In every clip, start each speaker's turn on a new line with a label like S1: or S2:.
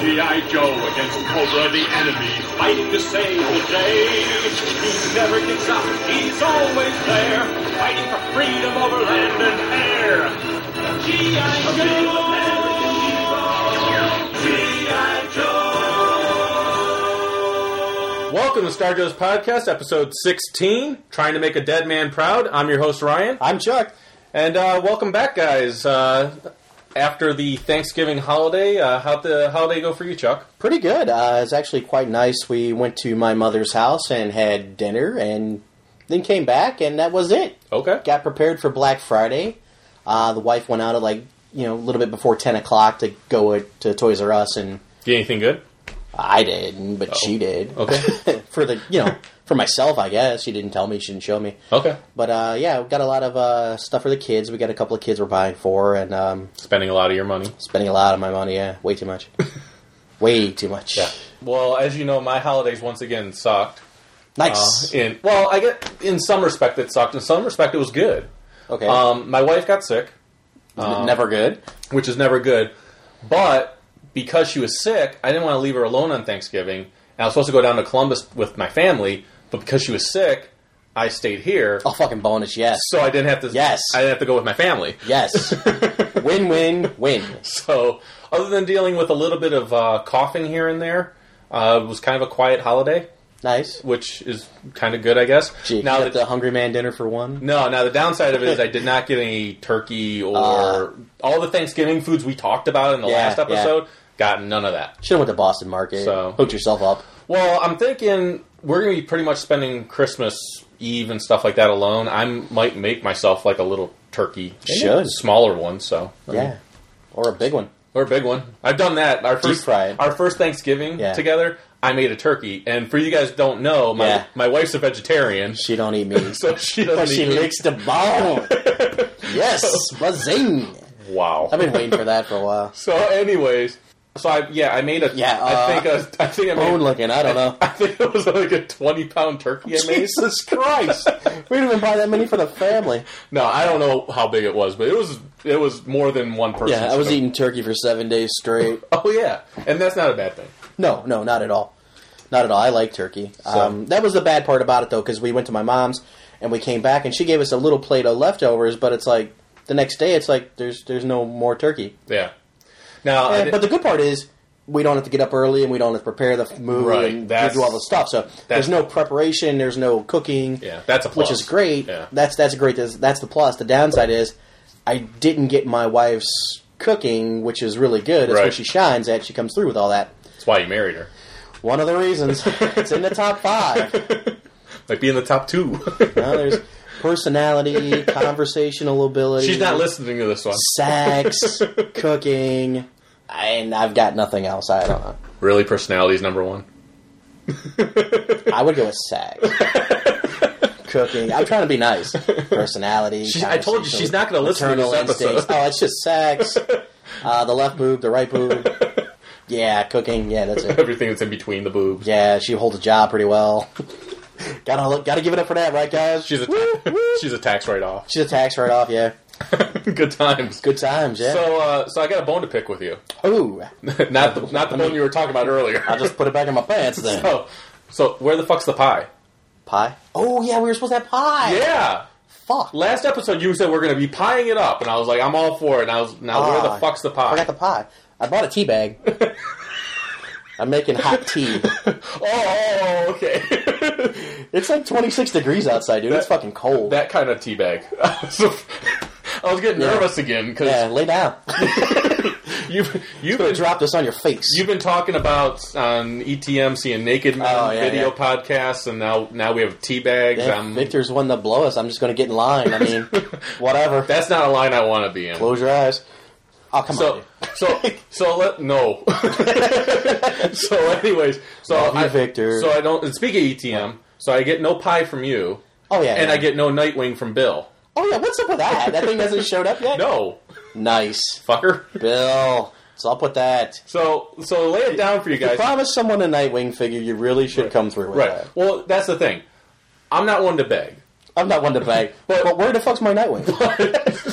S1: G.I. Joe against Cobra the enemy, fighting to save the day. He never gives up, he's always there, fighting for freedom over land and air. G.I. Joe! G.I. Joe!
S2: Welcome to Star Joe's Podcast, episode 16, Trying to Make a Dead Man Proud. I'm your host, Ryan.
S3: I'm Chuck.
S2: And uh, welcome back, guys. Uh, after the Thanksgiving holiday. Uh, how'd the holiday go for you, Chuck?
S3: Pretty good. Uh, it's actually quite nice. We went to my mother's house and had dinner, and then came back, and that was it.
S2: Okay.
S3: Got prepared for Black Friday. Uh, the wife went out at like you know a little bit before ten o'clock to go to Toys R Us and
S2: get anything good.
S3: I didn't, but
S2: Oh.
S3: she did.
S2: Okay.
S3: for the you know for myself, I guess she didn't tell me. She didn't show me.
S2: Okay.
S3: But uh, yeah, we got a lot of uh, stuff for the kids. We got a couple of kids we're buying for, and um,
S2: Spending a lot of your money.
S3: spending a lot of my money. Yeah, way too much. way too much.
S2: Well, as you know, my holidays once again sucked. Uh,
S3: Nice.
S2: in well, I get in some respect it sucked. In some respect, it was good.
S3: okay.
S2: Um, my wife got sick, um,
S3: Never good.
S2: which is never good. But because she was sick, I didn't want to leave her alone on Thanksgiving. And I was supposed to go down to Columbus with my family, but because she was sick, I stayed here.
S3: Oh, fucking bonus. Yes.
S2: So I didn't have to.
S3: Yes.
S2: I didn't have to go with my family.
S3: Yes. win, win, win.
S2: So, other than dealing with a little bit of uh, coughing here and there, uh, it was kind of a quiet holiday,
S3: Nice.
S2: which is kind of good, I guess.
S3: Gee,
S2: now
S3: you
S2: that
S3: got the hungry man dinner for one.
S2: no, now the downside of it is I did not get any turkey or
S3: Ah.
S2: all the Thanksgiving foods we talked about in the
S3: Yeah,
S2: last
S3: yeah.
S2: episode. Got none of that.
S3: Should have went to Boston Market.
S2: So-
S3: hooked yourself up.
S2: Well, I'm thinking we're going to be pretty much spending Christmas Eve and stuff like that alone. I might make myself like a little turkey,
S3: Should.
S2: smaller one. So I mean,
S3: Yeah, or a big one.
S2: Or a big one. I've done that. Our first
S3: fry it.
S2: our first Thanksgiving
S3: Yeah.
S2: together, I made a turkey. And for you guys who don't know, my
S3: Yeah.
S2: my wife's a vegetarian,
S3: She don't eat meat,
S2: so she
S3: but
S2: doesn't.
S3: she
S2: eat meat.
S3: licks the bone. yes, buzzing.
S2: Wow.
S3: I've been waiting for that for a while.
S2: so, anyways, so I yeah, I made a
S3: Yeah, uh,
S2: I think a, I think I
S3: Bone
S2: made.
S3: looking. I don't know.
S2: I think it was like a twenty pound turkey I made.
S3: Jesus Christ! we didn't even buy that many for the family.
S2: No, I don't know how big it was, but it was it was more than one person.
S3: Yeah, I was
S2: so-
S3: eating turkey for seven days straight.
S2: Oh yeah, and that's not a bad thing.
S3: No, no, not at all. Not at all. I like turkey. Um, that was the bad part about it, though, because we went to my mom's and we came back and she gave us a little plate of leftovers, but it's like the next day it's like there's there's no more turkey.
S2: Yeah. Now, I
S3: And-
S2: did-
S3: but the good part is we don't have to get up early and we don't have to prepare the food
S2: Right,
S3: and
S2: that's-
S3: do all the stuff. So there's no preparation, there's no cooking,
S2: yeah, that's a plus.
S3: which is great.
S2: Yeah.
S3: That's that's great. That's, that's the plus. The downside is I didn't get my wife's cooking, which is really good. That's
S2: Right.
S3: what she shines at. She comes through with all that.
S2: That's why you married her.
S3: One of the reasons it's in the top five.
S2: Might be in the top two.
S3: Now there's personality, conversational ability.
S2: She's not listening to this one.
S3: Sex, cooking, and I've got nothing else. I don't know.
S2: Really, personality is number one.
S3: I would go with sex, cooking. I'm trying to be nice. Personality.
S2: She- I told you, she's not gonna listen to
S3: maternal
S2: this episode.
S3: instincts. Oh, it's just sex. Uh, the left boob, the right boob. Yeah, cooking. Yeah, that's it.
S2: Everything that's in between the boobs.
S3: Yeah, she holds a job pretty well. gotta look, gotta give it up for that, right, guys?
S2: She's a she's a tax write off.
S3: She's a tax write-off. Yeah,
S2: Good times.
S3: good times. Yeah.
S2: So, uh, so I got a bone to pick with you.
S3: Ooh,
S2: not the not the bone you were talking about earlier.
S3: I'll just put it back in my pants then.
S2: oh, so where the fuck's the pie?
S3: Pie. Oh yeah, we were supposed to have pie.
S2: Yeah.
S3: Fuck.
S2: Last episode you said we're gonna be pieing it up, and I was like, I'm all for it. And I was now where
S3: Ah,
S2: the fuck's the
S3: I
S2: pie?
S3: got the pie. I bought a tea bag. I'm making hot tea.
S2: oh, oh, oh, okay.
S3: It's like 26 degrees outside, dude. it's
S2: That-
S3: fucking cold.
S2: that kind of teabag. I was getting
S3: Yeah.
S2: nervous again because
S3: yeah, lay down.
S2: you've you've
S3: Gonna
S2: been
S3: drop this on your face.
S2: You've been talking about um, on ETM seeing naked men
S3: Oh, yeah,
S2: video
S3: yeah.
S2: podcasts, and now now we have tea bags.
S3: Yeah,
S2: Um,
S3: Victor's one to blow us. I'm just gonna get in line. I mean, whatever.
S2: that's not a line I want to be in.
S3: Close your eyes. Oh come on.
S2: So
S3: dude.
S2: so so let no. so anyways, so
S3: Love you,
S2: I,
S3: Victor.
S2: So I don't. And speaking of ETM, so I get no pie from you,
S3: Oh yeah.
S2: and
S3: yeah.
S2: I get no Nightwing from Bill.
S3: Oh yeah. What's up with that? That thing hasn't showed up yet.
S2: No,
S3: Nice,
S2: fucker.
S3: Bill. So I'll put that.
S2: So so lay it down for you
S3: You
S2: guys.
S3: promise someone a Nightwing figure, you really should come through with
S2: Right.
S3: that.
S2: Well, that's the thing. I'm not one to beg.
S3: I'm not one to beg,
S2: But-
S3: but, where the fuck's my Nightwing?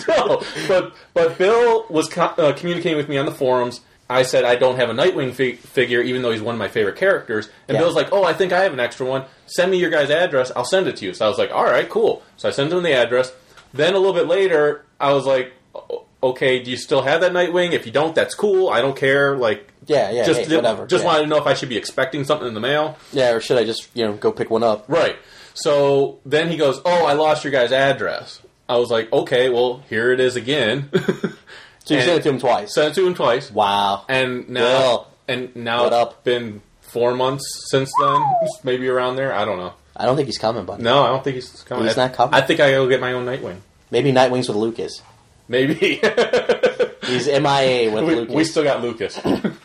S2: no, but but Bill was co- uh, communicating with me on the forums, I said I don't have a Nightwing fi- figure, even though he's one of my favorite characters. And
S3: Yeah.
S2: Bill's like, "Oh, I think I have an extra one. Send me your guy's address. I'll send it to you." So I was like, "All right, cool." So I sent him the address. Then a little bit later, I was like, "O- "Okay, do you still have that Nightwing? If you don't, that's cool. I don't care. Like,
S3: Yeah, yeah,
S2: just
S3: hey, whatever.
S2: just
S3: yeah.
S2: wanted to know if I should be expecting something in the mail."
S3: Yeah, or should I just you know go pick one up?
S2: Right. So then he goes, "Oh, I lost your guy's address." I was like, "Okay, well, here it is again."
S3: So you
S2: And-
S3: sent it to him twice.
S2: Sent it to him twice.
S3: wow.
S2: And now,
S3: Well,
S2: and now
S3: what
S2: it's
S3: up?
S2: been four months since then, maybe around there. I don't know.
S3: I don't think he's coming, buddy.
S2: No, I don't think he's coming.
S3: He's
S2: I-
S3: not coming.
S2: I think I go get my own Nightwing.
S3: Maybe Nightwing's with Lucas.
S2: Maybe.
S3: He's MIA with
S2: we,
S3: Lucas.
S2: we still got Lucas.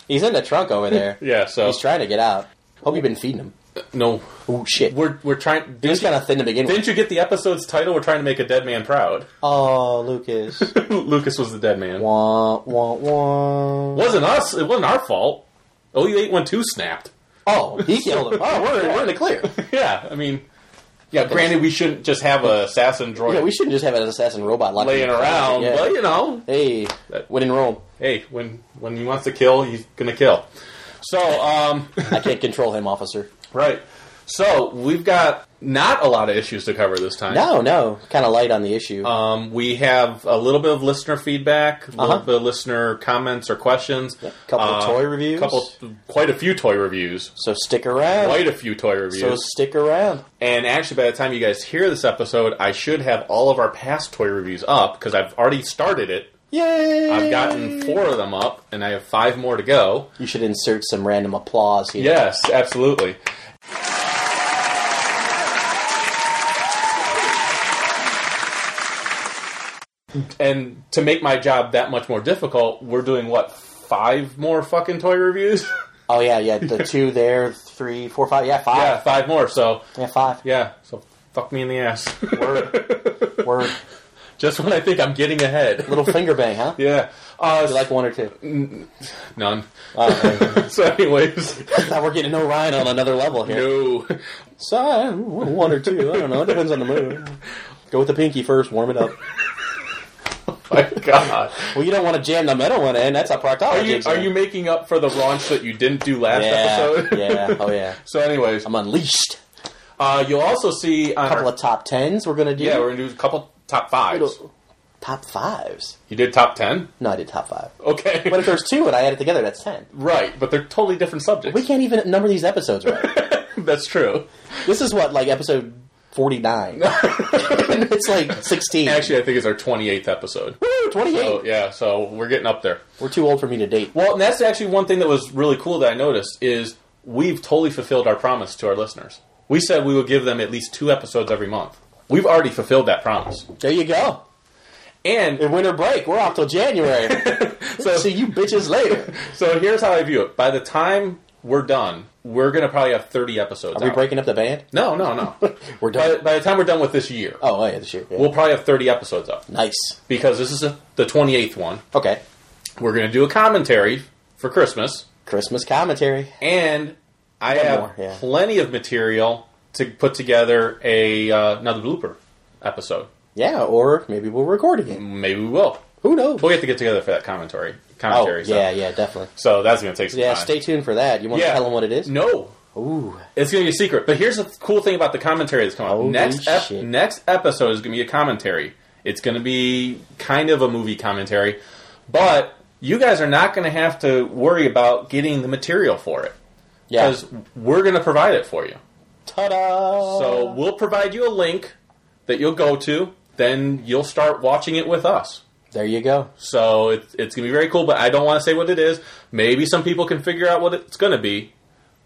S3: he's in the trunk over there.
S2: yeah. So
S3: He's trying to get out. Hope you've been feeding him.
S2: no,
S3: Oh shit.
S2: we're we're trying.
S3: he was
S2: Didn't you,
S3: kind of thin to begin with.
S2: didn't you get the episode's title? We're trying to make a dead man proud.
S3: Oh, Lucas.
S2: Lucas was the dead man.
S3: wah wah wah.
S2: wasn't us. It wasn't our fault. OU eight one two snapped.
S3: Oh, he killed him. Oh, we're, we're in the clear.
S2: Yeah, I mean, yeah. Granted, we shouldn't just have a assassin droid
S3: Yeah, we shouldn't just have an assassin robot like
S2: laying around,
S3: Yeah.
S2: but you know,
S3: Hey,
S2: Uh,
S3: when in Rome,
S2: hey, when when he wants to kill, he's gonna kill. So, um,
S3: I can't control him, officer.
S2: right. So we've got not a lot of issues to cover this time.
S3: No, no, kind of light on the issue.
S2: Um, we have a little bit of listener feedback, a little
S3: Uh-huh.
S2: bit of listener comments or questions, a
S3: couple of toy reviews.
S2: couple, quite a few toy reviews,
S3: so stick around.
S2: quite a few toy reviews.
S3: so stick around.
S2: And actually, by the time you guys hear this episode, I should have all of our past toy reviews up because I've already started it.
S3: Yay!
S2: I've gotten four of them up, and I have five more to go.
S3: You should insert some random applause here.
S2: Yes, absolutely. And to make my job that much more difficult, we're doing what five more fucking toy reviews?
S3: Oh yeah, yeah. The two there, three, four, five. Yeah,
S2: yeah,
S3: five.
S2: five more. So
S3: Yeah, five.
S2: yeah, so fuck me in the ass.
S3: Word. Word.
S2: Just when I think I'm getting ahead.
S3: Little finger bang, huh?
S2: Yeah. Uh,
S3: You like one or two?
S2: None.
S3: Uh,
S2: so, anyways,
S3: now we're getting Orion on another level here.
S2: no.
S3: So I don't know, one or two. I don't know. It depends on the mood. Go with the pinky first. Warm it up.
S2: My God,
S3: Well, you don't want to jam the metal one in. That's a proctology.
S2: are you
S3: exam.
S2: are you making up for the launch that you didn't do last
S3: Yeah.
S2: episode?
S3: yeah. Oh yeah.
S2: So, anyways,
S3: I'm unleashed.
S2: uh, you'll also see on
S3: A couple
S2: our-
S3: of top tens. We're gonna do.
S2: yeah, we're gonna do a couple top fives.
S3: Little- top fives.
S2: You did top ten,
S3: No, I did top five.
S2: okay?
S3: But if there's two and I add it together, that's ten.
S2: right, but they're totally different subjects.
S3: We can't even number these episodes right.
S2: That's true.
S3: this is what like episode forty nine. it's like sixteen.
S2: Actually, I think it's our twenty eighth episode.
S3: twenty eight.
S2: So yeah, so we're getting up there.
S3: We're too old for me to date.
S2: Well, and that's actually one thing that was really cool that I noticed is we've totally fulfilled our promise to our listeners. We said we would give them at least two episodes every month. We've already fulfilled that promise.
S3: There you go.
S2: And
S3: And winter break. We're off till January.
S2: So-
S3: See you bitches later.
S2: so here's how I view it. By the time we're done, we're going to probably have 30 episodes.
S3: Are we
S2: out.
S3: breaking up the band?
S2: No, no, no.
S3: We're
S2: by,
S3: done.
S2: by the time we're done with this year,
S3: Oh, oh yeah, this year. Yeah.
S2: we'll probably have 30 episodes up
S3: nice.
S2: because this is a, the 28th one.
S3: Okay.
S2: We're going to do a commentary for Christmas.
S3: Christmas commentary.
S2: and I have
S3: more, yeah.
S2: plenty of material to put together a uh, another blooper episode.
S3: Yeah, or maybe we'll record again.
S2: Maybe we will.
S3: Who knows?
S2: But we have to Mm. get together for that commentary.
S3: Oh,
S2: Commentary. so.
S3: yeah, yeah, definitely.
S2: So that's going to take some
S3: Yeah,
S2: time.
S3: stay tuned for that. You want
S2: Yeah.
S3: to tell them what it is?
S2: No,
S3: Ooh,
S2: it's going to be a secret. But here's the cool thing about the commentary that's coming up.
S3: Holy
S2: next, ep-
S3: shit.
S2: next episode is going to be a commentary. It's going to be kind of a movie commentary, but you guys are not going to have to worry about getting the material for it
S3: yeah.
S2: because we're going to provide it for you.
S3: Ta-da!
S2: So we'll provide you a link that you'll go to. Then you'll start watching it with us.
S3: there you go.
S2: So it, it's going to be very cool, but I don't want to say what it is. Maybe some people can figure out what it's going to be.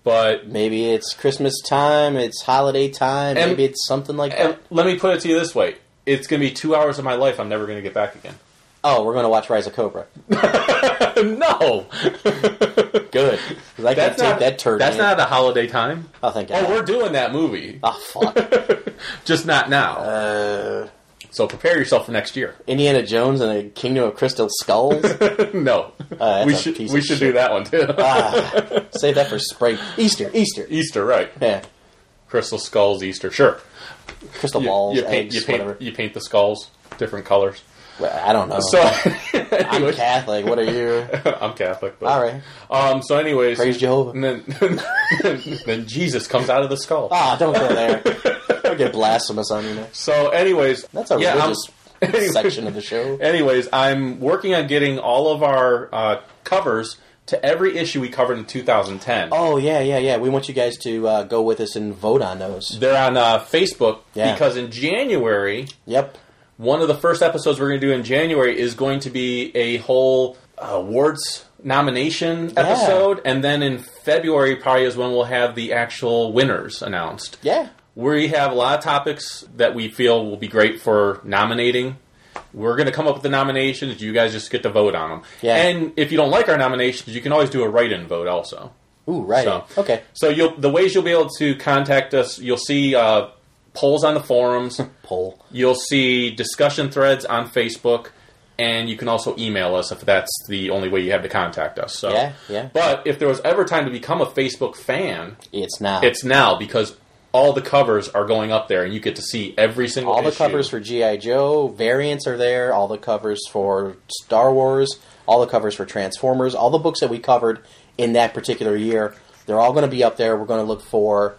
S2: But
S3: Maybe it's Christmas time. It's holiday time.
S2: And-
S3: maybe it's something like
S2: and
S3: that.
S2: let me put it to you this way it's going to be two hours of my life I'm never going to get back again.
S3: Oh, we're going to watch Rise of Cobra.
S2: no!
S3: Good. 'Cause I can't
S2: That's
S3: take
S2: not,
S3: that turd.
S2: that's
S3: in.
S2: not a holiday time.
S3: Oh, thank God.
S2: Oh, we're doing that movie.
S3: Ah, fuck.
S2: Just not now.
S3: uh,
S2: so prepare yourself for next year.
S3: Indiana Jones and the Kingdom of Crystal Skulls.
S2: no.
S3: Uh, that's
S2: we
S3: a
S2: should,
S3: piece
S2: we
S3: of
S2: should do
S3: shit.
S2: that one too.
S3: ah, save that for spring. Easter. Easter.
S2: Easter, right.
S3: Yeah.
S2: Crystal skulls, Easter, sure.
S3: Crystal
S2: You,
S3: balls,
S2: you paint,
S3: eggs,
S2: you, paint,
S3: whatever.
S2: you paint the skulls different colors.
S3: Well, I don't know.
S2: So
S3: I'm
S2: anyway,
S3: Catholic. What are you?
S2: I'm Catholic. But,
S3: All right.
S2: Um. So, anyways,
S3: Praise Jehovah.
S2: and then then Jesus comes out of the skull.
S3: Ah, don't go there. don't get blasphemous on you. Now.
S2: So, anyways,
S3: That's a
S2: yeah, I'm-
S3: religious section of the show.
S2: Anyways, I'm working on getting all of our uh, covers to every issue we covered in 2010.
S3: Oh yeah, yeah, yeah. We want you guys to uh, go with us and vote on those.
S2: They're on uh, Facebook
S3: Yeah.
S2: because in January,
S3: Yep.
S2: one of the first episodes we're going to do in January is going to be a whole uh, awards nomination episode, and then in February probably is when we'll have the actual winners announced.
S3: Yeah.
S2: We have a lot of topics that we feel will be great for nominating. We're going to come up with the nominations. You guys just get to vote on them.
S3: Yeah.
S2: And if you don't like our nominations, you can always do a write-in vote also.
S3: Ooh, right.
S2: So-
S3: Okay.
S2: So you'll the ways you'll be able to contact us, you'll see uh, polls on the forums,
S3: Poll.
S2: you'll see discussion threads on Facebook, and you can also email us if that's the only way you have to contact us. So
S3: Yeah, yeah.
S2: But if there was ever time to become a Facebook fan,
S3: It's now.
S2: it's now because all the covers are going up there, and you get to see every single
S3: all the
S2: issue.
S3: covers for GI Joe variants are there. All the covers for Star Wars. All the covers for Transformers. All the books that we covered in that particular year. They're all going to be up there. We're going to look for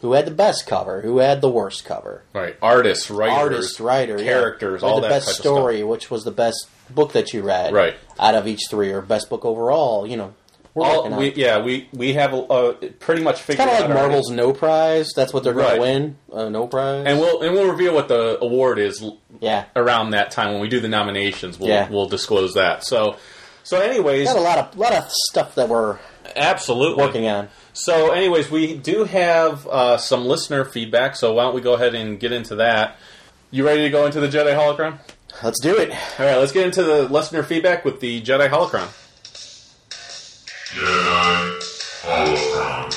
S3: who had the best cover, who had the worst cover.
S2: right? Artists, writers,
S3: artist, writer, yeah.
S2: characters,
S3: Or
S2: all
S3: the
S2: that
S3: best
S2: type
S3: story,
S2: Of
S3: which was the best book that you read,
S2: Right.
S3: Out of each three, or best book overall, you know. We're
S2: stuff.
S3: working
S2: All,
S3: on.
S2: we,
S3: it.
S2: yeah, we we have uh, pretty much figured
S3: kind of like
S2: out already.
S3: Marvel's no prize. That's what they're
S2: Right.
S3: going to win. Uh, no prize,
S2: and we'll and we'll reveal what the award is l-
S3: yeah,
S2: around that time when we do the nominations. We'll
S3: Yeah.
S2: we'll disclose that. So so anyways,
S3: got a lot of lot of stuff that we're
S2: absolutely
S3: working on.
S2: So anyways, we do have uh, some listener feedback. So why don't we go ahead and get into that? You ready to go into the Jedi Holocron?
S3: Let's do it.
S2: All right, let's get into the listener feedback with the Jedi Holocron.
S4: Jedi Holocron.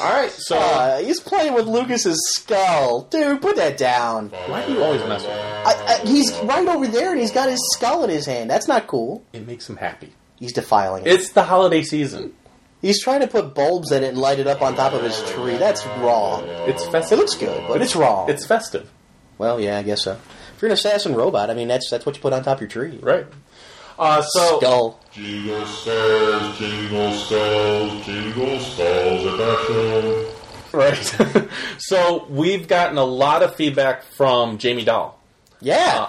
S2: All right, so
S3: Uh, he's playing with Lucas's skull, dude. Put that down.
S2: why do you always mess with him?
S3: I, I, he's right over there, and he's got his skull in his hand. That's not cool.
S2: It makes him happy.
S3: He's defiling it.
S2: It's the holiday season.
S3: He's trying to put bulbs in it and light it up on top of his tree. That's wrong.
S2: It's
S3: It
S2: festive.
S3: looks good, but it's wrong.
S2: It's festive,
S3: well, yeah, I guess so. If you're an assassin robot, I mean, that's that's what you put on top of your tree.
S2: right? Uh, so
S3: Skull.
S4: Jingle skulls, jingle skulls, jingle skulls at that
S2: Right. so we've gotten a lot of feedback from Jamie Dahl.
S3: Yeah,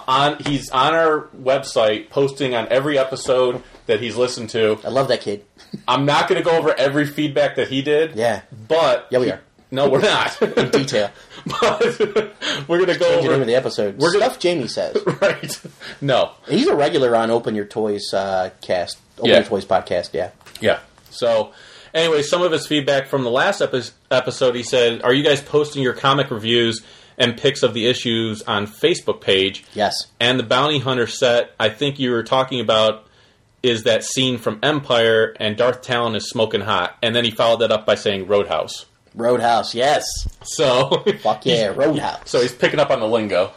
S2: Uh, on he's on our website posting on every episode that he's listened to.
S3: I love that kid.
S2: I'm not going to go over every feedback that he did.
S3: Yeah.
S2: But
S3: Yeah, we are.
S2: No, we're not.
S3: Detail.
S2: but we're going to go
S3: Change the name of
S2: over
S3: the episode.
S2: We're gonna-
S3: Stuff Jamie says.
S2: right. No.
S3: He's a regular on Open Your Toys uh, cast. Open
S2: Yeah.
S3: Your Toys podcast. Yeah.
S2: Yeah. So, anyway, some of his feedback from the last epi- episode, he said, "Are you guys posting your comic reviews and pics of the issues on Facebook page?"
S3: Yes.
S2: And the bounty hunter set, I think you were talking about, is that scene from Empire, and Darth Talon is smoking hot, and then he followed that up by saying Roadhouse.
S3: Roadhouse. Yes.
S2: So,
S3: Fuck yeah, Roadhouse.
S2: so he's picking up on the lingo.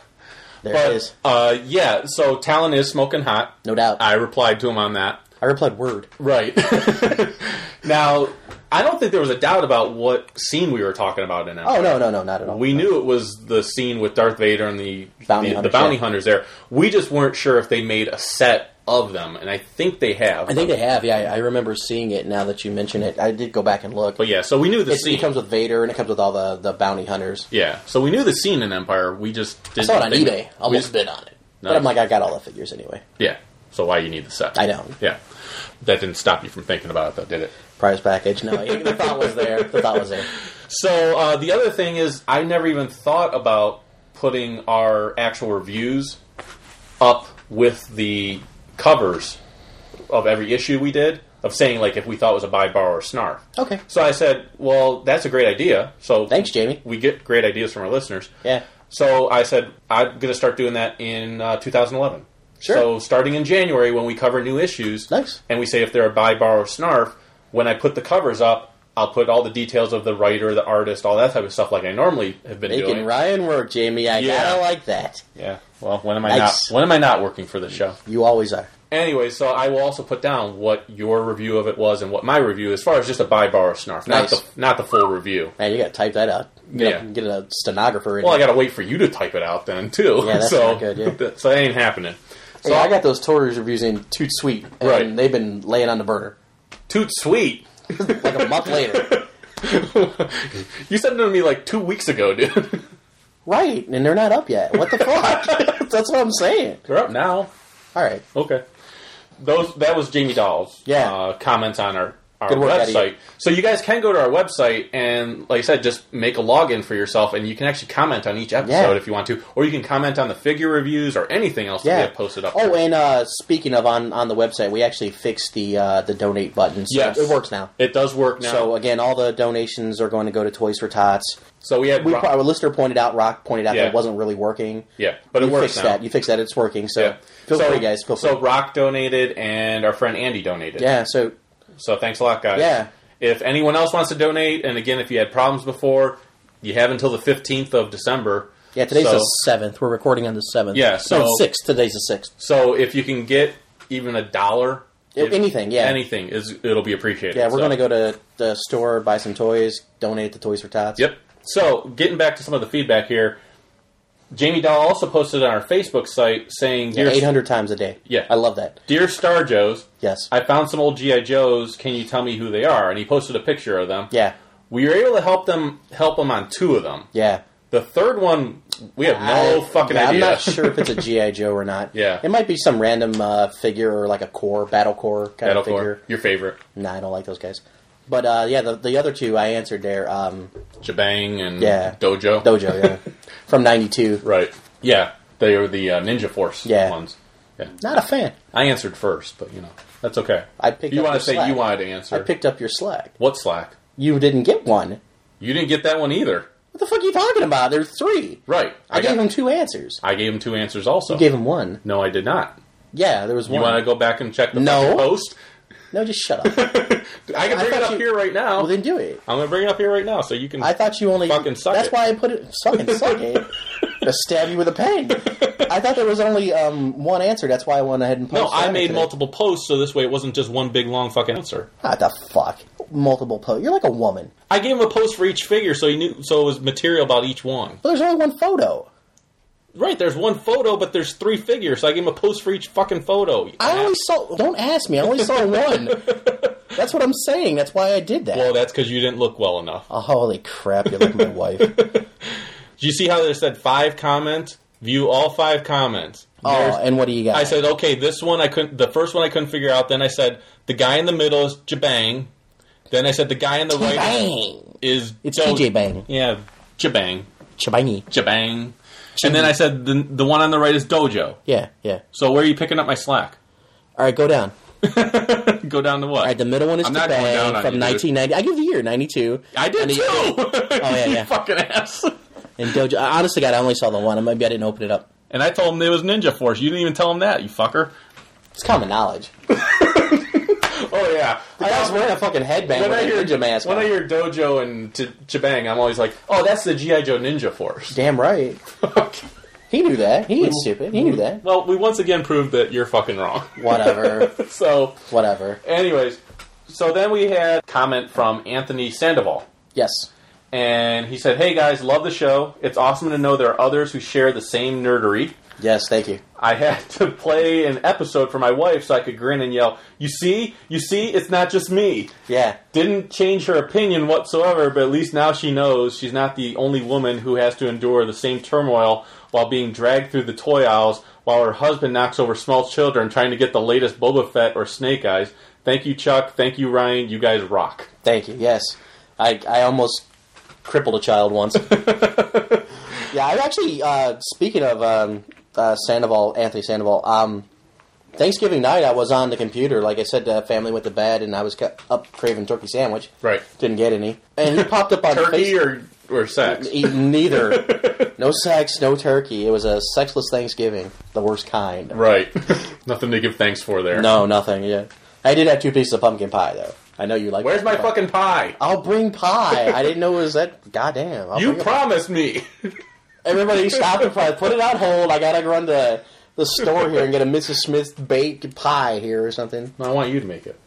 S3: there
S2: But
S3: it is.
S2: uh, yeah, so Talon is smoking hot.
S3: No doubt. I,
S2: I replied to him on that.
S3: replied word.
S2: Right. now, I don't think there was a doubt about what scene we were talking about in
S3: Oh
S2: Empire.
S3: no, no, no, not at all.
S2: We knew it was the scene with Darth Vader and the
S3: Bounty
S2: the,
S3: hunters,
S2: the bounty
S3: yeah.
S2: hunters there. We just weren't sure if they made a set of them, and I think they have.
S3: I think they have. Yeah, I, I remember seeing it. Now that you mention it, I did go back and look.
S2: but yeah, so we knew the
S3: It's-
S2: scene.
S3: it comes with Vader, and it comes with all the the bounty hunters.
S2: yeah, so we knew the scene in Empire. We just didn't
S3: I saw it on
S2: think-
S3: eBay. I
S2: we
S3: Almost
S2: just-
S3: bid on it.
S2: Nice.
S3: But I'm like, I got all the figures anyway.
S2: Yeah. So why you need the set?
S3: I know.
S2: Yeah. That didn't stop you from thinking about it, though, did it?
S3: Prize package. No, the thought was there. The thought was there.
S2: So uh, the other thing is, I never even thought about putting our actual reviews up with the covers of every issue we did. Of saying like if we thought it was a buy, borrow, or snarf.
S3: Okay.
S2: So I said, well, that's a great idea. So
S3: Oh. Thanks, Jamie.
S2: We get great ideas from our listeners.
S3: Yeah.
S2: So I said I'm going to start doing that in uh, 2011.
S3: Sure.
S2: So starting in January, when we cover new issues,
S3: Nice.
S2: and we say if they're a buy, borrow, or snarf, when I put the covers up, I'll put all the details of the writer, the artist, all that type of stuff, like I normally have been
S3: Making
S2: doing.
S3: Ryan work, Jamie. I
S2: Yeah.
S3: gotta like that.
S2: Yeah. Well, when am I
S3: Nice. Mm-hmm.
S2: not? When am I not working for the show?
S3: You always are.
S2: Anyway, so I will also put down what your review of it was and what my review, as far as just a buy, borrow, or snarf, not
S3: Nice.
S2: the not the full review.
S3: Man, you gotta type that out. Get,
S2: Yeah.
S3: a, get a stenographer. In
S2: Well, I
S3: here.
S2: got to wait for you to type it out then too.
S3: Yeah, that's
S2: so
S3: not good, yeah.
S2: so that ain't happening. So
S3: Hey, I got those Tories reviews in Toot Sweet, and
S2: Right.
S3: they've been laying on the burner
S2: toot sweet.
S3: like a month later,
S2: You sent it to me like two weeks ago, dude.
S3: right? And they're not up yet. What the fuck? That's what I'm saying.
S2: They're up now.
S3: All right,
S2: Okay. Those that was Jamie Doll's
S3: Yeah.
S2: uh, comments on our, our
S3: Good work, Eddie.
S2: website. So you guys can go to our website and, like I said, just make a login for yourself, and you can actually comment on each episode
S3: Yeah.
S2: if you want to, or you can comment on the figure reviews or anything else that we
S3: yeah.
S2: have posted up.
S3: Oh,
S2: there.
S3: and uh, speaking of on on the website, we actually fixed the uh, the donate button. So
S2: Yes.
S3: it works now.
S2: it does work now.
S3: So uh,
S2: So,
S3: again, all the donations are going to go to Toys for Tots.
S2: we had
S3: We
S2: Rob-
S3: pro- our listener pointed out, Rock pointed out
S2: Yeah.
S3: that it wasn't really working.
S2: yeah, but it
S3: you
S2: works
S3: fixed
S2: now.
S3: that. You fixed that. It's working. So
S2: yeah.
S3: feel
S2: so,
S3: free, guys. Feel free.
S2: so Rock donated, and our friend Andy donated.
S3: yeah. So
S2: So thanks a lot, guys.
S3: Yeah.
S2: If anyone else wants to donate, and again, if you had problems before, you have until the fifteenth of December.
S3: yeah, today's
S2: so,
S3: the seventh. We're recording on the seventh.
S2: Yeah, so-
S3: no, sixth. Today's the sixth.
S2: so if you can get even a dollar, if-
S3: anything, yeah.
S2: anything is it'll be appreciated.
S3: Yeah, we're
S2: So-
S3: gonna go to the store, buy some toys, donate to Toys for Tots.
S2: Yep. So getting back to some of the feedback here, Jamie Doll also posted on our Facebook site saying,
S3: Yeah,
S2: "Dear,
S3: eight hundred times a day.
S2: Yeah.
S3: I love that.
S2: dear Star Joes,
S3: Yes.
S2: I found some old GI Joes. Can you tell me who they are?" And he posted a picture of them.
S3: yeah,
S2: We were able to help them help them on two of them.
S3: yeah.
S2: The third one, we have no
S3: I-
S2: fucking
S3: yeah,
S2: idea.
S3: I'm not sure if it's a GI Joe or not.
S2: Yeah.
S3: it might be some random uh, figure or like a core battle core kind
S2: Metal
S3: of figure.
S2: Core, your favorite,
S3: Nah, I don't like those guys. But uh, yeah, the, the other two I answered there. Um,
S2: Jabang and
S3: Yeah.
S2: Dojo.
S3: Dojo, yeah, from '92.
S2: Right. Yeah, they are the uh, Ninja Force
S3: Yeah.
S2: ones. Yeah.
S3: Not a fan.
S2: I answered first, but you know that's okay.
S3: I picked
S2: You
S3: up
S2: want
S3: your
S2: to say
S3: slack.
S2: you wanted to answer?
S3: I picked up your slack.
S2: what slack?
S3: You didn't get one.
S2: You didn't get that one either.
S3: What the fuck are you talking about? There's three.
S2: Right.
S3: I, gave
S2: got-
S3: him two answers.
S2: I gave him two answers also.
S3: You gave him one.
S2: no, I did not.
S3: Yeah, there was
S2: You
S3: one.
S2: want to go back and check the
S3: No.
S2: fucking post?
S3: No, just shut up.
S2: I can
S3: I
S2: bring it
S3: thought
S2: up
S3: you-
S2: here right now.
S3: well, then do it.
S2: I'm gonna bring it up here right now, so you can.
S3: I thought you only
S2: Fucking suck
S3: That's
S2: it.
S3: why I put it fucking suck it. To stab you with a pen. I thought there was only um, one answer. That's why I went ahead and
S2: no,
S3: posted.
S2: I
S3: it
S2: made
S3: today.
S2: multiple posts, so this way it wasn't just one big long fucking answer.
S3: What the fuck? Multiple posts. You're like a woman.
S2: I gave him a post for each figure, so he knew. So it was material about each one.
S3: But there's only one photo.
S2: Right? There's one photo, but there's three figures. So I gave him a post for each fucking photo.
S3: I only saw. Don't ask me. I only saw one. That's what I'm saying. That's why I did that.
S2: well, that's because you didn't look well enough.
S3: oh, holy crap! You're like my wife.
S2: Do you see how they said five comments? View all five comments. There's-
S3: Oh, and what do you got?
S2: I said, okay, this one I couldn't. The first one I couldn't figure out. Then I said the guy in the middle is Jabang. Then I said the guy in the right
S3: Bang.
S2: is
S3: It's
S2: Do-
S3: TJ Bang.
S2: Yeah, Jabang,
S3: Chabangy.
S2: Jabang. And then I said the the one on the right is Dojo.
S3: Yeah, yeah.
S2: So where are you picking up my slack?
S3: All right, go down.
S2: Go down to what?
S3: All right, the middle one is
S2: I'm
S3: the
S2: not going down
S3: bang
S2: on
S3: from
S2: you, dude.
S3: 1990. I give the year 92.
S2: I did
S3: And the-
S2: too. oh
S3: yeah,
S2: you
S3: yeah.
S2: fucking ass.
S3: And Dojo, I- honest to God, I only saw the one. Maybe I didn't open it up.
S2: And I told him it was Ninja Force. You didn't even tell him that, you fucker.
S3: It's common knowledge.
S2: Oh yeah.
S3: I was wearing a fucking headband
S2: when
S3: with
S2: I
S3: a
S2: hear
S3: ninja mask.
S2: when
S3: on.
S2: I hear Dojo and Ch- Chibang, I'm always like, oh, that's the GI Joe Ninja Force.
S3: Damn right. He knew that. He ain't stupid. He knew that.
S2: Well, we once again proved that you're fucking wrong.
S3: Whatever.
S2: so,
S3: Whatever.
S2: anyways, so then we had comment from Anthony Sandoval.
S3: Yes.
S2: And he said, Hey guys, love the show. It's awesome to know there are others who share the same nerdery.
S3: Yes, thank you.
S2: I had to play an episode for my wife so I could grin and yell, You see? You see? It's not just me.
S3: Yeah.
S2: Didn't change her opinion whatsoever, but at least now she knows she's not the only woman who has to endure the same turmoil while being dragged through the toy aisles while her husband knocks over small children trying to get the latest Boba Fett or Snake Eyes. Thank you, Chuck. Thank you, Ryan. You guys rock.
S3: Thank you. Yes. I, I almost crippled a child once. yeah, I actually, uh, speaking of um, uh, Sandoval, Anthony Sandoval, um, Thanksgiving night I was on the computer. Like I said, the family went to bed and I was ca- up craving turkey sandwich.
S2: Right.
S3: Didn't get any. And he popped up on
S2: Turkey
S3: Facebook-
S2: or, or sex?
S3: Eat neither. no sex, no turkey. It was a sexless Thanksgiving, the worst kind.
S2: Right. Nothing to give thanks for there.
S3: No, nothing. Yeah, I did have two pieces of pumpkin pie though. I know you like.
S2: Where's my
S3: pumpkin pie.
S2: fucking pie?
S3: I'll bring pie. I didn't know it was that. Goddamn! I'll
S2: You
S3: bring it.
S2: promised me.
S3: Everybody stop and pie. Put it on hold. I gotta run to the store here and get a Mrs. Smith baked pie here or something.
S2: I want you to make it.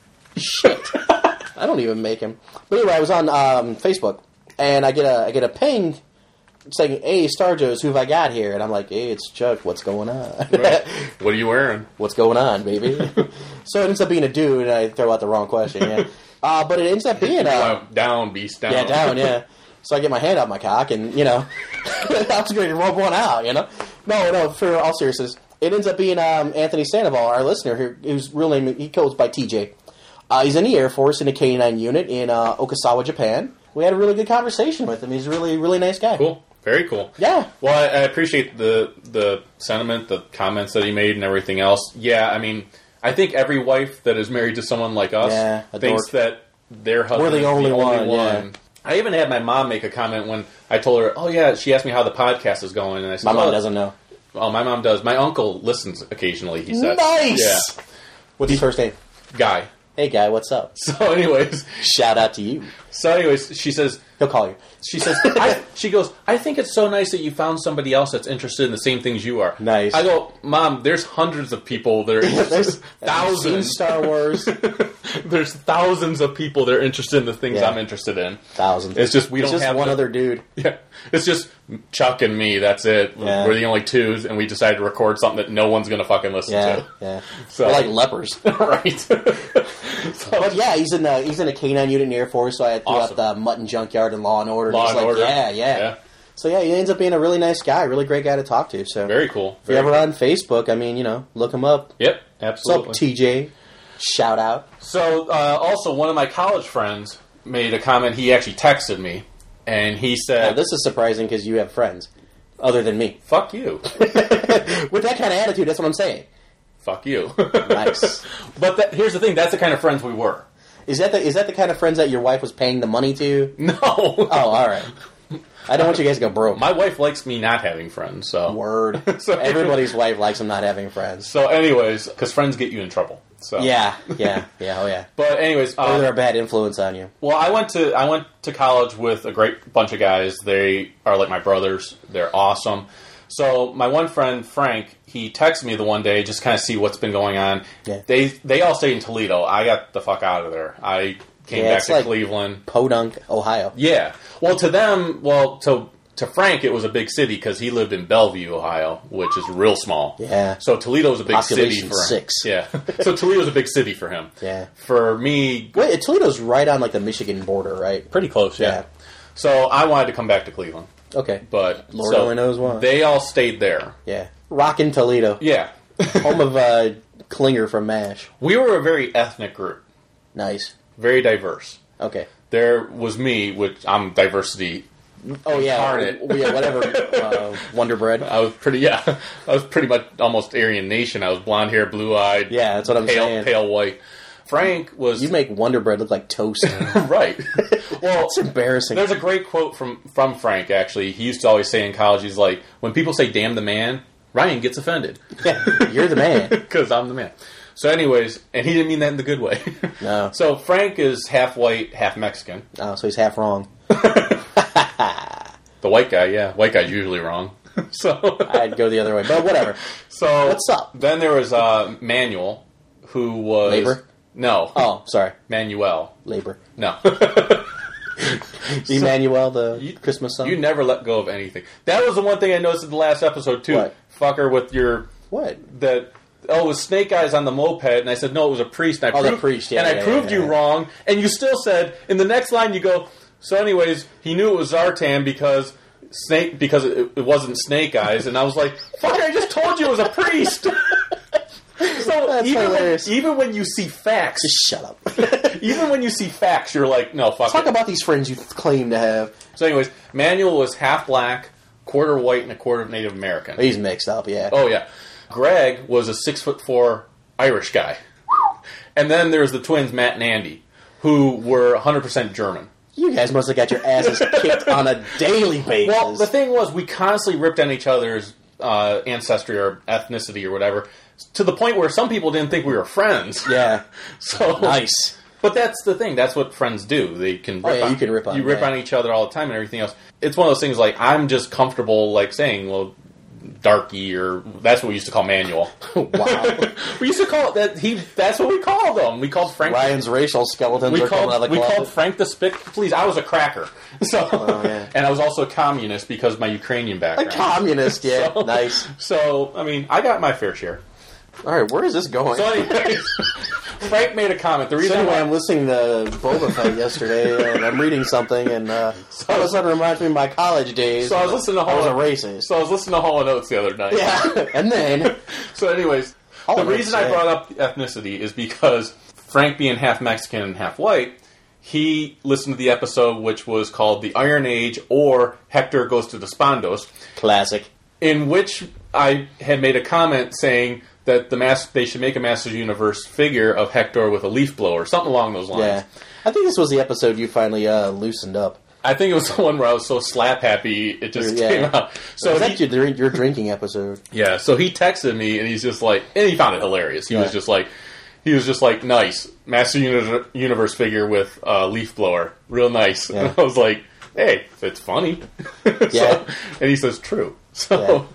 S3: I don't even make him. But anyway, I was on um, Facebook and I get a I get a ping saying, "Hey, Starjoes, who've I got here?" And I'm like, "Hey, it's Chuck. What's going on?
S2: What are you wearing?
S3: what's going on, baby?" so it ends up being a dude, and I throw out the wrong question. Yeah. Uh, but it ends up being a
S2: Wow, down, beast, down.
S3: Uh, yeah down yeah. So I get my hand out my cock, and you know, I was going to rub one out. You know, no, no. For all seriousness, it ends up being um, Anthony Sandoval, our listener, who, whose real name he goes by TJ. Uh, he's in the Air Force in a K nine unit in uh, Okasawa, Japan. We had a really good conversation with him. He's a really, really nice guy.
S2: Cool. Very cool.
S3: Yeah.
S2: Well, I, I appreciate the the sentiment, the comments that he made, and everything else. Yeah, I mean, I think every wife that is married to someone like us
S3: Yeah, a
S2: thinks
S3: dork.
S2: that their husband
S3: We're the
S2: is
S3: only one, yeah.
S2: I even had my mom make a comment when I told her, "Oh yeah," she asked me how the podcast is going, and I said,
S3: My mom
S2: "Oh,
S3: doesn't know.
S2: Oh, my mom does. My uncle listens occasionally. He says,
S3: Nice. What's his first name?
S2: "Yeah, guy."
S3: Hey guy, what's up?
S2: So, anyways,
S3: Shout out to you.
S2: so anyways, she says,
S3: He'll call you.
S2: she says, I, she goes, I think it's so nice that you found somebody else that's interested in the same things you are.
S3: Nice.
S2: I go, Mom, there's hundreds of people that are
S3: There's
S2: interested.
S3: seen
S2: thousands.
S3: Star Wars.
S2: there's thousands of people that are interested in the things
S3: Yeah.
S2: I'm interested in.
S3: Thousands.
S2: It's just we
S3: It's
S2: don't
S3: just
S2: have
S3: one
S2: the-
S3: other dude.
S2: Yeah. It's just Chuck and me. That's it.
S3: Yeah.
S2: We're the only twos, and we decided to record something that no one's going to fucking listen
S3: Yeah,
S2: to.
S3: yeah.
S2: So-
S3: We're like lepers.
S2: right. So-
S3: But yeah, he's in the he's in a K nine unit in the Air Force, so I threw
S2: Awesome.
S3: out the Mutton Junkyard and Law and Order.
S2: Law
S3: He's
S2: and
S3: like,
S2: Order.
S3: Yeah, yeah,
S2: Yeah.
S3: So yeah, he ends up being a really nice guy, really great guy to talk to. So
S2: Very cool.
S3: if you're
S2: Very
S3: ever
S2: cool.
S3: on Facebook, I mean, you know, look him up.
S2: Yep,
S3: What's up,
S2: absolutely.
S3: TJ? Shout out.
S2: So, uh, also, one of my college friends made a comment. He actually texted me, and he said,
S3: Now, this is surprising because you have friends other than me.
S2: "Fuck you,
S3: With that kind of attitude, that's what I'm saying.
S2: fuck you."
S3: Nice.
S2: but that, here's the thing: that's the kind of friends we were.
S3: Is that the is that the kind of friends that your wife was paying the money to?
S2: No,
S3: Oh, all right. I don't want you guys to go broke.
S2: my wife likes me not having friends. So,
S3: Word.
S2: So-
S3: Everybody's wife likes them not having friends.
S2: so anyways, because friends get you in trouble. So,
S3: Yeah, yeah, yeah, oh yeah.
S2: But anyways,
S3: Or
S2: uh,
S3: they're a bad influence on you.
S2: well, I went to I went to college with a great bunch of guys. They are like my brothers. They're awesome. So my one friend Frank, he texted me the one day just kind of see what's been going on.
S3: Yeah.
S2: They they all stay in Toledo. I got the fuck out of there. I came
S3: Yeah,
S2: back
S3: it's
S2: to
S3: like-
S2: Cleveland.
S3: Podunk, Ohio.
S2: Yeah. Well, to them, well, to to Frank, it was a big city because he lived in Bellevue, Ohio, which is real small.
S3: Yeah.
S2: So Toledo was a big city
S3: Population
S2: for him.
S3: six.
S2: Yeah. so Toledo's a big city for him.
S3: Yeah.
S2: For me,
S3: Wait, Toledo's right on like the Michigan border, right?
S2: pretty close. Yeah.
S3: Yeah.
S2: So I wanted to come back to Cleveland,
S3: Okay.
S2: but
S3: Lord
S2: so
S3: only knows why.
S2: They all stayed there.
S3: yeah. Rockin' Toledo.
S2: Yeah.
S3: Home of uh Klinger from MASH.
S2: we were a very ethnic group,
S3: Nice.
S2: very diverse.
S3: Okay.
S2: There was me, which I'm diversity
S3: Oh yeah.
S2: Incarnate.
S3: w- yeah, whatever. uh, Wonder Bread.
S2: I was pretty, yeah, I was pretty much almost Aryan Nation. I was blonde hair, blue eyed.
S3: Yeah, that's what I'm
S2: pale,
S3: saying.
S2: Pale white. Frank was
S3: You make Wonder Bread look like toast.
S2: right. well,
S3: It's embarrassing.
S2: there's a great quote from from Frank. Actually, he used to always say in college, he's like, when people say "damn the man," Ryan gets offended
S3: Yeah, you're the man.
S2: because I'm the man. So, anyways, and he didn't mean that in the good way.
S3: No.
S2: So Frank is half white, half Mexican.
S3: Oh, so he's half wrong.
S2: The white guy, yeah, white guy's usually wrong. so
S3: I'd go the other way, but whatever.
S2: So
S3: What's up?
S2: Then there was uh, Manuel, who was
S3: Labor?
S2: No,
S3: Oh, sorry.
S2: Manuel.
S3: Labor.
S2: No,
S3: Emmanuel, the
S2: You-
S3: Christmas song.
S2: you never let go of anything. That was the one thing I noticed in the last episode too.
S3: What?
S2: Fucker with your
S3: what?
S2: that. Oh, it was Snake Eyes on the moped, and I said no, it was a priest. And I
S3: Oh, the
S2: proved,
S3: priest, yeah,
S2: and
S3: yeah,
S2: I proved
S3: yeah,
S2: you
S3: yeah.
S2: wrong, and you still said in the next line you go. So, anyways, he knew it was Zartan because snake because it, it wasn't Snake Eyes, and I was like, "Fucker, I just told you it was a priest." so even when,
S3: hilarious.
S2: even when you see facts,
S3: Just shut up.
S2: even when you see facts, you're like, "No, fuck."
S3: Talk
S2: it.
S3: about these friends you claim to have.
S2: so, anyways, Manuel was half black, quarter white, and a quarter Native American.
S3: He's mixed up, yeah.
S2: Oh yeah, Greg was a six foot four Irish guy, and then there's the twins Matt and Andy, who were 100 percent German.
S3: You guys must have got your asses kicked on a daily basis.
S2: Well, the thing was, we constantly ripped on each other's uh, ancestry or ethnicity or whatever, to the point where some people didn't think we were friends.
S3: yeah,
S2: So
S3: nice. Oh,
S2: But that's the thing. That's what friends do. They can rip
S3: yeah,
S2: on,
S3: you can rip on
S2: you
S3: them,
S2: rip
S3: yeah.
S2: on each other all the time and everything else. It's one of those things like I'm just comfortable like saying, well, darky or that's what we used to call manual.
S3: Wow.
S2: we used to call it that. He that's what we called them. We called Frank.
S3: Ryan's racial skeletons
S2: we
S3: are coming out
S2: called
S3: of the
S2: we called
S3: closet. Oh,
S2: Frank the Spick. Please, I was a cracker, so
S3: yeah.
S2: and I was also a communist because of my Ukrainian
S3: A
S2: background.
S3: communist, yeah.
S2: So-
S3: nice.
S2: So I mean, I got my fair share.
S3: All right, where is this going?
S2: So, anyways, Frank made a comment. The
S3: So
S2: reason
S3: anyway,
S2: why
S3: I'm listening to Boba Fett yesterday, and I'm reading something, and uh, all of a sudden it reminds me of my college days.
S2: so I was listening to
S3: I
S2: Hall
S3: was a
S2: and
S3: racist.
S2: So I was listening to Hall and Oates the other night.
S3: yeah, and then
S2: So, anyways,
S3: Hall
S2: the
S3: and Oates,
S2: reason I
S3: yeah.
S2: brought up ethnicity is because Frank, being half Mexican and half white, he listened to the episode which was called "The Iron Age" or "Hector Goes to Despondos,"
S3: classic.
S2: in which I had made a comment saying that the mass they should make a Masters Universe figure of Hector with a leaf blower, something along those lines.
S3: Yeah, I think this was the episode you finally uh, loosened up.
S2: I think it was the one where I was so slap happy it just
S3: Yeah.
S2: came out. So
S3: So is that
S2: he-
S3: your, drink- your drinking episode?
S2: yeah, so he texted me and he's just like, and he found it hilarious. He was
S3: Yeah.
S2: just like, he was just like, nice Master Uni- Universe figure with uh, leaf blower, real nice.
S3: Yeah.
S2: And I was like, hey, it's funny. So-
S3: Yeah.
S2: and he says, true. So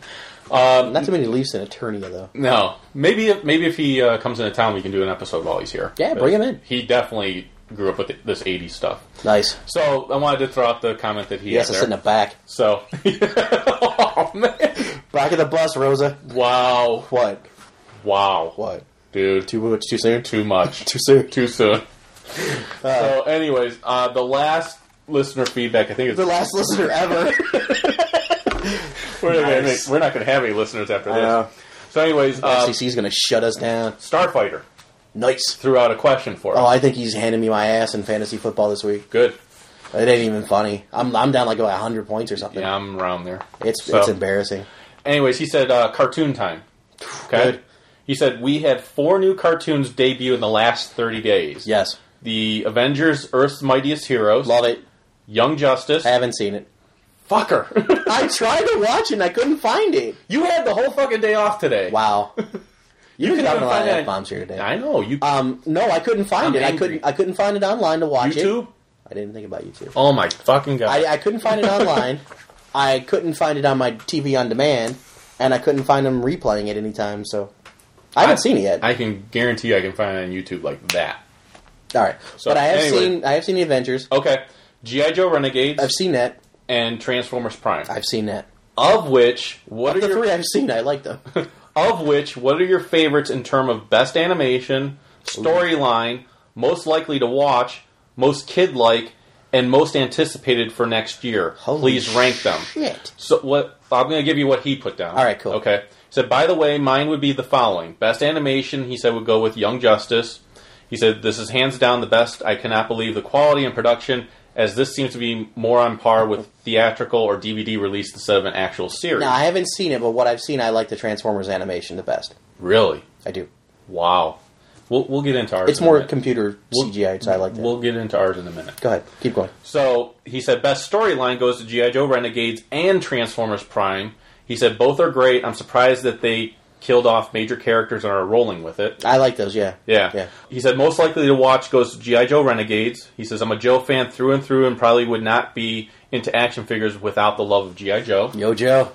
S3: Not too many Leafs in Eternia, though.
S2: no, maybe if, maybe if he uh, comes into town, we can do an episode while he's here.
S3: Yeah, bring him in.
S2: He definitely grew up with th- this '80s stuff.
S3: Nice.
S2: So I wanted to throw out the comment that he
S3: Yes,
S2: had
S3: it's
S2: there.
S3: in the back.
S2: So, oh man,
S3: Back of the bus, Rosa.
S2: wow,
S3: What?
S2: wow,
S3: What?
S2: dude, too,
S3: Too much? Too soon?
S2: too much,
S3: Too soon?
S2: too soon. so, anyways, uh, the last listener feedback, I think it's
S3: The last listener ever.
S2: We're, not gonna
S3: Nice.
S2: make- we're not going to have any listeners after
S3: I know.
S2: this. So, anyways, uh,
S3: FCC's gonna shut us down.
S2: Starfighter
S3: Nice.
S2: threw out a question for us.
S3: Oh, I think he's handing me my ass in fantasy football this week.
S2: Good.
S3: It ain't even funny. I'm I'm down like about hundred points or something.
S2: Yeah, I'm around there.
S3: It's
S2: So-
S3: it's embarrassing.
S2: Anyways, he said uh, cartoon time. Okay.
S3: Good.
S2: He said we had four new cartoons debut in the last 30 days.
S3: Yes,
S2: The Avengers, Earth's Mightiest Heroes,
S3: love it.
S2: Young Justice.
S3: I haven't seen it.
S2: Fucker.
S3: I tried to watch it and I couldn't find it.
S2: you had the whole fucking day off today.
S3: Wow. You,
S2: couldn't
S3: could have
S2: even
S3: a lot
S2: find
S3: of
S2: it.
S3: F bombs here today.
S2: I know. You
S3: Um, no, I couldn't find
S2: I'm
S3: it. I
S2: angry.
S3: couldn't. I couldn't find it online to watch it.
S2: YouTube?
S3: I didn't think about YouTube.
S2: Oh my fucking god.
S3: I, I couldn't find it online. I couldn't find it on my TV on demand, and I couldn't find them replaying it anytime. So I haven't seen it yet.
S2: I can guarantee you I can find it on YouTube like that.
S3: All right,
S2: So,
S3: but I have
S2: anyway. Oh.
S3: seen. I have seen the Avengers.
S2: Okay. G.I. Joe Renegades
S3: I've seen that.
S2: and Transformers Prime.
S3: I've seen that.
S2: of which, what
S3: Of the
S2: are your
S3: three I've seen, I like them.
S2: Of which, what are your favorites in terms of best animation, storyline, most likely to watch, most kid like, and most anticipated for next year?
S3: Holy
S2: Please rank them.
S3: shit.
S2: So what I'm going to give you what he put down.
S3: All right, cool.
S2: Okay. He said, by the way, mine would be the following: best animation. He said would go with Young Justice. He said this is hands down the best. I cannot believe the quality and production, as this seems to be more on par with theatrical or DVD release instead of an actual series.
S3: Now I haven't seen it, but what I've seen, I like the Transformers animation the best.
S2: Really.
S3: I do.
S2: Wow. We'll, we'll get into ours.
S3: It's
S2: in a
S3: more
S2: minute.
S3: computer
S2: We'll-
S3: CGI, so I like that.
S2: We'll get into ours in a minute.
S3: Go ahead, keep going.
S2: So he said best storyline goes to GI Joe Renegades and Transformers Prime. He said both are great. I'm surprised that they killed off major characters and are rolling with it.
S3: I like those. Yeah.
S2: Yeah.
S3: Yeah.
S2: He said most likely to watch goes to GI Joe Renegades. He says I'm a Joe fan through and through and probably would not be into action figures without the love of GI Joe.
S3: Yo, Joe.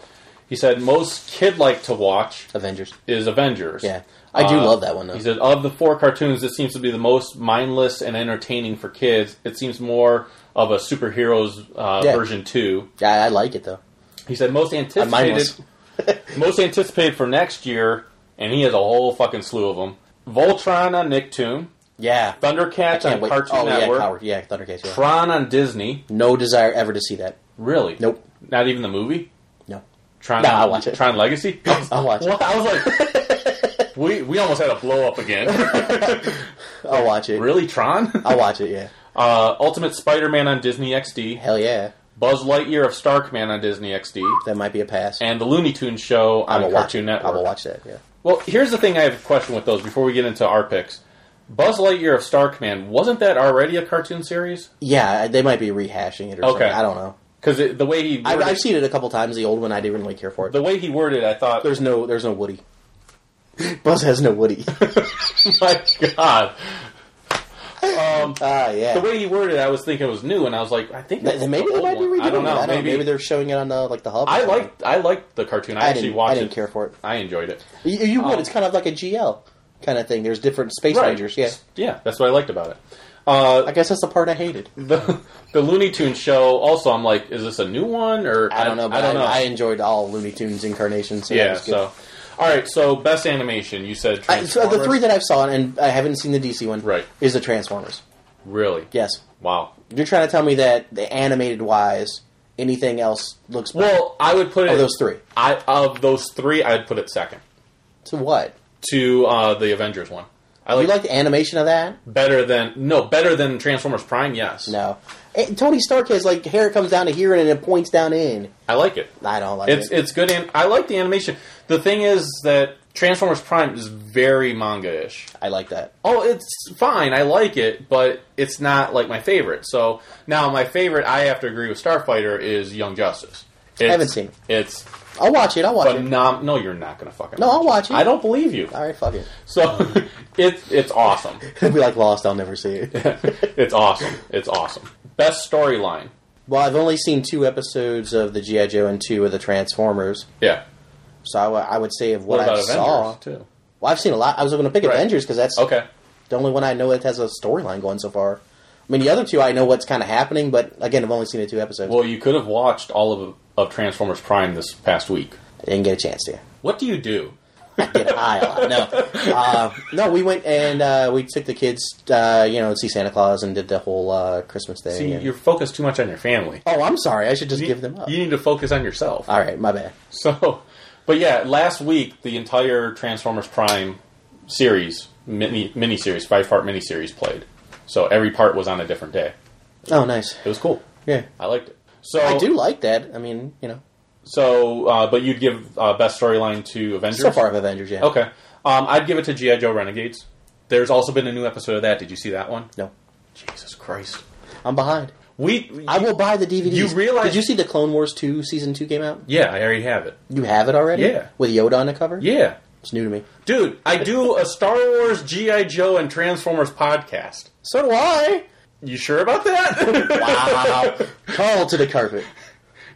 S2: He said most kid like to watch
S3: Avengers.
S2: is Avengers.
S3: Yeah, I do
S2: Uh,
S3: love that one though.
S2: He said, of the four cartoons, this seems to be the most mindless and entertaining for kids. It seems more of a superheroes uh,
S3: Yeah.
S2: version two.
S3: yeah, I like it though. Uh,
S2: He said most
S3: I'm mindless.
S2: anticipated, most anticipated for next year, and he has a whole fucking slew of them. Voltron on Nicktoon,
S3: Yeah.
S2: Thundercats on Cartoon
S3: oh yeah,
S2: Network,
S3: Coward. Yeah, Thundercats. Yeah.
S2: Tron on Disney.
S3: No desire ever to see that.
S2: Really?
S3: Nope.
S2: Not even the movie.
S3: No.
S2: Tron.
S3: No, I'll watch it.
S2: Tron Legacy.
S3: I'll watch it.
S2: Well, I was like, we we almost had a blow up again.
S3: I'll watch it.
S2: really, Tron?
S3: I'll watch it. Yeah.
S2: Uh, Ultimate Spider-Man on Disney XD,
S3: Hell yeah.
S2: Buzz Lightyear of Starkman on Disney XD,
S3: That might be a pass.
S2: and the Looney Tunes show
S3: I
S2: on
S3: will watch.
S2: Cartoon
S3: I
S2: Network.
S3: will watch that. Yeah.
S2: Well, here's the thing: I have a question with those before we get into our picks. Buzz Lightyear of Starkman wasn't that already a cartoon series?
S3: Yeah, they might be rehashing it or
S2: Okay.
S3: something. I don't know.
S2: Because the way he
S3: I,
S2: worded-
S3: I've seen it a couple times. The old one, I didn't really care for it.
S2: the way he worded, it, I thought,
S3: There's no, there's no Woody. Buzz has no Woody.
S2: my God, um,
S3: Ah, yeah.
S2: the way he worded it, I was thinking it was new, and I was like, I think
S3: Th-
S2: that's
S3: maybe
S2: the
S3: they
S2: old
S3: might be
S2: one.
S3: redoing
S2: I don't
S3: it.
S2: know.
S3: I don't
S2: maybe
S3: know. Maybe they're showing it on the like the hub. or
S2: I
S3: something.
S2: liked I liked the cartoon. I,
S3: I
S2: actually
S3: didn't.
S2: watched
S3: I didn't
S2: it.
S3: care for it.
S2: I enjoyed it.
S3: You, you would.
S2: Um,
S3: it's kind of like a GL kind of thing. There's different Space Rangers. Yeah.
S2: yeah, that's what I liked about it. Uh,
S3: I guess that's the part I hated.
S2: the the Looney Tunes show. Also, I'm like, is this a new one or
S3: I don't know. But
S2: I don't know.
S3: I, enjoyed all Looney Tunes incarnations. So that
S2: yeah.
S3: was good.
S2: So, all right. So, best animation. You said
S3: I, so
S2: Transformers.
S3: the three that I've saw and I haven't seen the DC one.
S2: Right.
S3: Is the Transformers?
S2: really.
S3: Yes.
S2: Wow.
S3: You're trying to tell me that the animated wise, anything else looks better?
S2: Well, I would put it
S3: Of those three.
S2: I of those three, I'd put it second
S3: to what?
S2: to uh, the Avengers one. I
S3: You
S2: like,
S3: like the animation of that?
S2: better than no better than Transformers Prime. Yes,
S3: No. Eh, Tony Stark has like hair comes down to here and it points down in.
S2: I like it.
S3: I don't like
S2: It's
S3: it.
S2: it's good and I like the animation. The thing is that Transformers Prime is very manga ish.
S3: I like that.
S2: Oh, it's fine. I like it, but it's not like my favorite. So now my favorite, I have to agree with Starfighter, is Young Justice. It's,
S3: haven't seen it.
S2: It's
S3: I'll watch it. I'll watch it.
S2: phenom- No, you're not gonna fucking.
S3: No, I'll watch it.
S2: I don't believe you.
S3: All right, fuck it.
S2: So it's it's awesome.
S3: It'll be like Lost. I'll never see it.
S2: It's awesome. It's awesome. Best storyline.
S3: well, I've only seen two episodes of the GI Joe and two of the Transformers,
S2: Yeah.
S3: so I wa- I would say of what,
S2: What, about
S3: I
S2: Avengers
S3: saw.
S2: too?
S3: Well, I've seen a lot. I was going to pick
S2: Right.
S3: Avengers because that's
S2: Okay.
S3: the only one I know that has a storyline going so far. I mean, the other two I know what's kind of happening, but again, I've only seen the two episodes.
S2: Well, you could have watched all of of Transformers Prime this past week.
S3: I didn't get a chance to.
S2: What do you do?
S3: get high a lot. No, uh, no, we went and uh, we took the kids, uh, you know, to see Santa Claus and did the whole uh, Christmas thing.
S2: See,
S3: and-
S2: you're focused too much on your family.
S3: oh, I'm sorry. I should just
S2: You-
S3: give them up.
S2: You need to focus on yourself.
S3: All right, my bad.
S2: So, but yeah, last week the entire Transformers Prime series mini mini series five part mini series played. So every part was on a different day.
S3: Oh, nice.
S2: It was cool.
S3: Yeah,
S2: I liked it. So
S3: I do like that. I mean, you know,
S2: So, uh, but you'd give uh, best storyline to Avengers
S3: so far of Avengers, yeah.
S2: Okay, um, I'd give it to GI Joe Renegades. There's also been a new episode of that. Did you see that one?
S3: No,
S2: Jesus Christ.
S3: I'm behind.
S2: We,
S3: I will buy the DVD.
S2: You realize-
S3: Did you see the Clone Wars two season two came out?
S2: yeah, I already have it.
S3: You have it already?
S2: Yeah.
S3: With Yoda on the cover.
S2: Yeah,
S3: It's new to me.
S2: dude, I do a Star Wars, GI Joe, and Transformers podcast.
S3: So do I.
S2: You sure about that?
S3: Wow. Call to the carpet.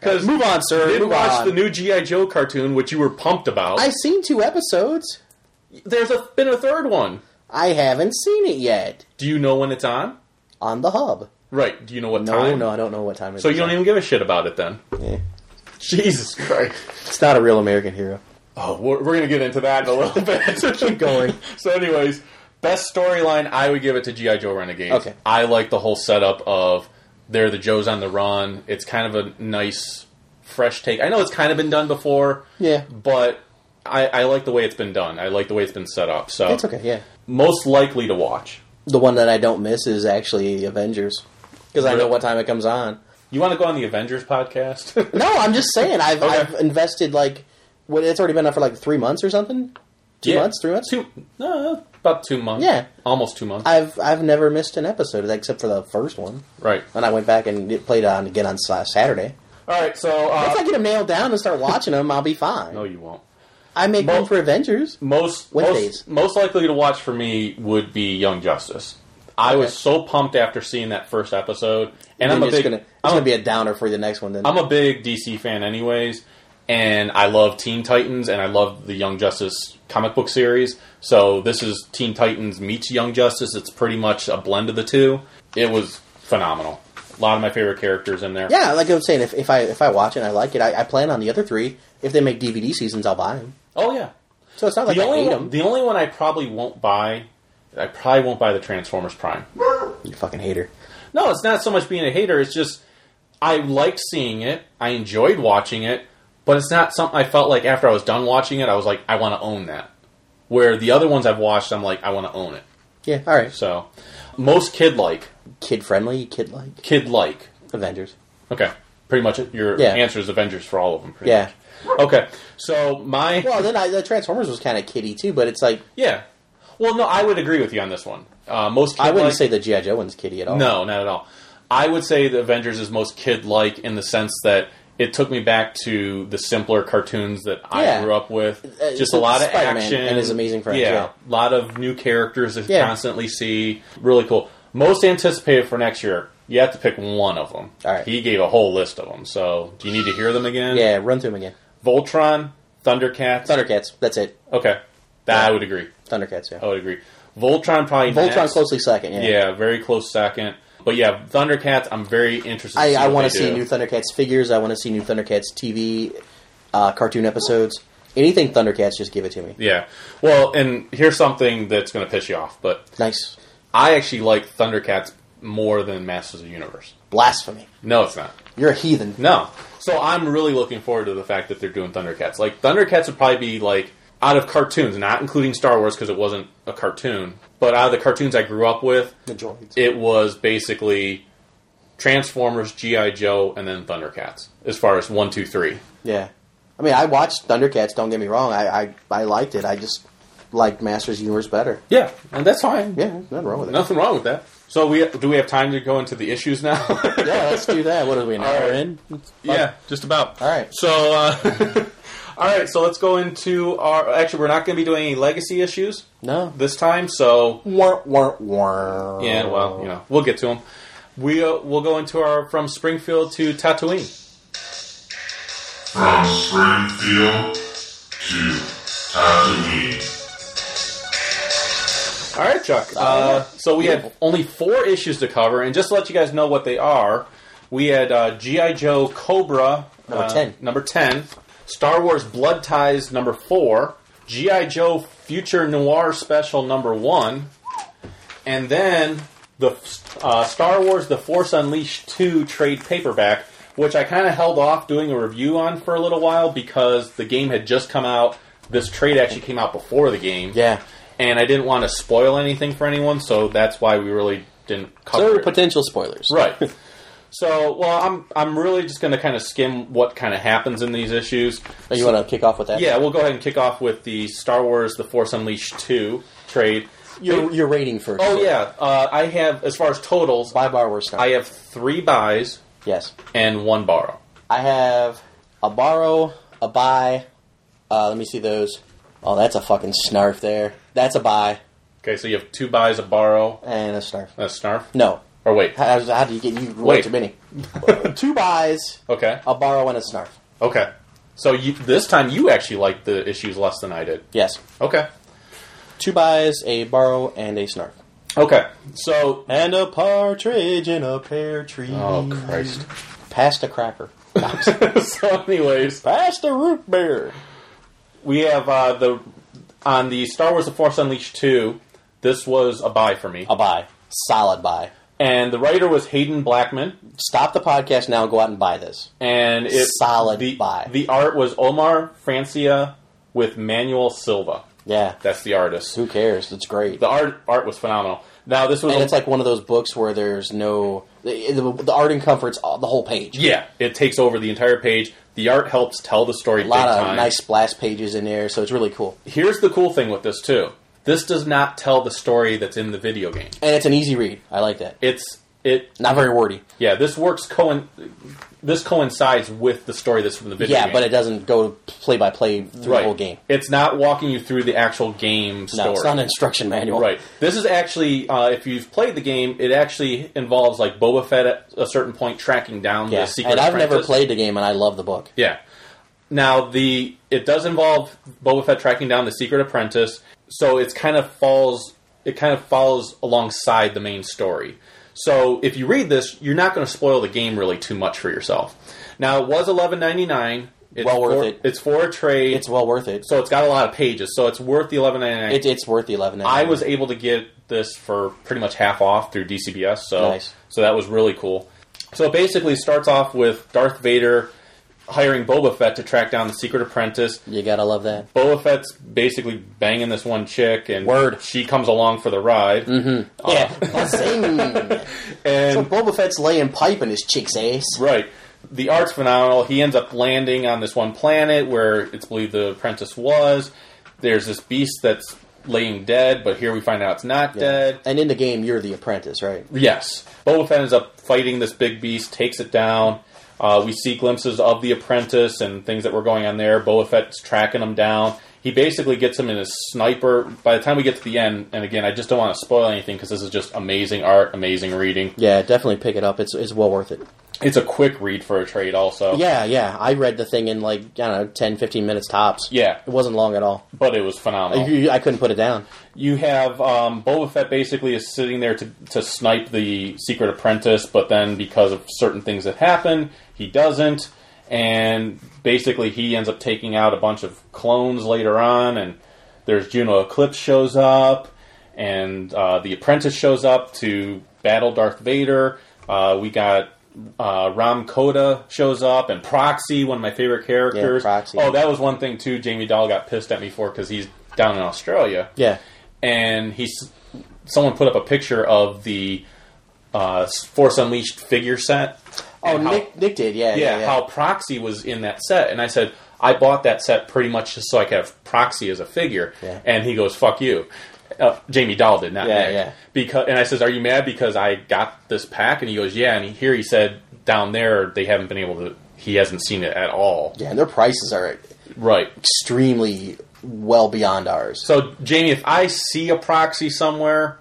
S2: Because
S3: Move on, sir.
S2: Did
S3: Move
S2: watch
S3: on.
S2: the new GI Joe cartoon, which you were pumped about.
S3: I've seen two episodes.
S2: There's a, been a third one.
S3: I haven't seen it yet.
S2: Do you know when it's on?
S3: On the hub.
S2: Right. Do you know what
S3: No,
S2: time?
S3: no, I don't know what time it is.
S2: So you don't even give a shit about it then?
S3: Yeah.
S2: Jesus Christ.
S3: It's not a real American hero.
S2: Oh, we're, we're going to get into that in a little bit.
S3: Keep going.
S2: So, anyways, best storyline, I would give it to G.I. Joe Renegades.
S3: Okay.
S2: I like the whole setup of they're the Joes on the run. It's kind of a nice, fresh take. I know it's kind of been done before.
S3: Yeah.
S2: But I, I like the way it's been done. I like the way it's been set up. So,
S3: It's okay, yeah.
S2: most likely to watch.
S3: The one that I don't miss is actually Avengers. Because I know
S2: Really?
S3: what time it comes on.
S2: You want to go on the Avengers podcast?
S3: No, I'm just saying. I've,
S2: Okay.
S3: I've invested, like, what, it's already been up for, like, three months or something? Two
S2: Yeah.
S3: months? Three months?
S2: two, no, about two months.
S3: Yeah.
S2: Almost two months.
S3: I've, I've never missed an episode, of that except for the first one.
S2: right.
S3: And I went back and it played on again on Sa- Saturday.
S2: All right, so.
S3: Once I
S2: Uh,
S3: get them nailed down and start watching them, I'll be fine.
S2: no, you won't.
S3: I make
S2: Well-
S3: room for Avengers.
S2: most
S3: Wednesdays.
S2: most most likely to watch for me would be Young Justice. I was so pumped after seeing that first episode, and I'm
S3: You're
S2: a
S3: just
S2: big
S3: gonna, it's going to be a downer for the next one. Then
S2: I'm a big DC fan, anyways. And I love Teen Titans, and I love the Young Justice comic book series. So this is Teen Titans meets Young Justice. It's pretty much a blend of the two. It was phenomenal. A lot of my favorite characters in there.
S3: Yeah, like I was saying, if, if I if I watch it and I like it, I, I plan on the other three. If they make DVD seasons, I'll buy them.
S2: Oh yeah.
S3: So it's not like
S2: the
S3: I
S2: only
S3: hate
S2: one,
S3: them.
S2: the only one I probably won't buy. I probably won't buy the Transformers Prime.
S3: You fucking hater.
S2: No, it's not so much being a hater. It's just I liked seeing it. I enjoyed watching it, but it's not something I felt like after I was done watching it. I was like, I want to own that. Where the other ones I've watched, I'm like, I want to own it.
S3: Yeah, all right.
S2: So most kid like,
S3: Kid friendly, kid like
S2: kid like.
S3: Avengers.
S2: Okay, pretty much your
S3: Yeah.
S2: answer is Avengers for all of them. Pretty
S3: Yeah.
S2: Much. Okay, so my
S3: Well, then I, the Transformers was kind of kiddie too, but it's like
S2: yeah. Well, no, I would agree with you on this one. Uh, most
S3: I wouldn't
S2: kid-like-
S3: say the GI Joe one's kiddie at all.
S2: No, not at all. I would say the Avengers is most kid like in the sense that it took me back to the simpler cartoons that I
S3: Yeah.
S2: grew up with.
S3: Uh,
S2: Just
S3: so
S2: a lot of
S3: Spider-Man
S2: action
S3: and his amazing friends, yeah.
S2: A lot of new characters that you
S3: Yeah.
S2: constantly see. Really cool. Most anticipated for next year. You have to pick one of them.
S3: All right.
S2: He gave a whole list of them. So do you need to hear them again?
S3: Yeah, run through them again.
S2: Voltron, Thundercats.
S3: Thundercats. That's it.
S2: okay. That I would agree.
S3: Thundercats. Yeah.
S2: I would agree. Voltron probably
S3: Voltron
S2: next.
S3: closely second. Oh, Yeah.
S2: Yeah, very close second. But yeah, Thundercats. I'm very interested.
S3: I, I want
S2: want
S3: to see new Thundercats figures. I want to see new Thundercats TV, uh, cartoon episodes. Anything Thundercats, just give it to me.
S2: Yeah. Well, and here's something that's going to piss you off, but
S3: Nice.
S2: I actually like Thundercats more than Masters of the Universe.
S3: Blasphemy.
S2: No, it's not.
S3: You're a heathen.
S2: No. So I'm really looking forward to the fact that they're doing Thundercats. Like Thundercats would probably be like out of cartoons, not including Star Wars because it wasn't a cartoon, but out of the cartoons I grew up with,
S3: The droids.
S2: it was basically Transformers, GI Joe, and then Thundercats. As far as one, two, three.
S3: Yeah. I mean, I watched Thundercats. Don't get me wrong. I I, I liked it. I just liked Masters of the Universe better.
S2: Yeah, and that's fine.
S3: Yeah, nothing wrong with it.
S2: Nothing wrong with that. So we do we have time to go into the issues now?
S3: Yeah, let's do that. What are we an hour
S2: right.
S3: in?
S2: yeah, just about.
S3: All right.
S2: So uh, all right, so let's go into our actually we're not going to be doing any legacy issues
S3: No.
S2: this time, so
S3: Wah, wah, wah.
S2: yeah, well, you know, we'll get to them. We uh, we'll go into our from Springfield to Tatooine.
S4: From Springfield to Tatooine.
S2: All right, Chuck. Uh, so we had only four issues to cover, and just to let you guys know what they are, we had uh, GI Joe Cobra
S3: Number
S2: uh,
S3: 10.
S2: number ten, Star Wars Blood Ties number four, GI Joe Future Noir Special number one, and then the uh, Star Wars The Force Unleashed 2 trade paperback, which I kind of held off doing a review on for a little while because the game had just come out. This trade actually came out before the game.
S3: Yeah.
S2: And I didn't want to spoil anything for anyone, so that's why we really didn't cover
S3: So there were
S2: it.
S3: potential spoilers.
S2: Right. So, well, I'm I'm really just going to kind of skim what kind of happens in these issues.
S3: Oh, you want to kick off with that?
S2: Yeah, we'll go ahead and kick off with the Star Wars: The Force Unleashed two trade.
S3: Your, your rating first.
S2: Oh yeah, uh, I have as far as totals,
S3: By bar worst time.
S2: I uh, have three buys
S3: yes.
S2: and one borrow.
S3: I have a borrow, a buy. Uh, let me see those. Oh, that's a fucking snarf there. That's a buy
S2: Okay, so you have two buys, a borrow,
S3: and a snarf.
S2: and a snarf.
S3: No.
S2: Or wait,
S3: How, how do you get you way
S2: Wait.
S3: too many? Two buys,
S2: okay,
S3: a borrow, and a snarf.
S2: okay. So you this time you actually liked the issues less than I did.
S3: Yes.
S2: Okay,
S3: Two buys, a borrow, and a snarf.
S2: okay. So
S3: And a partridge in a pear tree.
S2: oh Christ.
S3: Past a cracker.
S2: so anyways,
S3: Past a root beer.
S2: we have uh, the on the Star Wars: The Force Unleashed two. This was a buy for me,
S3: A buy. Solid buy.
S2: and the writer was Hayden Blackman,
S3: Stop the podcast now and go out and buy this.
S2: and it
S3: Solid
S2: the,
S3: buy.
S2: The art was Omar Francia with Manuel Silva.
S3: Yeah.
S2: That's the artist.
S3: Who cares? It's great.
S2: The art art was phenomenal. Now this was
S3: and
S2: a-
S3: it's like one of those books where there's no the, the, the art encompasses all- the whole page.
S2: yeah, it takes over the entire page. The art helps tell the story.
S3: a lot
S2: big
S3: of
S2: time.
S3: nice splash pages in there, so it's really cool.
S2: Here's the cool thing with this too. This does not tell the story that's in the video game.
S3: And it's an easy read. I like that.
S2: It's it
S3: Not very wordy.
S2: yeah. This works coin. This coincides with the story that's from the video.
S3: yeah,
S2: game.
S3: but it doesn't go play by play through the
S2: right.
S3: whole game.
S2: It's not walking you through the actual game
S3: No,
S2: story.
S3: it's not an instruction manual.
S2: Right. This is actually, uh, if you've played the game, it actually involves like Boba Fett at a certain point tracking down
S3: Yeah.
S2: the secret.
S3: And I've never
S2: apprentice.
S3: played the game, and I love the book.
S2: Yeah. Now the it does involve Boba Fett tracking down the secret apprentice, so it's kind of falls it kind of follows alongside the main story. So if you read this, you're not going to spoil the game really too much for yourself. Now it was 11.99. It's
S3: Well worth
S2: for,
S3: it.
S2: It's for a trade.
S3: It's well worth it.
S2: so it's got a lot of pages. So it's worth the 11.99.
S3: It, it's worth the eleven.
S2: I was able to get this for pretty much half off through DCBS, so
S3: Nice.
S2: so that was really cool. So it basically starts off with Darth Vader hiring Boba Fett to track down the secret apprentice.
S3: You gotta love that.
S2: Boba Fett's basically banging this one chick, and
S3: Word.
S2: she comes along for the ride. Mm-hmm.
S3: Yeah. Zing.
S2: And
S3: so Boba Fett's laying pipe in his chick's ass.
S2: Right. The art's phenomenal. He ends up landing on this one planet where it's believed the apprentice was. There's this beast that's laying dead, but here we find out it's not dead.
S3: And in the game, you're the apprentice, right?
S2: Yes. Boba Fett ends up fighting this big beast, takes it down. Uh, we see glimpses of the apprentice and things that were going on there. Boba Fett's tracking him down. He basically gets him in his sniper. By the time we get to the end, and again, I just don't want to spoil anything because this is just amazing art, amazing reading.
S3: Yeah, definitely pick it up. It's it's well worth it.
S2: It's a quick read for a trade, also.
S3: Yeah, yeah. I read the thing in like I don't know 10, 15 minutes tops.
S2: Yeah. Oh.
S3: it wasn't long at all.
S2: But it was phenomenal.
S3: I, I couldn't put it down.
S2: you have um, Boba Fett basically is sitting there to, to snipe the secret apprentice, but then because of certain things that happen, he doesn't, and basically he ends up taking out a bunch of clones later on, and there's Juno Eclipse shows up, and uh, the apprentice shows up to battle Darth Vader. Uh, we got. Uh, Ram Koda shows up and Proxy, one of my favorite characters.
S3: Proxy.
S2: Oh, that was one thing too. Jamie Dahl got pissed at me for because he's down in Australia
S3: Yeah,
S2: and he's someone put up a picture of the uh, Force Unleashed figure set.
S3: Oh,
S2: and how-
S3: Nick, Nick did, yeah, yeah,
S2: yeah,
S3: yeah.
S2: how Proxy was in that set, and I said I bought that set pretty much just so I could have Proxy as a figure,
S3: Yeah.
S2: and he goes, "Fuck you." Uh, Jamie Dahl did not.
S3: Yeah,
S2: Nick.
S3: yeah.
S2: Because and I says, "Are you mad because I got this pack?" And he goes, "Yeah." And he, here he said, "Down there, they haven't been able to. He hasn't seen it at all."
S3: yeah, and their prices are
S2: Right.
S3: extremely well beyond ours.
S2: So, Jamie, if I see a proxy somewhere,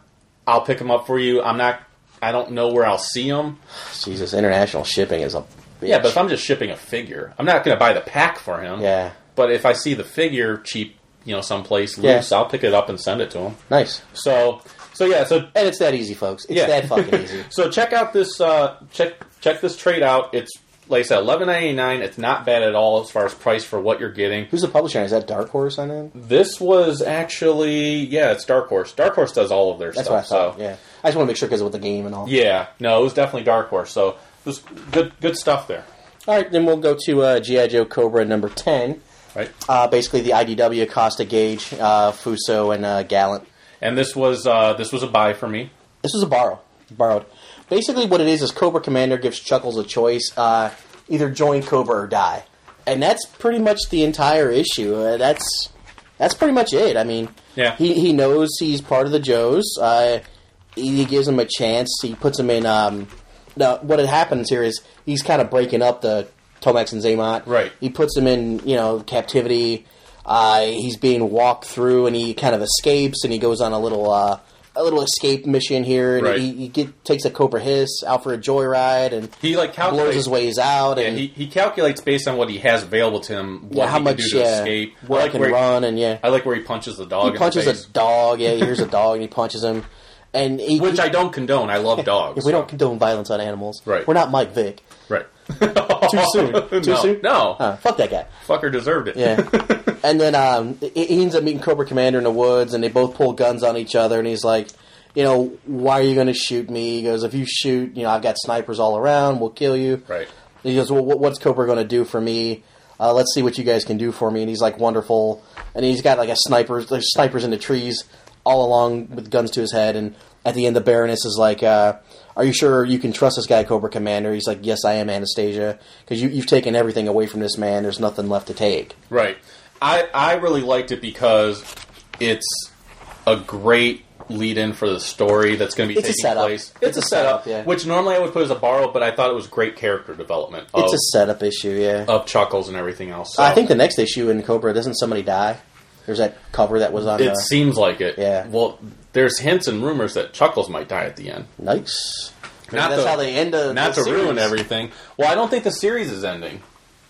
S2: I'll pick them up for you. I'm not. I don't know where I'll see them.
S3: Jesus, international shipping is a bitch.
S2: Yeah, but if I'm just shipping a figure, I'm not going to buy the pack for him.
S3: yeah,
S2: But if I see the figure cheap, you know, someplace
S3: Yeah.
S2: loose, I'll pick it up and send it to him.
S3: nice.
S2: So, so yeah, so
S3: And it's that easy, folks. It's
S2: Yeah.
S3: that fucking easy.
S2: so check out this uh, check check this trade out. It's like I said, eleven ninety nine. It's not bad at all as far as price for what you're getting.
S3: Who's the publisher? Is that Dark Horse on it?
S2: This was actually yeah, it's Dark Horse. Dark Horse does all of their
S3: That's what I
S2: stuff.
S3: thought.
S2: So
S3: Yeah, I just want to make sure because with the game and all.
S2: Yeah, no, it was definitely Dark Horse. So this good good stuff there,
S3: All right, then we'll go to uh, GI Joe Cobra number ten.
S2: right?
S3: Uh, basically, the IDW Acosta Gage, uh, Fuso, and uh, Gallant.
S2: And this was uh, this was a buy for me.
S3: This is a borrow, borrowed. Basically, what it is is Cobra Commander gives Chuckles a choice: uh, either join Cobra or die, and that's pretty much the entire issue. Uh, that's that's pretty much it. I mean,
S2: Yeah.
S3: he he knows he's part of the Joes. Uh, he, he gives him a chance. He puts him in. Um, now, what it happens here is he's kind of breaking up the Tomax and Zaymont.
S2: Right.
S3: He puts him in, you know, captivity. Uh, he's being walked through, and he kind of escapes, and he goes on a little uh, a little escape mission here, and
S2: Right.
S3: he, he get, takes a Cobra Hiss out for a joyride, and
S2: He like
S3: blows
S2: calculates
S3: his ways out,
S2: Yeah,
S3: and
S2: he, he calculates based on what he has available to him. What
S3: yeah, how
S2: he
S3: much
S2: can do to
S3: yeah,
S2: escape? I
S3: what
S2: like
S3: can
S2: where
S3: run, and yeah,
S2: I like where he punches the dog.
S3: he punches
S2: in
S3: a
S2: the face,
S3: dog. Yeah, he hears a dog, and he punches him, and he,
S2: which
S3: he-
S2: I don't condone. I love dogs.
S3: we don't condone violence on animals.
S2: Right.
S3: We're not Mike Vick.
S2: right.
S3: Too soon. Too
S2: no,
S3: soon.
S2: No,
S3: Uh, fuck that guy.
S2: fucker deserved it.
S3: Yeah. and then um, he he ends up meeting Cobra Commander in the woods, and they both pull guns on each other. And he's like, you know, why are you going to shoot me? He goes, if you shoot, you know, I've got snipers all around. We'll kill you.
S2: right.
S3: He goes, well, what- what's Cobra going to do for me? Uh, let's see what you guys can do for me. And he's like, wonderful. And he's got like a sniper. There's snipers in the trees all along with guns to his head. And at the end, the Baroness is like, uh, are you sure you can trust this guy, Cobra Commander? He's like, yes, I am, Anastasia, because you, you've taken everything away from this man. There's nothing left to take.
S2: Right. I I really liked it because it's a great lead in for the story that's going to be
S3: It's a
S2: taking
S3: setup.
S2: place. It's, a setup,
S3: yeah.
S2: which normally I would put as a borrow, but I thought it was great character development of,
S3: It's a setup issue, yeah.
S2: of Chuckles and everything else. So
S3: I think the next issue in Cobra doesn't somebody die? There's that cover that was on.
S2: it
S3: uh,
S2: seems like it.
S3: yeah.
S2: Well, there's hints and rumors that Chuckles might die at the end.
S3: nice. Maybe
S2: Not
S3: that's
S2: to-
S3: how they end. The,
S2: Not
S3: the
S2: to ruin
S3: series.
S2: everything. Well, I don't think the series is ending.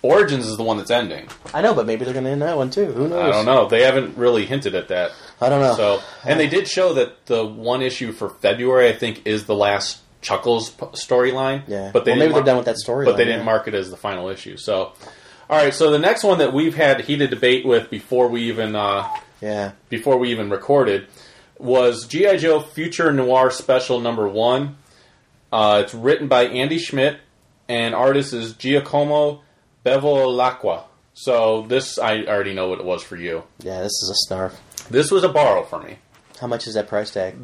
S2: Origins is the one that's ending.
S3: I know, but maybe they're going to end that one too. Who knows?
S2: I don't know. They haven't really hinted at that.
S3: I don't know.
S2: So, and they did show that the one issue for February, I think, is the last Chuckles p- storyline.
S3: Yeah.
S2: but they didn't
S3: Well, maybe they're done with that storyline,
S2: But they didn't
S3: yeah.
S2: mark it as the final issue. So, all right. So the next one that we've had heated debate with before we even uh,
S3: yeah.
S2: before we even recorded was GI Joe Future Noir Special Number One. Uh, it's written by Andy Schmidt and artist is Giacomo Bevilacqua. So this I already know what it was for you.
S3: Yeah, this is a snarf.
S2: This was a borrow for me.
S3: How much is that price tag?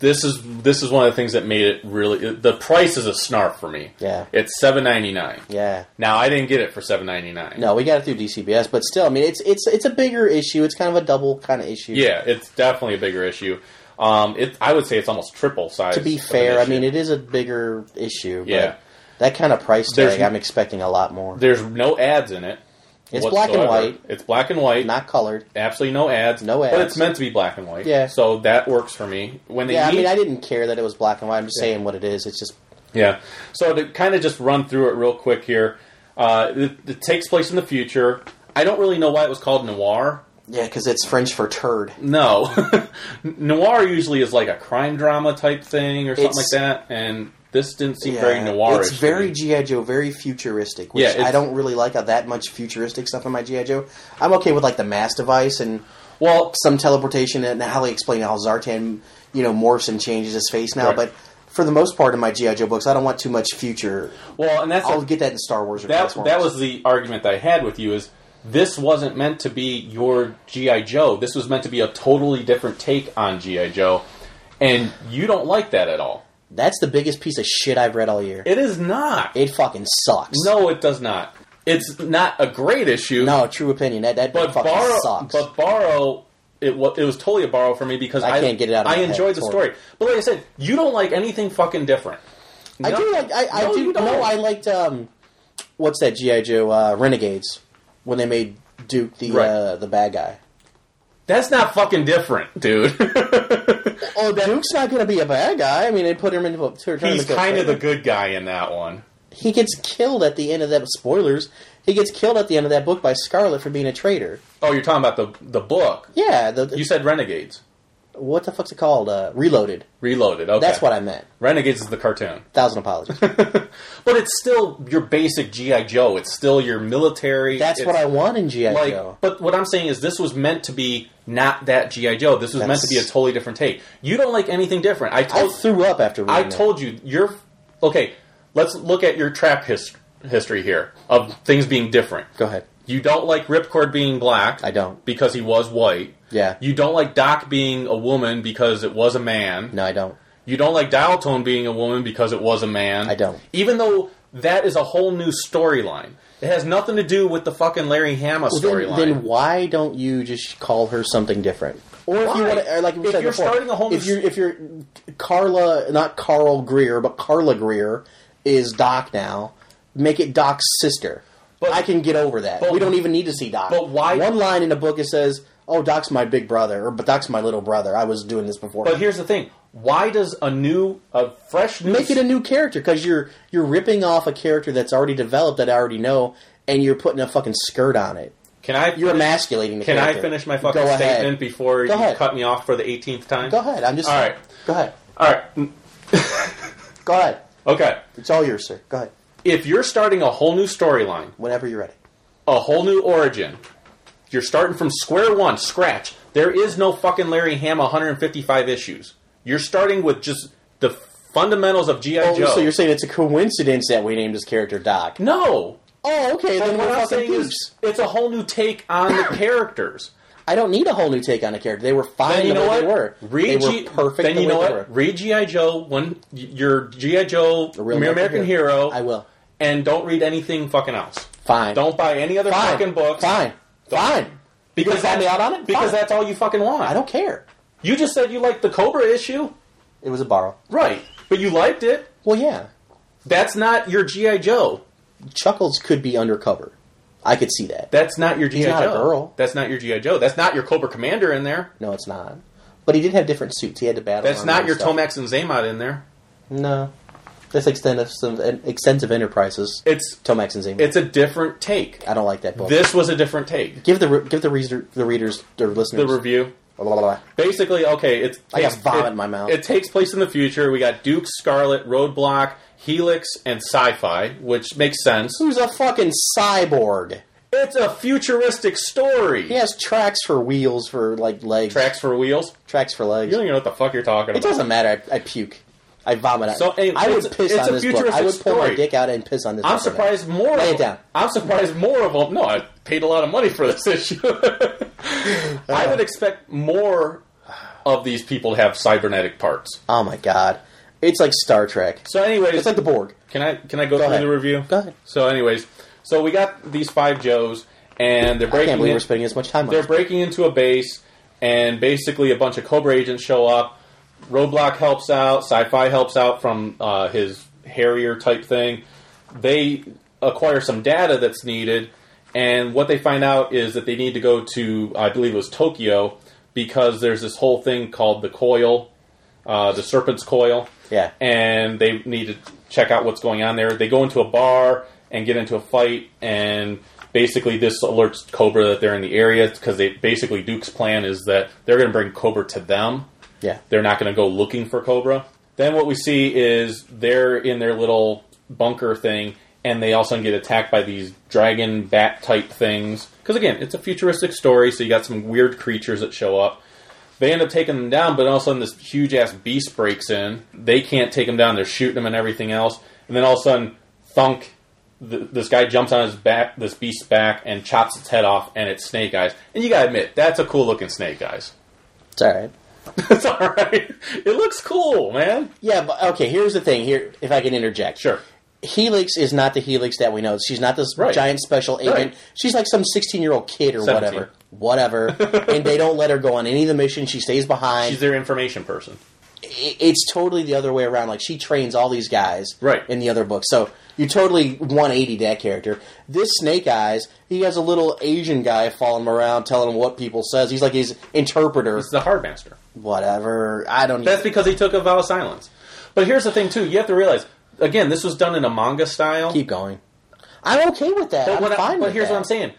S2: this is this is one of the things that made it really the price is a snarf for me.
S3: Yeah.
S2: It's 7.99.
S3: Yeah.
S2: Now I didn't get it for 7.99.
S3: No, we got it through DCBS, but still, I mean, it's it's it's a bigger issue. It's kind of a double kind of issue.
S2: Yeah, it's definitely a bigger issue. Um it I would say it's almost triple size.
S3: To be
S2: of an
S3: fair, I
S2: issue.
S3: mean, it is a bigger issue. But
S2: Yeah.
S3: That kind of price tag,
S2: There's-
S3: I'm expecting a lot more.
S2: there's no ads in it.
S3: It's black and
S2: whatsoever.
S3: white.
S2: It's black and white.
S3: not colored.
S2: absolutely no ads.
S3: No
S2: But
S3: ads.
S2: it's meant to be black and white.
S3: Yeah.
S2: So that works for me. When they
S3: Yeah, I
S2: need-
S3: mean, I didn't care that it was black and white. I'm just saying what it is. It's just
S2: Yeah. So to kind of just run through it real quick here, uh, it, it takes place in the future. I don't really know why it was called noir.
S3: yeah, because it's French for turd.
S2: No, noir usually is like a crime drama type thing or something
S3: It's-
S2: like that, and this didn't seem very noirish.
S3: It's
S2: to
S3: very
S2: me.
S3: GI Joe, very futuristic. Which
S2: Yeah, it's-
S3: I don't really like uh, that much futuristic stuff in my GI Joe. I'm okay with like the mass device and
S2: well.
S3: some teleportation and how they explain how Zartan, you know, morphs and changes his face now.
S2: Right.
S3: But for the most part in my GI Joe books, I don't want too much future.
S2: Well, and that's
S3: I'll
S2: the
S3: get that in Star Wars or
S2: that
S3: Transformers.
S2: that was the argument that I had with you is this wasn't meant to be your GI Joe. This was meant to be a totally different take on GI Joe, and you don't like that at all.
S3: That's the biggest piece of shit I've read all year.
S2: It
S3: It,
S2: is not.
S3: fucking sucks.
S2: No, it does not. It's not a great issue.
S3: no, true opinion. That that
S2: but
S3: fucking
S2: borrow,
S3: sucks.
S2: but borrow. It was, it was totally a borrow for me because
S3: I can't get it out of
S2: I
S3: my head.
S2: enjoyed the
S3: It's
S2: story,
S3: horrible.
S2: but like I said, you don't like anything fucking different.
S3: I
S2: No-
S3: do like. I, I
S2: No,
S3: do
S2: you don't.
S3: know. I liked. Um, what's that GI Joe uh, Renegades when they made Duke the
S2: Right.
S3: uh, the bad guy?
S2: That's not fucking different, dude.
S3: Oh, Duke's not going to be a bad guy. I mean, they put him into. a- Turn him
S2: He's
S3: into a
S2: kind of the
S3: traitor.
S2: good guy in that one.
S3: He gets killed at the end of that. Spoilers. He gets killed at the end of that book by Scarlet for being a traitor.
S2: Oh, you're talking about the the book.
S3: Yeah. The,
S2: You said Renegades
S3: what the fuck's it called? Uh, Reloaded.
S2: Reloaded. Okay,
S3: That's what I meant.
S2: Renegades is the cartoon.
S3: Thousand apologies.
S2: But it's still your basic GI Joe. It's still your military.
S3: That's
S2: it's-
S3: what I want in GI
S2: like
S3: Joe.
S2: but what i'm saying is this was meant to be not that gi joe this was meant to be a
S3: That's-
S2: totally different take you don't like anything different i
S3: I
S2: told
S3: threw up after reading
S2: i,
S3: it.
S2: told you you're okay let's look at your trap his, history here of things being different
S3: Go ahead.
S2: you don't like ripcord being black
S3: I don't.
S2: because he was white
S3: Yeah.
S2: you don't like doc being a woman because it was a man
S3: No, I don't.
S2: you don't like dial tone being a woman because it was a man.
S3: I don't.
S2: Even though that is a whole new storyline. It has nothing to do with the fucking Larry Hama
S3: Well,
S2: storyline.
S3: Then, then why don't you just call her something different? Or if you
S2: Why?
S3: want to, like we
S2: If
S3: said
S2: you're
S3: before,
S2: starting a whole new
S3: if you're if you're Carla, not Carl Greer, but Carla Greer is Doc now. Make it Doc's sister.
S2: But-
S3: I can get over that.
S2: but-
S3: we don't even need to see Doc.
S2: but why-
S3: One line in the book it says, "Oh, Doc's my big brother," or "But Doc's my little brother." I was doing this before.
S2: But here's the thing: why does a new, a fresh, new
S3: make it a new character because you're you're ripping off a character that's already developed that I already know, and you're putting a fucking skirt on it.
S2: Can I?
S3: You're
S2: finish-
S3: emasculating the
S2: Can I
S3: character.
S2: finish my fucking
S3: Go ahead.
S2: statement before
S3: Go
S2: you
S3: ahead.
S2: cut me off for the 18th time?
S3: Go ahead. I'm just
S2: All right.
S3: Go ahead.
S2: All right. Mm,
S3: Go ahead.
S2: Okay.
S3: It's all yours, sir. Go ahead.
S2: If you're starting a whole new storyline,
S3: Whenever you're ready.
S2: a whole new origin, you're starting from square one, scratch. There is no fucking Larry Ham 155 issues. You're starting with just the fundamentals of GI
S3: Oh,
S2: Joe.
S3: so you're saying it's a coincidence that we named this character Doc?
S2: no.
S3: Oh, okay.
S2: But
S3: then
S2: what
S3: we're
S2: I'm
S3: fucking
S2: saying
S3: dukes.
S2: is, it's a whole new take on the characters.
S3: I don't need a whole new take on a character. They were fine
S2: then you
S3: the
S2: know what?
S3: way they were.
S2: Read
S3: they were
S2: G-
S3: perfect
S2: Then
S3: the
S2: you
S3: way
S2: know
S3: they
S2: what?
S3: were.
S2: Read GI Joe when your GI Joe,
S3: Real
S2: Mere
S3: American
S2: American
S3: Hero.
S2: Hero.
S3: I will.
S2: And don't read anything fucking else.
S3: Fine.
S2: Don't buy any other
S3: Fine.
S2: fucking books.
S3: Fine. Fine.
S2: Because
S3: call me
S2: that's-
S3: out on it?
S2: Because
S3: Fine.
S2: that's all you fucking want.
S3: I don't care.
S2: You just said you liked the Cobra issue.
S3: It was a borrow.
S2: Right. But you liked it.
S3: Well, yeah.
S2: That's not your G.I. Joe.
S3: Chuckles could be undercover. I could see that.
S2: That's not your G.I.
S3: not a
S2: Joe.
S3: girl.
S2: That's not your G.I. Joe. That's not your Cobra Commander in there.
S3: No, it's not. But he did have different suits. He had to battle.
S2: That's
S3: armor
S2: not
S3: and
S2: your
S3: stuff.
S2: Tomax and Zaymod in there.
S3: No. That's extensive, some extensive enterprises.
S2: It's
S3: Tomax and Zemo.
S2: it's a different take.
S3: I don't like that book.
S2: This was a different take.
S3: Give the re- give the reader the readers the
S2: The
S3: listeners.
S2: review.
S3: blah, blah, blah.
S2: Basically, okay, it's
S3: I got
S2: it's-
S3: vomit
S2: it-
S3: in my mouth.
S2: It takes place in the future. We got Duke, Scarlet, Roadblock, Helix, and Sci-Fi, which makes sense.
S3: Who's a fucking cyborg?
S2: It's a futuristic story.
S3: He has tracks for wheels for like legs.
S2: Tracks for wheels.
S3: Tracks for legs.
S2: You don't even know what the fuck you're talking
S3: It
S2: about.
S3: doesn't matter. I, I puke. I vomit. out.
S2: So, anyway,
S3: I would
S2: it's a-
S3: piss
S2: it's
S3: on
S2: a
S3: this book. I would
S2: futuristic
S3: pull my
S2: story.
S3: dick out and piss on this.
S2: I'm
S3: book.
S2: surprised more.
S3: Lay
S2: of
S3: it down.
S2: I'm surprised more of them. No, I paid a lot of money for this issue.
S3: Uh.
S2: I would expect more of these people to have cybernetic parts.
S3: Oh my god! It's like Star Trek.
S2: So, anyways,
S3: It's like the Borg.
S2: can I can I go, through
S3: ahead.
S2: the review?
S3: Go ahead.
S2: So, anyways, so we got these five Joes, and they're
S3: I
S2: breaking.
S3: can't believe
S2: in-
S3: we're spending as much time on.
S2: they're
S3: this.
S2: breaking into a base, and basically a bunch of Cobra agents show up. Roadblock helps out. Sci-Fi helps out from uh, his Harrier type thing. They acquire some data that's needed, And what they find out is that they need to go to, I believe it was Tokyo, because there's this whole thing called the coil, uh, the serpent's coil.
S3: Yeah.
S2: And they need to check out what's going on there. They go into a bar and get into a fight, and basically this alerts Cobra that they're in the area because they basically Duke's plan is that they're going to bring Cobra to them
S3: Yeah.
S2: they're not going to go looking for Cobra. Then what we see is they're in their little bunker thing, and they also get attacked by these dragon bat type things. Because again, it's a futuristic story, so you got some weird creatures that show up. They end up taking them down, but all of a sudden this huge ass beast breaks in. They can't take them down. They're shooting them and everything else, and then all of a sudden, thunk! Th- this guy jumps on his back, this beast's back, and chops its head off, and it's Snake Eyes. And you gotta admit, that's a cool looking Snake Eyes.
S3: It's all right.
S2: It's all right. It looks cool, man.
S3: Yeah, but okay. Here's the thing. Here, if I can interject.
S2: Sure.
S3: Helix is not the Helix that we know. She's not this
S2: Right.
S3: giant special agent.
S2: Right.
S3: She's like some 16 year old kid or
S2: 17.
S3: whatever. Whatever. and they don't let her go on any of the missions. She stays behind.
S2: She's their information person.
S3: I- It's totally the other way around. Like, she trains all these guys
S2: Right.
S3: in the other book. So you totally 180 that character. This Snake Eyes, he has a little Asian guy following him around telling him what people says. He's like his interpreter.
S2: It's the hard master.
S3: Whatever. I don't
S2: That's
S3: even.
S2: because he took a vow of silence. But here's the thing, too. You have to realize, again, this was done in a manga style.
S3: Keep going. I'm okay with that.
S2: but
S3: I'm
S2: what I-
S3: fine
S2: but
S3: with
S2: here's
S3: that.
S2: what I'm saying.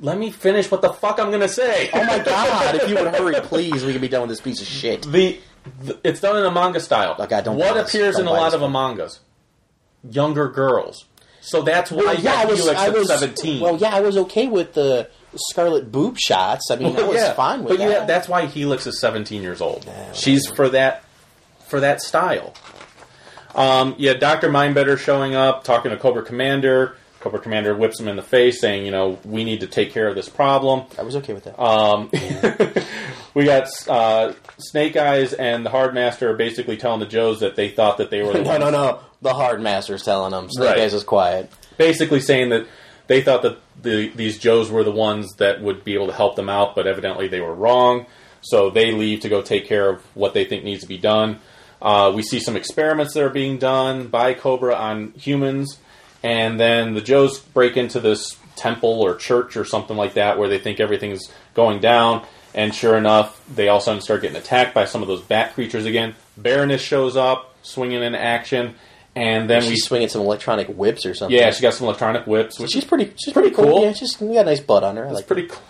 S2: Let me finish what the fuck I'm going to say.
S3: Oh my god, if you would hurry, please, we can be done with this piece of shit.
S2: the, the it's done in a manga style.
S3: Oh, God, don't
S2: what
S3: buy this.
S2: appears
S3: Don't
S2: in a
S3: buy
S2: lot
S3: this
S2: of mangas? Younger girls. So that's why
S3: Well,
S2: you
S3: yeah, I
S2: got
S3: was,
S2: Helix
S3: I
S2: at
S3: was
S2: 17.
S3: Well, yeah, I was okay with the scarlet boob shots. I mean, I was
S2: Oh, Yeah,
S3: fine with
S2: but
S3: that.
S2: yeah, that's why Helix is 17 years old.
S3: Yeah.
S2: She's for that for that style. Um, yeah, Doctor Mindbetter showing up, talking to Cobra Commander. Cobra Commander whips him in the face, saying, "You know, we need to take care of this problem."
S3: I was okay with that.
S2: Um, we got uh, Snake Eyes and the Hard Master are basically telling the Joes that they thought that they were the
S3: no,
S2: ones-
S3: no, no. The hard master's telling them. Snake
S2: Right.
S3: Eyes is quiet.
S2: basically saying that they thought that the, these Joes were the ones that would be able to help them out, but evidently they were wrong. So they leave to go take care of what they think needs to be done. Uh, we see some experiments that are being done by Cobra on humans, and then the Joes break into this temple or church or something like that where they think everything's going down. And sure enough, they all of a sudden start getting attacked by some of those bat creatures again. Baroness shows up, swinging in action, and then we
S3: She's swinging some electronic whips or something.
S2: yeah, she got some electronic whips, which
S3: she's pretty. She's pretty, cool.
S2: cool.
S3: Yeah, she's you got a nice butt on her. I
S2: is
S3: like.
S2: pretty cool.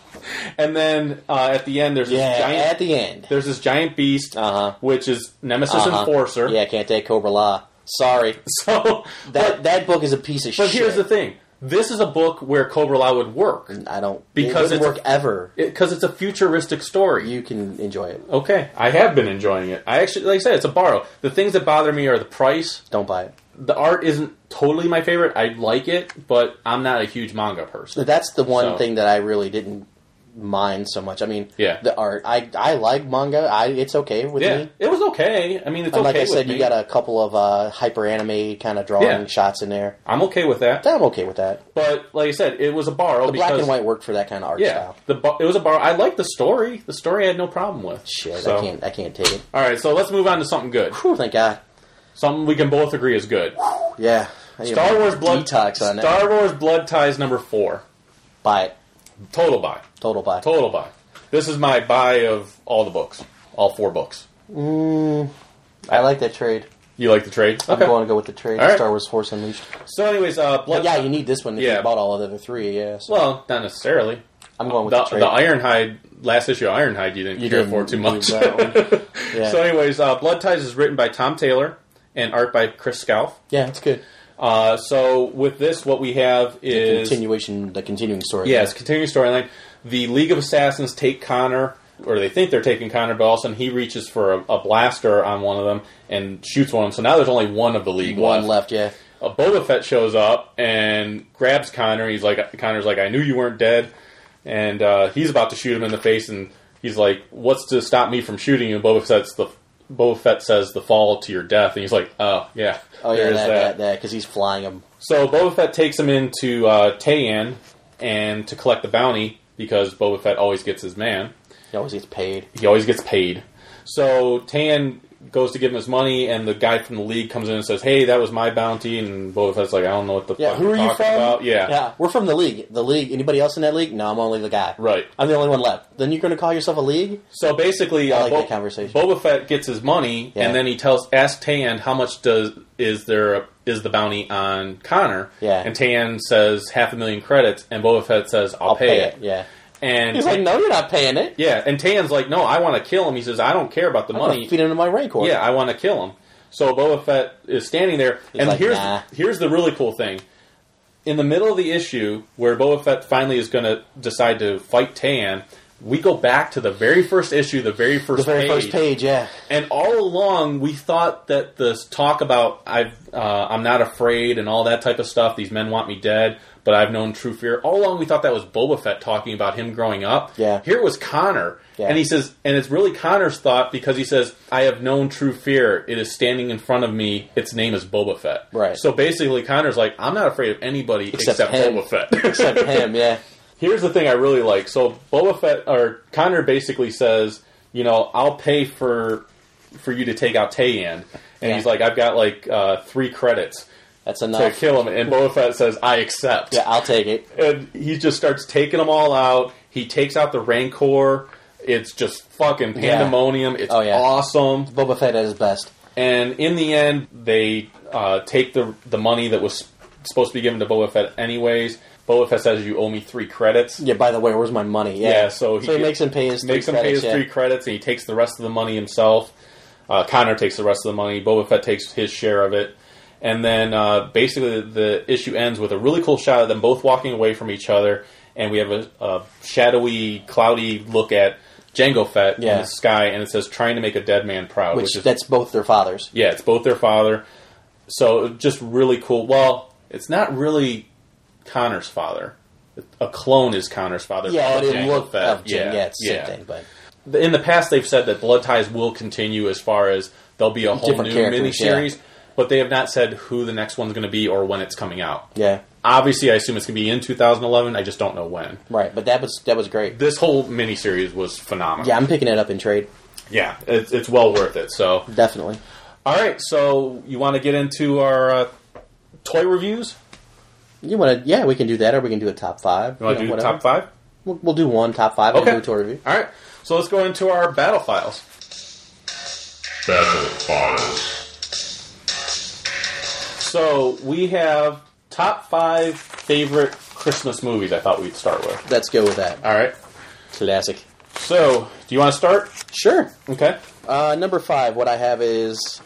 S2: And then uh, at the end, there's
S3: that. yeah,
S2: this giant
S3: at the end.
S2: there's this giant beast,
S3: Uh-huh.
S2: which is Nemesis
S3: Uh-huh.
S2: Enforcer.
S3: Yeah, can't take Cobra Law. Sorry.
S2: So
S3: That
S2: but,
S3: that book is a piece of
S2: but
S3: shit.
S2: here's the thing: this is a book where Cobra Law would work
S3: I don't
S2: Because
S3: it wouldn't
S2: it's a-
S3: work ever.
S2: because it's a futuristic story.
S3: You can enjoy it.
S2: okay, I have been enjoying it. I actually, like I said, it's a borrow. The things that bother me are the price.
S3: Don't buy it.
S2: The art isn't totally my favorite. I like it, but I'm not a huge manga person.
S3: That's the one
S2: So-
S3: thing that I really didn't mind so much. I mean,
S2: Yeah.
S3: the art. I I like manga. I it's okay with
S2: Yeah,
S3: me.
S2: it was okay. I mean, it's okay.
S3: And like I
S2: with
S3: said,
S2: me.
S3: you got a couple of uh, hyper anime kind of drawing
S2: Yeah.
S3: shots in there.
S2: I'm okay with that.
S3: I'm okay with that.
S2: But like I said, it was a borrow.
S3: The
S2: because,
S3: black and white worked for that kind of art
S2: Yeah,
S3: style.
S2: the bar, it was a bar. I liked the story. The story I had no problem with.
S3: Shit,
S2: So-
S3: I can't I can't take it.
S2: All right, so let's move on to something good.
S3: Whew, thank God.
S2: Something we can both agree is good.
S3: Yeah. I need
S2: Star
S3: a
S2: Wars blood
S3: detox on that.
S2: Star Wars blood ties number four.
S3: Buy it.
S2: Total buy.
S3: Total buy.
S2: Total buy. This is my buy of all the books, all four books.
S3: Mm, I like that trade.
S2: You like the trade?
S3: I'm going to go with the trade.
S2: All right.
S3: Star Wars Force Unleashed.
S2: So, anyways, uh, blood.
S3: But yeah, you need this one if
S2: Yeah.
S3: you bought all of the other three. Yeah. So
S2: Well, not necessarily.
S3: I'm going with
S2: The,
S3: the,
S2: the
S3: trade.
S2: Ironhide last issue, of Ironhide, you didn't
S3: You
S2: care
S3: didn't
S2: for too
S3: do
S2: much.
S3: that one. yeah.
S2: So, anyways, uh, Blood Ties is written by Tom Taylor and art by Chris Scalf.
S3: yeah, it's good.
S2: Uh, so with this, what we have is
S3: continuation, the continuing story.
S2: yes, continuing storyline. The League of Assassins take Connor, or they think they're taking Connor, but all of a sudden he reaches for a, a blaster on one of them and shoots one of them. So now there's only one of the League
S3: one left. Yeah,
S2: Uh, Boba Fett shows up and grabs Connor. He's like, Connor's like, I knew you weren't dead, and uh, he's about to shoot him in the face, and he's like, What's to stop me from shooting you? And Boba Fett's the Boba Fett says the fall to your death, and he's like, Oh yeah,
S3: oh yeah,
S2: there is
S3: that that that because he's flying him.
S2: so Boba Fett takes him into uh, Tayan and to collect the bounty because Boba Fett always gets his man.
S3: He always gets paid.
S2: He always gets paid. So Tayan goes to give him his money, and the guy from the league comes in and says, "Hey, that was my bounty." And Boba Fett's like, "I don't know what the
S3: Yeah,
S2: fuck
S3: who
S2: you're
S3: are you
S2: talking
S3: from?
S2: about." Yeah.
S3: Yeah, we're from the league. The league. Anybody else in that league? No, I'm only the guy.
S2: Right.
S3: I'm the only one left. Then you're going to call yourself a league?
S2: So basically,
S3: I
S2: uh,
S3: like that conversation.
S2: Boba Fett gets his money,
S3: Yeah.
S2: and then he tells asks Tan how much does is there is the bounty on Connor?
S3: Yeah.
S2: and Tan says half a million credits, and Boba Fett says I'll,
S3: I'll
S2: pay, it.
S3: Yeah.
S2: And
S3: He's like, no, you're not paying it.
S2: yeah, and Tan's like, no, I want to kill him. He says, I don't care about the
S3: I'm going
S2: money.
S3: to feed him to my rancor.
S2: Yeah, I want to kill him. So Boba Fett is standing there, and
S3: like,
S2: here's
S3: nah.
S2: here's the really cool thing. In the middle of the issue, where Boba Fett finally is going to decide to fight Tan, we go back to the very first issue, the very
S3: The
S2: first
S3: very
S2: page,
S3: first page, yeah.
S2: and all along we thought that this talk about I've uh, I'm not afraid and all that type of stuff. These men want me dead, but I've known true fear. All along we thought that was Boba Fett talking about him growing up.
S3: Yeah.
S2: here was Connor,
S3: Yeah.
S2: and he says, and it's really Connor's thought because he says, "I have known true fear. It is standing in front of me. Its name is Boba Fett."
S3: Right.
S2: So basically, Connor's like, "I'm not afraid of anybody
S3: Except
S2: except,
S3: him.
S2: Boba Fett."
S3: Except him, yeah.
S2: Here's the thing I really like. So Boba Fett or Connor basically says, you know, I'll pay for for you to take out Tayan, and
S3: Yeah.
S2: he's like, I've got like uh, three credits
S3: That's
S2: to
S3: enough.
S2: kill him, and Boba Fett says, I accept.
S3: Yeah, I'll take it.
S2: And he just starts taking them all out. He takes out the Rancor. It's just fucking
S3: Yeah.
S2: pandemonium. It's
S3: Oh, yeah.
S2: awesome.
S3: Boba Fett at his best.
S2: And in the end, they uh, take the the money that was supposed to be given to Boba Fett anyways. Boba Fett says, "You owe me three credits."
S3: Yeah, by the way, where's my money? Yeah,
S2: Yeah, so he-
S3: he, makes him pay his
S2: makes
S3: three
S2: him pay
S3: credits,
S2: his three
S3: yeah.
S2: credits, and he takes the rest of the money himself. Uh, Connor takes the rest of the money. Boba Fett takes his share of it, and then uh, basically the issue ends with a really cool shot of them both walking away from each other, and we have a, a shadowy, cloudy look at Jango Fett in
S3: Yeah.
S2: the sky, and it says "trying to make a dead man proud,"
S3: Which,
S2: which, is
S3: that's both their fathers.
S2: yeah, it's both their father. So just really cool. Well, it's not really Connor's father. A clone is Connor's father.
S3: Yeah,
S2: of
S3: but it
S2: Jango
S3: looked
S2: Fett.
S3: of Jim. Yeah, it's the same thing, but
S2: in the past they've said that blood ties will continue as far as there'll be a whole
S3: Different
S2: new
S3: characters,
S2: miniseries, but they have not said who the next one's going to be or when it's coming out.
S3: yeah,
S2: Obviously, I assume it's going to be in 2011. I just don't know when.
S3: right. But that was that was great.
S2: This whole miniseries was phenomenal.
S3: Yeah, I'm picking it up in trade,
S2: yeah, it's, it's well worth it. So,
S3: definitely.
S2: all right, so you want to get into our uh, toy reviews?
S3: You want to? Yeah, we can do that, or we can do a top five.
S2: You want to
S3: know,
S2: do
S3: whatever.
S2: top five?
S3: We'll, we'll do one top five.
S2: Okay.
S3: We'll do a tour review.
S2: All right, so let's go into our battle files.
S4: Battle Files.
S2: So we have top five favorite Christmas movies. I thought we'd start with.
S3: Let's go with that.
S2: All right.
S3: Classic.
S2: So, do you want to start?
S3: Sure.
S2: Okay.
S3: Uh, number five. What I have is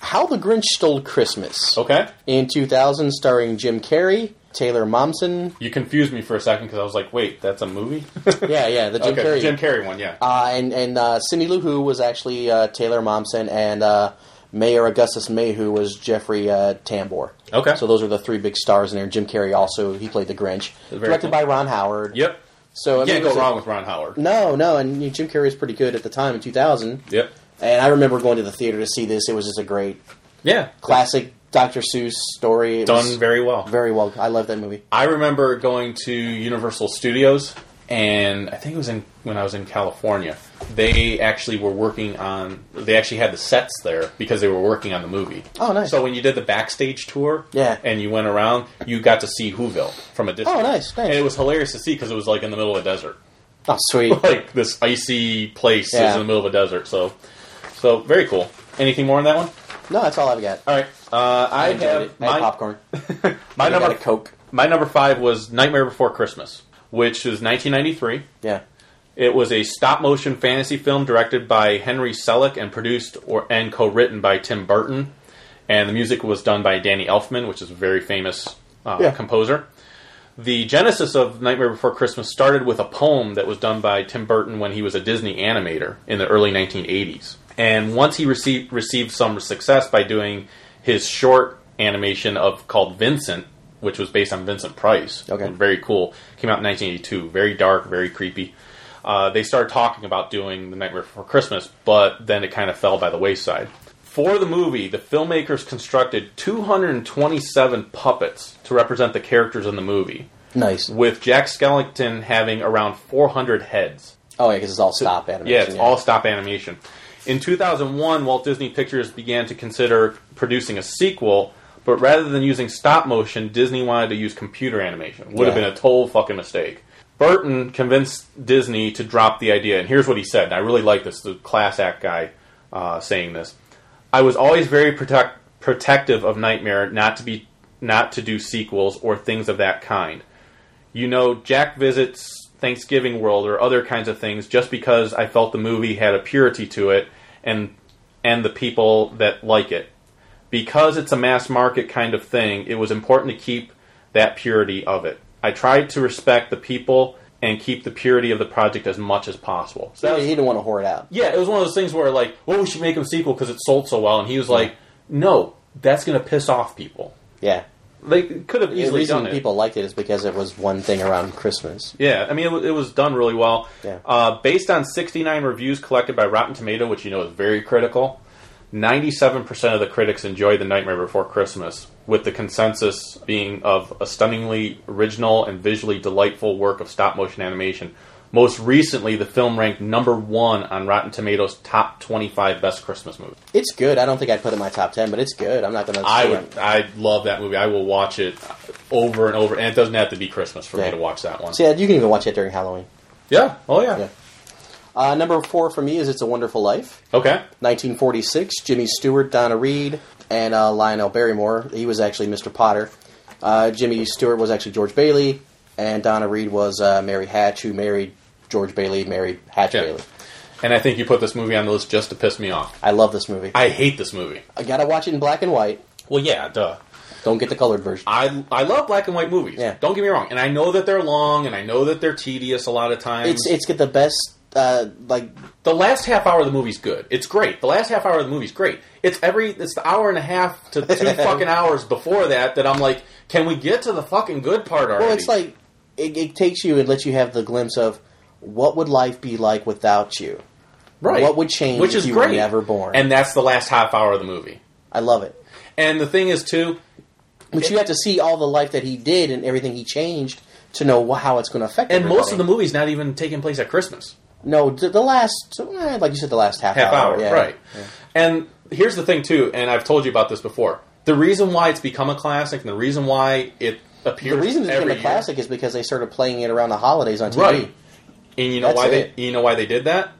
S3: How the Grinch Stole Christmas
S2: Okay.
S3: in 2000, starring Jim Carrey, Taylor Momsen.
S2: You confused me for a second because I was like, wait, that's a movie?
S3: Yeah, yeah, the Jim
S2: okay.
S3: Carrey.
S2: Jim Carrey one, yeah.
S3: Uh, and and uh, Cindy Lou Who was actually uh, Taylor Momsen, and uh, Mayor Augustus Mayhew was Jeffrey uh, Tambor.
S2: Okay.
S3: So those are the three big stars in there. Jim Carrey also he played the Grinch,
S2: Very
S3: directed
S2: cool.
S3: by Ron Howard.
S2: yep.
S3: So I mean,
S2: Can't
S3: it
S2: go
S3: was a-
S2: wrong with Ron Howard.
S3: No, no, and you know, Jim Carrey was pretty good at the time in 2000.
S2: Yep.
S3: And I remember going to the theater to see this. It was just a great
S2: Yeah.
S3: classic Dr. Seuss story. It was
S2: Done very well.
S3: very well. I love that movie.
S2: I remember going to Universal Studios, and I think it was in when I was in California. They actually were working on. They actually had the sets there because they were working on the movie.
S3: Oh, nice.
S2: So when you did the backstage tour,
S3: Yeah.
S2: and you went around, you got to see Whoville from a distance.
S3: Oh, nice, nice.
S2: And it was hilarious to see because it was like in the middle of the desert,
S3: Oh, sweet.
S2: like this icy place
S3: Yeah.
S2: is in the middle of a desert. So, so very cool. Anything more on that one?
S3: no, that's all I've got.
S2: All right, uh, I,
S3: enjoyed
S2: have
S3: it. I had
S2: my,
S3: popcorn.
S2: my
S3: I got
S2: number
S3: a Coke.
S2: my number five was Nightmare Before Christmas, which is 1993.
S3: Yeah.
S2: It was a stop motion fantasy film directed by Henry Selick and produced or and co written by Tim Burton. And the music was done by Danny Elfman, which is a very famous uh,
S3: Yeah.
S2: composer. The genesis of Nightmare Before Christmas started with a poem that was done by Tim Burton when he was a Disney animator in the early 1980s. And once he received received some success by doing his short animation of called Vincent, which was based on Vincent Price.
S3: Okay.
S2: Very cool. Came out in 1982. Very dark, very creepy. Uh, they started talking about doing The Nightmare Before Christmas, but then it kind of fell by the wayside. For the movie, the filmmakers constructed 227 puppets to represent the characters in the movie
S3: Nice.
S2: with Jack Skellington having around 400 heads.
S3: Oh, yeah, because it's all stop animation.
S2: Yeah, it's all stop animation. In 2001, Walt Disney Pictures began to consider producing a sequel, but rather than using stop motion, Disney wanted to use computer animation. Would have
S3: Yeah.
S2: been a total fucking mistake. Burton convinced Disney to drop the idea, and here's what he said, and I really like this, the class act guy uh, saying this. I was always very protect- protective of Nightmare not to be not to do sequels or things of that kind. You know, Jack visits Thanksgiving World or other kinds of things just because I felt the movie had a purity to it and and the people that like it. Because it's a mass market kind of thing, it was important to keep that purity of it. I tried to respect the people and keep the purity of the project as much as possible. So that
S3: He
S2: was-
S3: didn't want to whore it out.
S2: yeah, it was one of those things where like, well, we should make him a sequel because it sold so well, and he was like, no, that's gonna piss off people.
S3: Yeah.
S2: They could have
S3: The
S2: easily
S3: reason
S2: done it.
S3: people liked it is because it was one thing around Christmas.
S2: Yeah, I mean, it, wa- it was done really well.
S3: Yeah.
S2: Uh, based on 69 reviews collected by Rotten Tomato, which you know is very critical, 97% of the critics enjoyed The Nightmare Before Christmas, with the consensus being of a stunningly original and visually delightful work of stop motion animation. Most recently, the film ranked number one on Rotten Tomatoes' top 25 best Christmas movies.
S3: It's good. I don't think I'd put it in my top ten, but it's good. I'm not gonna.
S2: I would, I love that movie. I will watch it over and over, and it doesn't have to be Christmas for me
S3: Yeah.
S2: to watch that one.
S3: So yeah, you can even watch it during Halloween.
S2: Yeah. Oh yeah.
S3: Yeah. Uh, number four for me is "It's a Wonderful Life."
S2: Okay.
S3: 1946, Jimmy Stewart, Donna Reed, and uh, Lionel Barrymore. He was actually Mr. Potter. Uh, Jimmy Stewart was actually George Bailey, and Donna Reed was uh, Mary Hatch, who married George Bailey, married Hatch
S2: Yeah.
S3: Bailey.
S2: And I think you put this movie on the list just to piss me off.
S3: I love this movie. I,
S2: I hate this movie.
S3: gotta watch it in black and white.
S2: Well, yeah, duh.
S3: Don't get the colored version.
S2: I I love black and white movies.
S3: Yeah.
S2: Don't get me wrong. And I know that they're long, and I know that they're tedious a lot of times.
S3: It's it's got the best uh, like
S2: the last half hour of the movie's good. It's great. The last half hour of the movie's great. It's every it's the hour and a half to two fucking hours before that that I'm like, can we get to the fucking good part already?
S3: well, it's like it, it takes you and lets you have the glimpse of what would life be like without you.
S2: right.
S3: what would change
S2: Which
S3: if
S2: is
S3: you
S2: great.
S3: were never born?
S2: And that's the last half hour of the movie.
S3: I love it.
S2: And the thing is, too,
S3: But you have to see all the life that he did and everything he changed to know wh- how it's going to affect.
S2: and most of the
S3: everybody.
S2: movie's not even taking place at Christmas.
S3: no, th- the last, eh, like you said, the last half,
S2: half hour,
S3: yeah.
S2: right? And here's the thing too, and I've told you about this before. The reason why it's become a classic, and the reason why it appears
S3: The reason it's
S2: every
S3: became a
S2: year-
S3: classic is because they started playing it around the holidays on TV.
S2: right? And you know
S3: That's
S2: why
S3: it.
S2: they you know why they did that?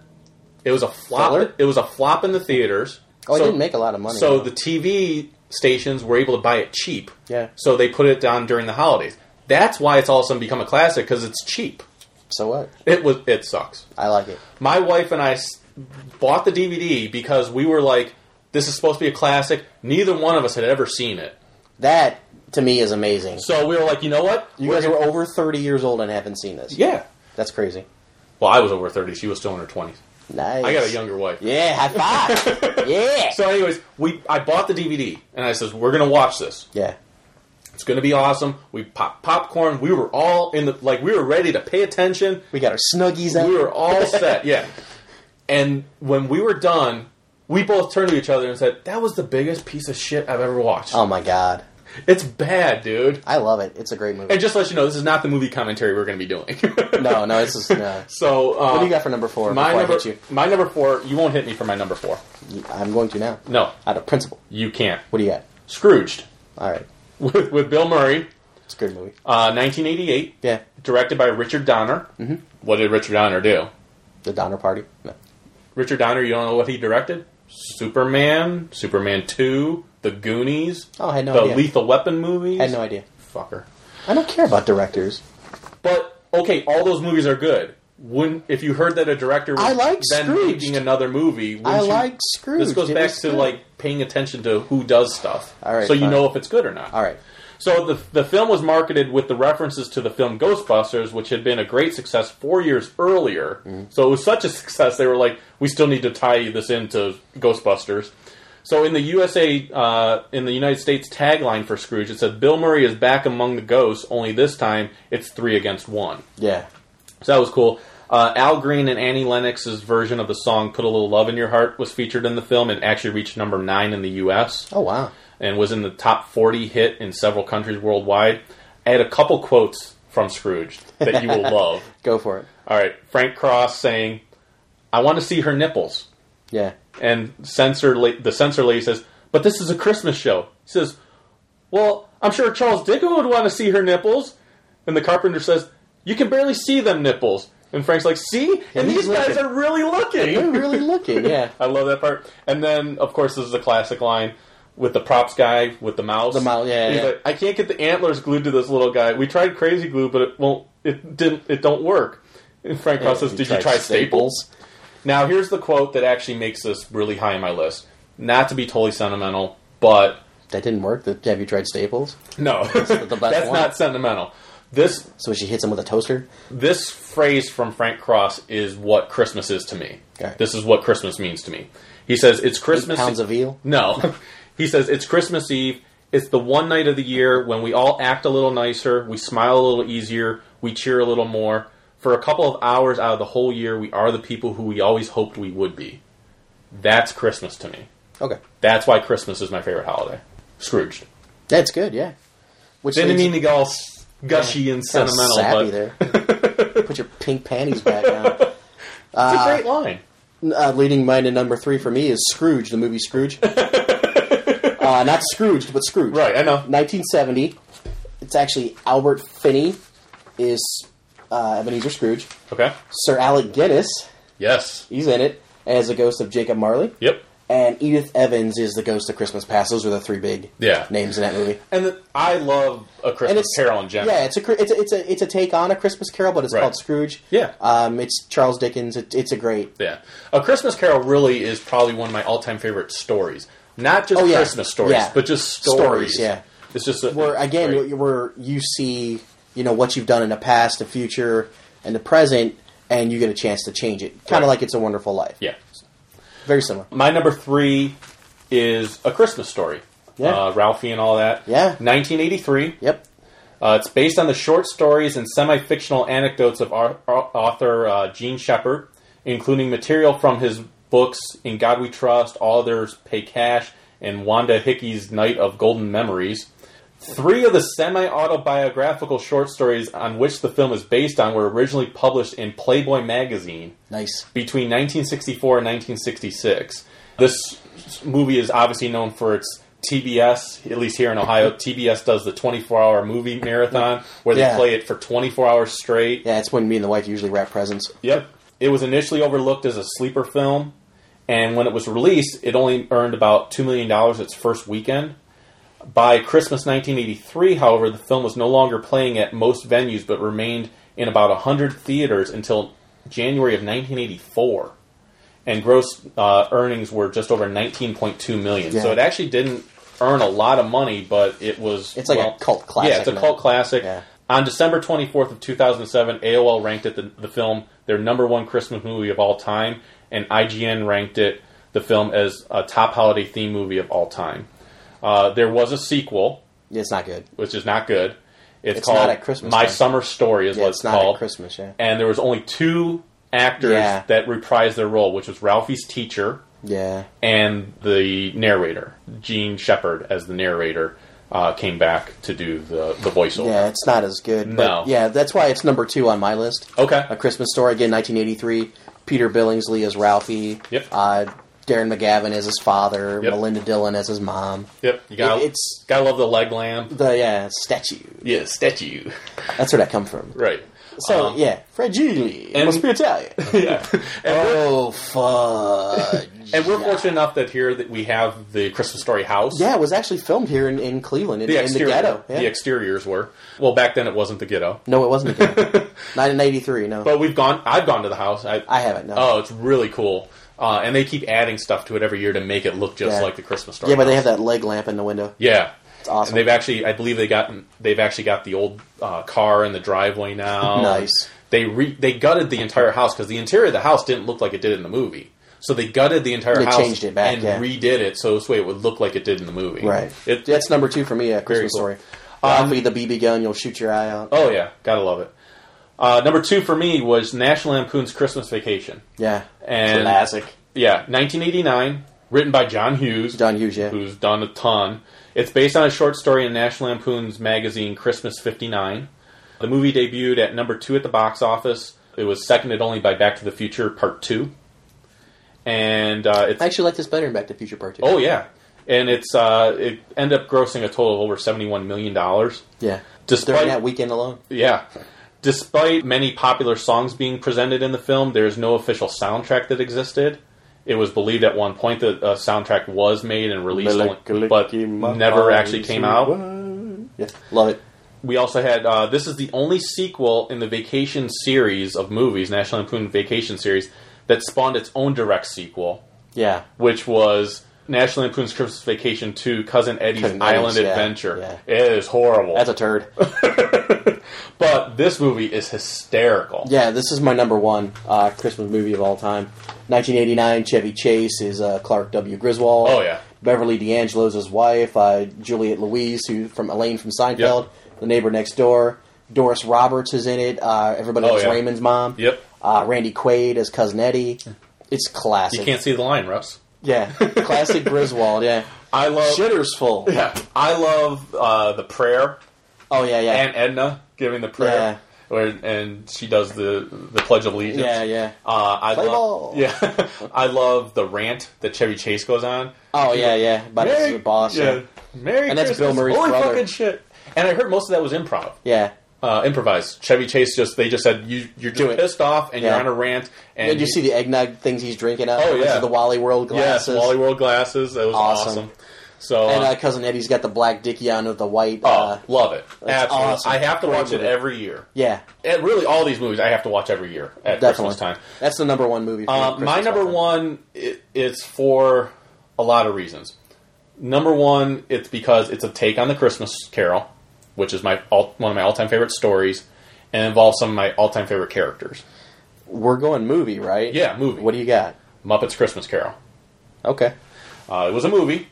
S2: It was a flop.
S3: Filler?
S2: It was a flop in the theaters.
S3: Oh,
S2: so,
S3: it didn't make a lot of money.
S2: so the TV stations were able to buy it cheap.
S3: Yeah.
S2: So they put it down during the holidays. That's why it's all of a sudden become a classic because it's cheap.
S3: so what?
S2: It was. It sucks.
S3: I like it.
S2: my wife and I s- bought the DVD because we were like, this is supposed to be a classic. Neither one of us had ever seen it.
S3: That to me is amazing.
S2: So we were like, you know what?
S3: you guys are over thirty years old and haven't seen this.
S2: Yeah.
S3: that's crazy.
S2: Well, I was over 30. She was still in her 20s.
S3: Nice.
S2: I got a younger wife.
S3: Yeah, high five. yeah.
S2: So, anyways, we I bought the DVD and I says, we're going to watch this.
S3: yeah.
S2: It's going to be awesome. We popped popcorn. We were all in the, like, we were ready to pay attention.
S3: We got our snuggies out.
S2: We were all set, yeah. And when we were done, we both turned to each other and said, that was the biggest piece of shit I've ever watched.
S3: oh my god,
S2: It's bad, dude.
S3: I love it. It's a great movie.
S2: And just to let you know, this is not the movie commentary we're going to be doing.
S3: no, no, it's just, no.
S2: So, uh,
S3: What do you got for number
S2: my
S3: four? before I
S2: number,
S3: hit you?
S2: my number four. You won't hit me for my number four.
S3: I'm going to now.
S2: No,
S3: Out of principle.
S2: you can't.
S3: What do you got?
S2: Scrooged
S3: All right.
S2: with, with Bill Murray,
S3: It's a good movie.
S2: uh, 1988,
S3: Yeah.
S2: directed by Richard Donner. Mm-hmm. What did Richard Donner do?
S3: The Donner Party. No.
S2: Richard Donner, you don't know what he directed? Superman, Superman Two, The Goonies,
S3: Oh, I had no
S2: the
S3: idea.
S2: Lethal Weapon movies.
S3: I had no idea.
S2: Fucker.
S3: I don't care about directors.
S2: But okay, all those movies are good. Wouldn't if you heard that a director was
S3: I like
S2: then
S3: Scrooged.
S2: making another movie? wouldn't
S3: I
S2: you-
S3: like Scrooge.
S2: This goes
S3: It
S2: back
S3: was
S2: to
S3: good.
S2: like paying attention to who does stuff,
S3: All right,
S2: so you
S3: fine.
S2: know if it's good or not.
S3: All right.
S2: So the the film was marketed with the references to the film Ghostbusters, which had been a great success four years earlier.
S3: Mm-hmm.
S2: So it was such a success they were like, we still need to tie this into Ghostbusters. So in the USA, uh, in the United States tagline for Scrooge, it said, "Bill Murray is back among the ghosts. Only this time, it's three against one."
S3: Yeah.
S2: So that was cool. Uh, Al Green and Annie Lennox's version of the song "Put a Little Love in Your Heart" was featured in the film and actually reached number nine in the U.S.
S3: Oh wow.
S2: and was in the top forty hit in several countries worldwide. I had a couple quotes from Scrooge that you will love.
S3: Go for it.
S2: All right, Frank Cross saying, "I want to see her nipples."
S3: Yeah.
S2: and censor la- the censor lady says, "But this is a Christmas show." He says, "Well, I'm sure Charles Dickens would want to see her nipples." And the carpenter says, "You can barely see them nipples." And Frank's like, "See, and
S3: he's
S2: these guys
S3: looking.
S2: are really
S3: They're
S2: looking."
S3: really looking, yeah.
S2: I love that part. And then, of course, this is a classic line with the props guy with the mouse.
S3: The mouse, yeah,
S2: He's
S3: yeah.
S2: like, "I can't get the antlers glued to this little guy. We tried crazy glue, but it won't. It didn't. It don't work." And Frank Cross says, "Did you try staples?" Now, here's the quote that actually makes this really high in my list. Not to be totally sentimental, but
S3: That didn't work. The, have you tried staples?
S2: no,
S3: the best
S2: that's
S3: one.
S2: not sentimental. This
S3: So she hits him with a toaster.
S2: this phrase from Frank Cross is what Christmas is to me.
S3: Okay.
S2: This is what Christmas means to me. He says it's Christmas.
S3: Pounds of veal.
S2: No. he says it's Christmas Eve. It's the one night of the year when we all act a little nicer, we smile a little easier, we cheer a little more. For a couple of hours out of the whole year, we are the people who we always hoped we would be. That's Christmas to me.
S3: Okay,
S2: That's why Christmas is my favorite holiday. Scrooged.
S3: that's good. Yeah. Which
S2: Didn't
S3: leads-
S2: mean to go all s- gushy and
S3: kinda
S2: sentimental,
S3: sappy
S2: but
S3: there. Put your pink panties back on.
S2: it's a great line.
S3: uh, leading mine to number three for me is Scrooge, the movie Scrooge. uh, not Scrooge, but Scrooge.
S2: Right, I know.
S3: 1970. It's actually Albert Finney is uh, Ebenezer Scrooge.
S2: Okay.
S3: Sir Alec Guinness,
S2: Yes.
S3: he's in it as the ghost of Jacob Marley,
S2: Yep.
S3: and Edith Evans is the ghost of Christmas Past. Those are the three big
S2: Yeah.
S3: names in that movie.
S2: And the, I love a
S3: And
S2: Christmas
S3: it's
S2: Carol in general.
S3: Yeah, it's a cri- it's a, it's a it's a take on a Christmas Carol, but it's
S2: Right.
S3: called Scrooge.
S2: Yeah.
S3: um, it's Charles Dickens. It, it's a great
S2: Yeah. A Christmas Carol really is probably one of my all time favorite stories. Not just
S3: Oh, yeah.
S2: Christmas stories,
S3: Yeah.
S2: but just stories.
S3: Stories, yeah.
S2: It's just a,
S3: where again
S2: great.
S3: you- where you see you know what you've done in the past the future and the present and you get a chance to change it kind
S2: Right.
S3: of like it's a wonderful life
S2: yeah.
S3: very similar
S2: My number three is a Christmas story.
S3: Yeah.
S2: Uh, Ralphie and all that.
S3: Yeah.
S2: 1983.
S3: yep
S2: Uh, it's based on the short stories and semi fictional anecdotes of ar- ar- author uh, Gene Shepard, including material from his books In God We Trust, All Others Pay Cash, and Wanda Hickey's Night of Golden Memories. Three of the semi autobiographical short stories on which the film is based on were originally published in Playboy magazine
S3: nice
S2: between 1964 and 1966. This movie is obviously known for its TBS, at least here in Ohio. TBS does the 24 hour movie marathon where they
S3: Yeah.
S2: play it for 24 hours straight.
S3: yeah it's when me and the wife usually wrap presents
S2: Yep. It was initially overlooked as a sleeper film, and when it was released, it only earned about $2 million its first weekend. By Christmas 1983, however, the film was no longer playing at most venues but remained in about 100 theaters until January of 1984. And gross uh, earnings were just over 19.2 million. So
S3: Yeah.
S2: it actually didn't earn a lot of money, but it was
S3: It's like a cult classic
S2: yeah, it's a
S3: now.
S2: cult classic.
S3: Yeah.
S2: On December 24th of 2007, AOL ranked it the, the film their number one Christmas movie of all time, and IGN ranked it the film as a top holiday theme movie of all time. Uh, there was a sequel,
S3: it's not good
S2: which is not good. It's,
S3: It's
S2: called
S3: not a Christmas
S2: My
S3: thing.
S2: Summer Story, is
S3: yeah,
S2: what
S3: it's
S2: it's,
S3: not
S2: called.
S3: at christmas yeah
S2: And there was only two actors
S3: Yeah.
S2: that reprised their role, which was Ralphie's teacher,
S3: yeah
S2: and the narrator, Gene Shepard, as the narrator, uh, came back to do the, the voiceover.
S3: yeah it's not as good
S2: No.
S3: but yeah that's why it's number two on my list
S2: Okay.
S3: a christmas story again 1983 peter billingsley as ralphie
S2: Yep.
S3: uh, darren mcgavin as his father
S2: Yep.
S3: melinda dillon as his mom
S2: Yep. You got it's
S3: It- it's-
S2: gotta love the leg lamp.
S3: the yeah statue
S2: Yeah, statue.
S3: that's where that come from
S2: Right.
S3: So
S2: Um,
S3: yeah, fragile.
S2: and-
S3: And must be Italian.
S2: Yeah. and, we're,
S3: oh fudge!
S2: and we're fortunate enough that here that we have the Christmas Story house.
S3: yeah, it was actually filmed here in, in Cleveland in
S2: The
S3: the, in the
S2: exterior.
S3: ghetto. Yeah.
S2: The exteriors were. Well, back then it wasn't the ghetto.
S3: no, it wasn't. The ghetto. Not in '83. No,
S2: But we've gone. I've gone to the house. I,
S3: I haven't. No.
S2: Oh, it's really cool. Uh, and they keep adding stuff to it every year to make it look just
S3: Yeah.
S2: like the Christmas Story.
S3: yeah, but they have
S2: house.
S3: that leg lamp in the window.
S2: Yeah, it's
S3: awesome.
S2: And they've actually, I believe they got they've actually got the old uh, car in the driveway now.
S3: Nice.
S2: They re, they gutted the entire house because the interior of the house didn't look like it did in the movie. So they gutted the entire
S3: They
S2: house
S3: changed it back,
S2: and
S3: yeah.
S2: redid it so this way it would look like it did in the movie.
S3: Right.
S2: It,
S3: That's number two for me. A Christmas
S2: cool. Um,
S3: story. Ralphie the BB gun. You'll shoot your eye out.
S2: oh yeah, gotta love it. Uh, number two for me was National Lampoon's Christmas Vacation.
S3: yeah.
S2: And
S3: Classic.
S2: Yeah, 1989, written by John Hughes.
S3: John Hughes. Yeah.
S2: who's done a ton. It's based on a short story in National Lampoon's magazine Christmas 59. The movie debuted at number 2 at the box office. It was seconded only by Back to the Future Part 2. and uh, it's
S3: I actually like this better than Back to the Future Part Two.
S2: oh yeah, and it's uh, it ended up grossing a total of over seventy one million dollars.
S3: yeah. During
S2: Despite
S3: that weekend alone,
S2: yeah, despite many popular songs being presented in the film, there is no official soundtrack that existed. It was believed at one point that a soundtrack was made and released, only, but never actually came out.
S3: yeah, love it.
S2: We also had uh, this is the only sequel in the Vacation series of movies, National Lampoon Vacation series, that spawned its own direct sequel,
S3: Yeah,
S2: which was National Lampoon's Christmas Vacation 2: Cousin Eddie's
S3: Cousin Eddie's,
S2: Island
S3: yeah,
S2: Adventure.
S3: yeah.
S2: It is horrible,
S3: that's a turd.
S2: but this movie is hysterical.
S3: yeah, this is my number one uh, Christmas movie of all time. 1989, Chevy Chase is uh, Clark W. Griswold.
S2: Oh, yeah.
S3: Beverly D'Angelo's his wife, uh, Juliet Louise, who from Elaine from Seinfeld, the neighbor next door. Doris Roberts is in it. Uh, everybody
S2: Oh,
S3: loves
S2: yeah.
S3: Raymond's mom.
S2: Yep.
S3: Uh, Randy Quaid as Cousin Eddie. It's classic.
S2: You can't see the line, Russ.
S3: Yeah, classic Griswold. Yeah,
S2: I love.
S3: shitter's full.
S2: Yeah, I love uh, the prayer
S3: Oh yeah, yeah,
S2: and Edna giving the prayer,
S3: Yeah.
S2: where, and she does the the Pledge of Allegiance.
S3: yeah, yeah.
S2: Uh, I
S3: Play
S2: love,
S3: ball.
S2: Yeah, I love the rant that Chevy Chase goes on.
S3: Oh yeah, yeah. But it's
S2: Merry-
S3: the boss. Yeah.
S2: Merry
S3: And that's
S2: Christmas.
S3: Bill Murray's
S2: Holy
S3: brother.
S2: fucking shit! And I heard most of that was improv,
S3: yeah.
S2: uh, improvised. Chevy Chase just they just said you you're
S3: Do
S2: just
S3: it.
S2: pissed off and
S3: Yeah.
S2: you're on a rant and
S3: Did you see the eggnog things he's drinking out?
S2: Oh,
S3: These
S2: yeah.
S3: are the Wally World
S2: yes
S3: glasses.
S2: Wally World glasses that was awesome.
S3: Awesome.
S2: So
S3: and
S2: uh,
S3: uh, cousin Eddie's got the black dicky on with the white.
S2: oh,
S3: Uh,
S2: love it!
S3: that's
S2: Absolutely,
S3: awesome.
S2: I have to
S3: Great
S2: watch it
S3: movie.
S2: every year.
S3: yeah,
S2: and really all these movies I have to watch every year at
S3: definitely.
S2: Christmas time.
S3: That's the number one movie. For me,
S2: Uh,
S3: Christmas
S2: my number
S3: time.
S2: one i it's for a lot of reasons. Number one, it's because it's a take on the Christmas Carol, which is my all, one of my all time favorite stories, and involves some of my all time favorite characters.
S3: We're going movie, right?
S2: Yeah, movie.
S3: What do you got?
S2: Muppets Christmas Carol.
S3: Okay.
S2: Uh, it was a movie.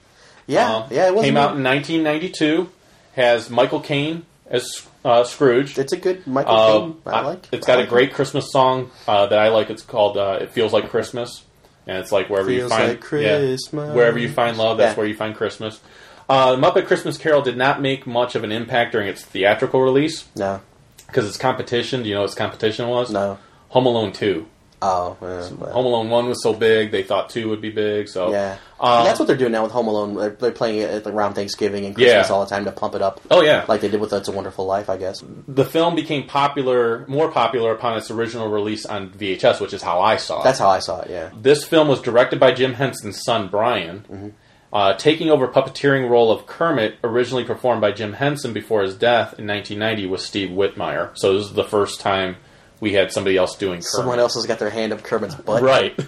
S3: Yeah,
S2: Um,
S3: yeah. It was
S2: came out in 1992. Has Michael Caine as uh, Scrooge.
S3: It's a good Michael.
S2: Uh,
S3: Caine, I, like.
S2: It's
S3: I
S2: got
S3: like
S2: a great Christmas song uh, that I like. It's called uh, "It Feels Like Christmas," and it's like wherever you
S3: Feels
S2: find
S3: like Christmas.
S2: wherever you find love, that's
S3: Yeah.
S2: where you find Christmas. Uh, Muppet Christmas Carol did not make much of an impact during its theatrical release
S3: it. No,
S2: because its competition. Do you know what its competition was?
S3: no.
S2: Home Alone Two.
S3: Oh, uh, well.
S2: Home Alone One was so big, they thought Two would be big. So
S3: Yeah.
S2: Um,
S3: that's what they're doing now with Home Alone. They're, they're playing it at- around Thanksgiving and Christmas
S2: Yeah.
S3: all the time to pump it up.
S2: Oh yeah,
S3: Like they did with It's a Wonderful Life, I guess.
S2: the film became popular, more popular upon its original release on VHS, which is how I saw it.
S3: That's how I saw it, yeah.
S2: This film was directed by Jim Henson's son Brian,
S3: Mm-hmm.
S2: uh, taking over puppeteering role of Kermit, originally performed by Jim Henson before his death in 1990 with Steve Whitmire. So this is the first time we had somebody else doing Kermit.
S3: Someone else has got their hand up Kermit's butt.
S2: right?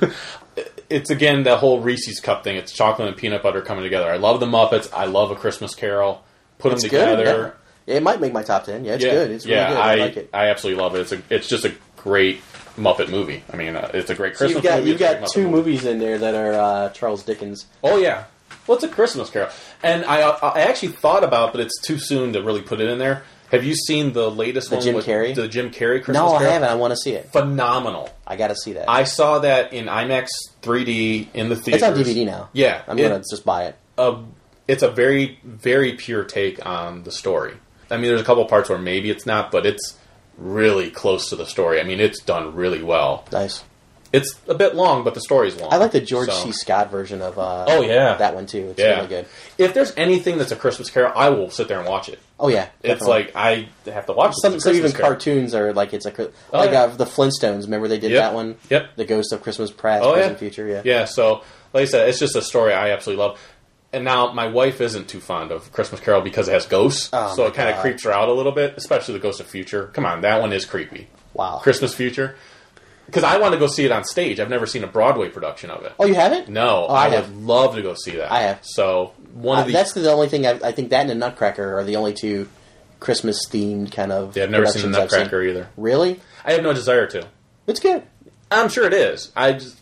S2: it's again that whole Reese's cup thing. It's chocolate and peanut butter coming together. I love the Muppets. I love a Christmas Carol. Put
S3: It's
S2: them
S3: good.
S2: together.
S3: Yeah. It might make my top ten. Yeah, it's good. It's really
S2: yeah,
S3: good. I,
S2: I,
S3: like it.
S2: I absolutely love it. It's a, it's just a great Muppet movie. I mean, uh, it's a great
S3: So
S2: Christmas
S3: you've got
S2: movie.
S3: you've
S2: it's a great
S3: got
S2: Muppet
S3: two
S2: movie.
S3: movies in there that are uh, Charles Dickens.
S2: Oh yeah, well it's a Christmas Carol, and I uh, I actually thought about, but it's too soon to really put it in there. Have you seen the latest
S3: The
S2: one
S3: Jim
S2: with
S3: Carrey?
S2: the Jim Carrey Christmas
S3: No, I
S2: Carol?
S3: haven't. I want to see it.
S2: Phenomenal.
S3: I got to see that.
S2: I saw that in IMAX 3D in the theater.
S3: it's on DVD now.
S2: Yeah,
S3: I'm
S2: it-
S3: gonna just buy it.
S2: a it's a very very pure take on the story. I mean, there's a couple parts where maybe it's not, but it's really close to the story. I mean, it's done really well.
S3: Nice.
S2: It's a bit long, but the story's long.
S3: I like the George
S2: So-
S3: C. Scott version of. Uh,
S2: Oh, yeah.
S3: that one too. It's
S2: Yeah.
S3: really good.
S2: If there's anything that's a Christmas Carol, I will sit there and watch it.
S3: Oh yeah,
S2: It's
S3: definitely.
S2: like I have to watch it.
S3: some,
S2: It's a
S3: some even
S2: Christmas Carol.
S3: cartoons are like it's a cri-
S2: Oh,
S3: like
S2: yeah.
S3: uh, the Flintstones. Remember they did
S2: Yep.
S3: that one?
S2: Yep.
S3: The Ghost of Christmas Past,
S2: Oh,
S3: Present,
S2: yeah.
S3: Future. Yeah.
S2: Yeah, so like I said, it's just a story I absolutely love. And now my wife isn't too fond of Christmas Carol because it has ghosts,
S3: Oh,
S2: so
S3: my
S2: it kind of
S3: God.
S2: creeps her out a little bit, especially the Ghost of Future. Come on, that one is creepy.
S3: Wow.
S2: Christmas Future. Because I want to go see it on stage. I've never seen a Broadway production of it.
S3: Oh, you haven't?
S2: No,
S3: Oh,
S2: I,
S3: I
S2: would
S3: have.
S2: love to go see that.
S3: I have.
S2: So one
S3: Uh,
S2: of the
S3: that's the only thing I, I think. That and the Nutcracker are the only two Christmas themed kind of.
S2: yeah, I've never seen
S3: productions
S2: the
S3: I've seen.
S2: Nutcracker either.
S3: Really?
S2: I have no desire to.
S3: It's good.
S2: I'm sure it is. I just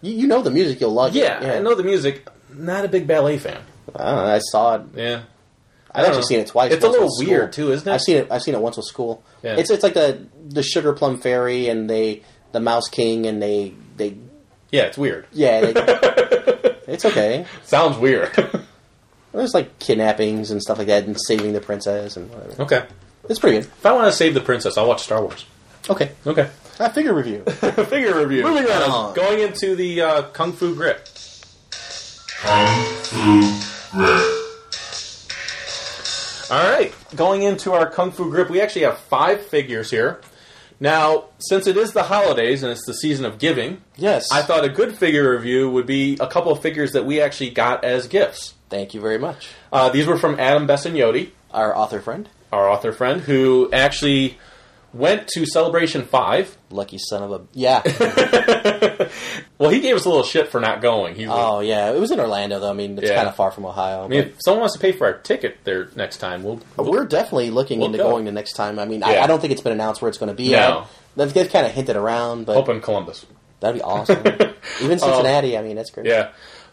S3: You, you know the music. You'll love
S2: yeah,
S3: it.
S2: I know the music. Not a big ballet fan.
S3: Uh, I saw it.
S2: Yeah. I don't
S3: I've actually
S2: know.
S3: seen it twice.
S2: It's a
S3: once
S2: little
S3: with school.
S2: weird too, isn't it?
S3: I've seen it. I've seen it once with school.
S2: Yeah.
S3: It's it's like the the Sugar Plum Fairy and they the Mouse King and they they
S2: Yeah, it's weird.
S3: yeah. They, it's okay.
S2: Sounds weird.
S3: There's like kidnappings and stuff like that, and saving the princess and whatever.
S2: okay.
S3: It's pretty good.
S2: If I want to save the princess, I'll watch Star Wars.
S3: Okay,
S2: Okay.
S3: I figure review.
S2: Figure review.
S3: Moving right
S2: Uh,
S3: on.
S2: Going into the uh, Kung Fu Grip.
S4: Kung Fu Grip.
S2: All right, going into our Kung Fu Grip, we actually have five figures here. Now, since it is the holidays and it's the season of giving,
S3: Yes.
S2: I thought a good figure review would be a couple of figures that we actually got as gifts.
S3: Thank you very much.
S2: Uh, these were from Adam Bessignoti,
S3: Our author friend,
S2: our author friend, who actually went to Celebration 5.
S3: lucky son of a yeah.
S2: Well, he gave us a little shit for not going. He was like,
S3: oh yeah, it was in Orlando though. I mean, it's
S2: Yeah.
S3: kind of far from Ohio.
S2: I mean, if someone wants to pay for our ticket there next time, we'll.
S3: but we're definitely looking
S2: We'll
S3: into
S2: go.
S3: going the next time. I mean, I,
S2: Yeah.
S3: I don't think it's been announced where it's going to be.
S2: No.
S3: at. That's, that's kind of hinted around, but
S2: Hope in Columbus.
S3: that'd be awesome. Even Cincinnati. I mean, that's great.
S2: Yeah.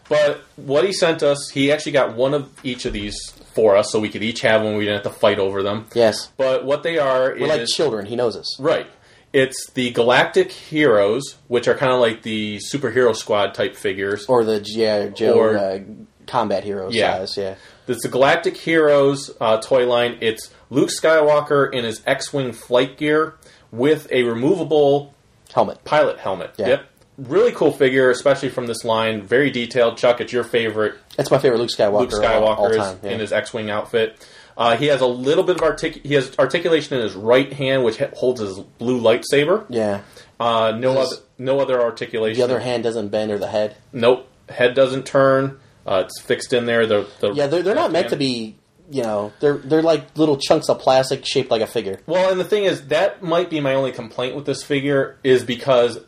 S2: But what he sent us, he actually got one of each of these for us, so we could each have one. We didn't have to fight over them.
S3: Yes.
S2: But what they are
S3: We're
S2: is
S3: like children. He knows us.
S2: right. It's the Galactic Heroes, which are kind of like the superhero squad type figures.
S3: Or the G.I. Joe
S2: Or-
S3: uh, combat hero
S2: Yeah.
S3: size. Yeah.
S2: It's the Galactic Heroes uh, toy line. It's Luke Skywalker in his X-wing flight gear with a removable
S3: Helmet.
S2: pilot helmet.
S3: Yeah.
S2: Yep. Really cool figure, especially from this line. Very detailed. Chuck, it's your favorite
S3: That's my favorite Luke Skywalker.
S2: Luke
S3: of all,
S2: Skywalker
S3: all
S2: is
S3: time. Yeah.
S2: in his X-wing outfit. Uh, he has a little bit of artic- he has articulation in his right hand, which he- holds his blue lightsaber.
S3: yeah.
S2: Uh, no
S3: This-
S2: other no other articulation.
S3: The other hand doesn't bend or the head.
S2: nope. Head doesn't turn. Uh, it's fixed in there. The, the
S3: Yeah, they're, they're
S2: left
S3: not meant to
S2: hand.
S3: be. You know, they're they're like little chunks of plastic shaped like a figure.
S2: Well, and the thing is, that might be my only complaint with this figure is because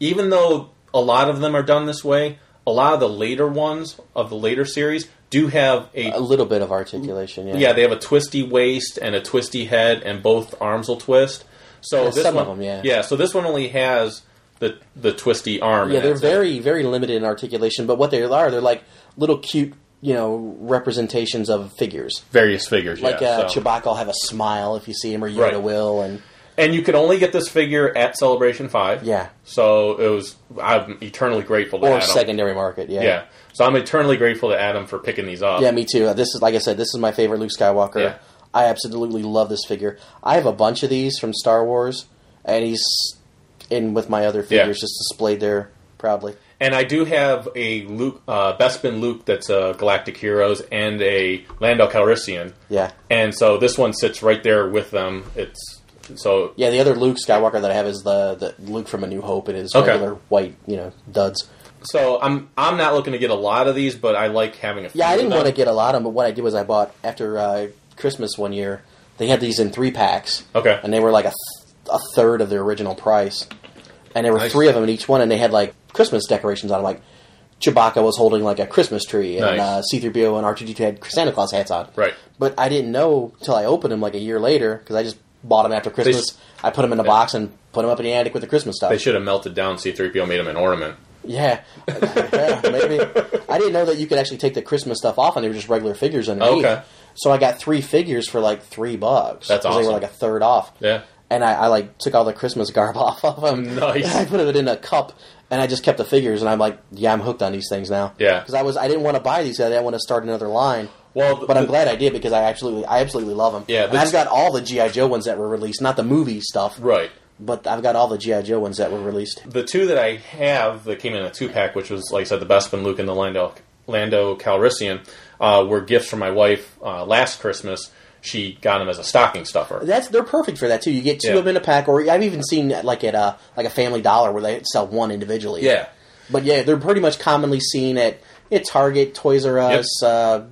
S2: even though a lot of them are done this way, a lot of the later ones of the later series do have a
S3: A little bit of articulation. Yeah.
S2: Yeah, they have a twisty waist and a twisty head, and both arms will twist. So
S3: Yeah,
S2: this
S3: some
S2: one,
S3: of 'em, yeah.
S2: so this one only has the the twisty arm.
S3: Yeah,
S2: and
S3: they're
S2: that's it.
S3: very very limited in articulation, but what they are, they're like little cute, you know, representations of figures.
S2: various figures.
S3: Like
S2: yeah,
S3: uh,
S2: so.
S3: Chewbacca will have a smile if you see him, or Yoda
S2: Right.
S3: will, and
S2: and you could only get this figure at Celebration Five.
S3: yeah,
S2: So it was. I'm eternally grateful to
S3: or
S2: Adam.
S3: secondary market. Yeah.
S2: Yeah. So I'm eternally grateful to Adam for picking these up.
S3: Yeah, me too. Uh, This is like I said, this is my favorite Luke Skywalker.
S2: Yeah.
S3: I absolutely love this figure. I have a bunch of these from Star Wars, and he's in with my other
S2: Yeah.
S3: figures, just displayed there proudly.
S2: And I do have a Luke, uh, Bespin Luke that's a Galactic Heroes and a Lando Calrissian,
S3: Yeah,
S2: and so this one sits right there with them. It's so
S3: yeah. The other Luke Skywalker that I have is the, the Luke from A New Hope, and his
S2: Okay.
S3: regular white, you know, duds.
S2: So I'm I'm not looking to get a lot of these, but I like having a. few
S3: Yeah, I
S2: of
S3: didn't
S2: them.
S3: want to get a lot of them, but what I did was I bought after uh, Christmas one year. They had these in three packs.
S2: Okay.
S3: and they were like a, th- a third of their original price. And there were
S2: Nice.
S3: three of them in each one, and they had like Christmas decorations on. 'em, Like Chewbacca was holding like a Christmas tree, and
S2: Nice.
S3: uh, C-3PO and R2D2 had Santa Claus hats on.
S2: Right.
S3: But I didn't know till I opened them like a year later because I just bought them after Christmas. I put them in a box and put them up in the attic with the Christmas stuff.
S2: They should have melted down C-3PO, made him an ornament.
S3: Yeah, yeah, maybe. I didn't know that you could actually take the Christmas stuff off, and they were just regular figures underneath.
S2: Okay.
S3: So I got three figures for like three bucks.
S2: That's
S3: 'cause They were
S2: awesome.
S3: like a third off.
S2: Yeah.
S3: And I, I like took all the Christmas garb off of them.
S2: Nice.
S3: And I put it in a cup, and I just kept the figures, and I'm like, yeah, I'm hooked on these things now.
S2: Yeah.
S3: Because I was I didn't want to buy these. I didn't want to start another line.
S2: Well,
S3: But I'm
S2: the-
S3: glad I did because I absolutely I absolutely love them.
S2: Yeah,
S3: And
S2: this-
S3: I've got all the GI Joe ones that were released, not the movie stuff,
S2: Right.
S3: But I've got all the GI Joe ones that were released.
S2: The two that I have that came in a two-pack, which was like I said, the Bespin Luke and the Lando Lando Calrissian, uh, were gifts from my wife uh, last Christmas. She got them as a stocking stuffer.
S3: That's they're perfect for that too. You get two
S2: Yeah.
S3: of them in a pack, or I've even seen like at a like a Family Dollar where they sell one individually.
S2: Yeah.
S3: but yeah, they're pretty much commonly seen at at Target, Toys R Us, uh,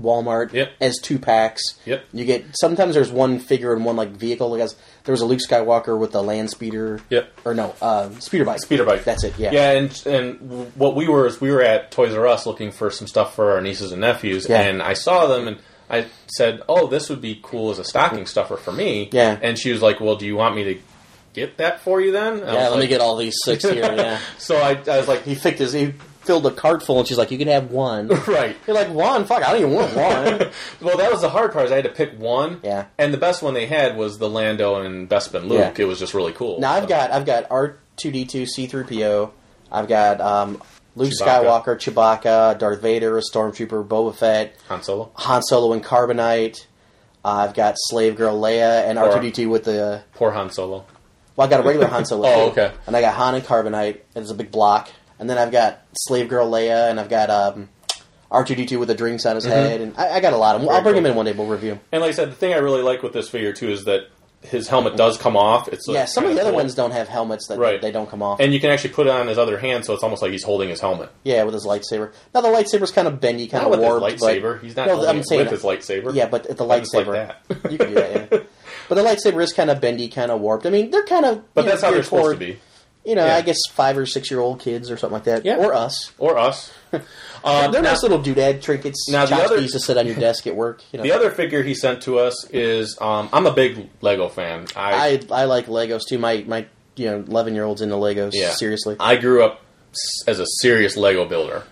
S3: Walmart
S2: Yep.
S3: as two packs.
S2: Yep.
S3: You get sometimes there's one figure and one like vehicle. Like I was- there was a Luke Skywalker with the land speeder.
S2: Yep.
S3: or no, uh, speeder bike.
S2: Speeder bike.
S3: That's it. Yeah.
S2: Yeah, and and what we were is we were at Toys R Us looking for some stuff for our nieces and nephews,
S3: Yeah.
S2: and I saw them and. I said, "Oh, this would be cool as a stocking stuffer for me."
S3: Yeah.
S2: and she was like, "Well, do you want me to get that for you then?" And I
S3: Yeah,
S2: was
S3: let me
S2: like-
S3: get all these six here. Yeah,
S2: So I, I was like,
S3: he picked his. He filled a cart full, and she's like, "You can have one."
S2: right.
S3: You're like, "One? Fuck! I don't even want one."
S2: Well, that was the hard part. Is I had to pick one.
S3: Yeah.
S2: And the best one they had was the Lando and Bespin Luke.
S3: Yeah.
S2: It was just really cool.
S3: Now I've
S2: So-
S3: got I've got R two D two C three PO. I've got um, Luke
S2: Chewbacca.
S3: Skywalker, Chewbacca, Darth Vader, a Stormtrooper, Boba Fett,
S2: Han Solo,
S3: Han Solo and Carbonite. Uh, I've got Slave Girl Leia and
S2: Or-
S3: R two D two with the
S2: poor Han Solo.
S3: Well, I got a regular Hansa Leia.
S2: Oh, okay.
S3: And I got Han and Carbonite. And it's a big block. And then I've got Slave Girl Leia, and I've got um, R2D2 with the drinks on his head. And I, I got a lot of them. I'll bring
S2: Mm-hmm. cool.
S3: them in one day. We'll review.
S2: And like I said, the thing I really like with this figure too is that his helmet does come off. It's like
S3: yeah, some of the
S2: kinda
S3: other
S2: cool.
S3: ones don't have helmets that
S2: Right.
S3: they don't come off.
S2: and you can actually put it on his other hand, so it's almost like he's holding his helmet.
S3: yeah, with his lightsaber. Now the lightsaber's kind of bendy, kind
S2: Not
S3: of
S2: with his
S3: warped. but-
S2: lightsaber. He's not
S3: No,
S2: holding
S3: I'm
S2: it
S3: saying
S2: with
S3: that-
S2: his lightsaber.
S3: Yeah, but the
S2: Just like
S3: lightsaber.
S2: that.
S3: You can do that, yeah. But the lightsaber is kind of bendy, kind of warped. I mean, they're kind of.
S2: But
S3: you know,
S2: that's how they're
S3: geared
S2: supposed
S3: toward,
S2: to be,
S3: You know,
S2: Yeah.
S3: I guess five or six year old kids or something like that.
S2: Yeah.
S3: Or us.
S2: or us. Um,
S3: They're
S2: now-
S3: nice little doodad trinkets,
S2: now
S3: now
S2: the other-
S3: to sit on your desk at work. You know,
S2: The other figure he sent to us is um, I'm a big Lego fan. I,
S3: I I like Legos too. My my you know eleven year old's into Legos.
S2: yeah.
S3: Seriously, I,
S2: I grew up s- as a serious Lego builder,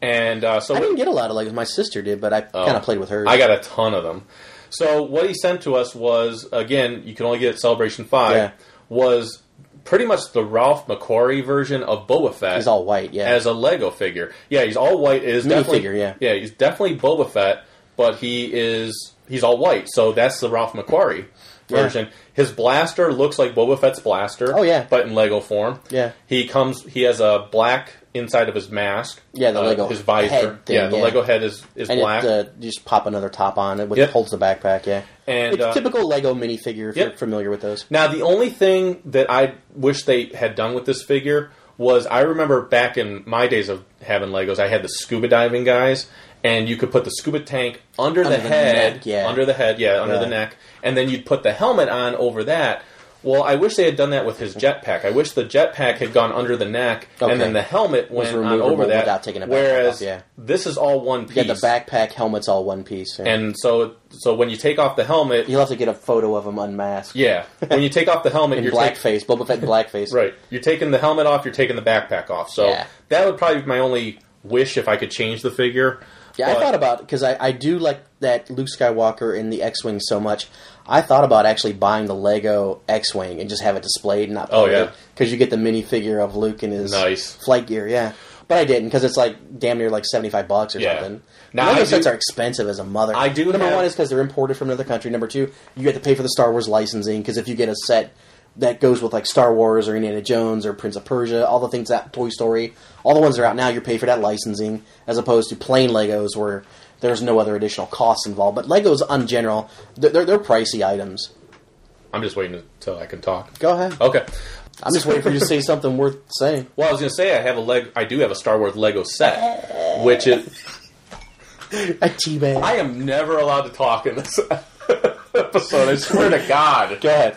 S2: and uh, so
S3: didn't get a lot of Legos. My sister did, but I kind of played with her.
S2: Oh. I got a ton of them. So what he sent to us was again, you can only get it at Celebration Five.
S3: Yeah.
S2: Was pretty much the Ralph McQuarrie version of Boba Fett.
S3: He's all white. Yeah,
S2: as a Lego figure. Yeah, he's all white. Is definitely
S3: Minifigure, yeah.
S2: yeah, he's definitely Boba Fett, but he is he's all white. So that's the Ralph McQuarrie
S3: Yeah.
S2: version. His blaster looks like Boba Fett's blaster.
S3: Oh, yeah.
S2: but in Lego form.
S3: Yeah.
S2: he comes. He has a black inside of his mask. Uh,
S3: Yeah, the Lego
S2: his visor.
S3: head thing,
S2: yeah, the
S3: yeah.
S2: Lego head is is
S3: and it,
S2: black.
S3: uh, you just pop another top on it, which
S2: Yep.
S3: holds the backpack. Yeah,
S2: And,
S3: it's
S2: uh,
S3: typical Lego minifigure.
S2: Yep.
S3: If you're familiar with those,
S2: Now, the only thing that I wish they had done with this figure was I remember back in my days of having Legos, I had the scuba diving guys, and you could put the scuba tank under, the,
S3: Under the
S2: head,
S3: neck, yeah.
S2: under the head, yeah, under the
S3: Yeah.
S2: neck, and then you'd put the helmet on over that. Well, I wish they had done that with his jetpack. I wish the jetpack had gone under the neck,
S3: Okay.
S2: and then the helmet
S3: Was
S2: went on
S3: removable
S2: over that.
S3: without taking it back
S2: whereas
S3: off, yeah.
S2: this is all one piece,
S3: yeah, the backpack helmet's all one piece. Yeah.
S2: and so so when you take off the helmet,
S3: you'll have to get a photo of him unmasked.
S2: yeah, when you take off the helmet,
S3: in
S2: you're taking-
S3: blackface, Boba Fett in blackface.
S2: Right. You're taking the helmet off, you're taking the backpack off. So
S3: Yeah.
S2: that would probably be my only wish if I could change the figure.
S3: Yeah, I
S2: But-
S3: thought about because I, I do like that Luke Skywalker in the X-wing so much. I thought about actually buying the Lego X-wing and just have it displayed, and not
S2: Oh, yeah.
S3: because you get the minifigure of Luke in his
S2: Nice.
S3: flight gear, yeah. But I didn't because it's like damn near like seventy five bucks or
S2: Yeah.
S3: something.
S2: Now, I
S3: Lego
S2: do-
S3: sets are expensive as a mother.
S2: I do
S3: Number
S2: have-
S3: one is because they're imported from another country. Number two, you have to pay for the Star Wars licensing because if you get a set that goes with like Star Wars or Indiana Jones or Prince of Persia, all the things that Toy Story, all the ones that are out now, you pay for that licensing as opposed to plain Legos where there's no other additional costs involved. But Legos, on general, they're, they're, they're pricey items.
S2: I'm just waiting until I can talk.
S3: Go ahead.
S2: Okay.
S3: I'm just waiting for you to say something worth saying.
S2: Well, I was going to say I have a leg. I do have a Star Wars Lego set, which is
S3: A teabag.
S2: I am never allowed to talk in this episode. I swear to God.
S3: Go ahead.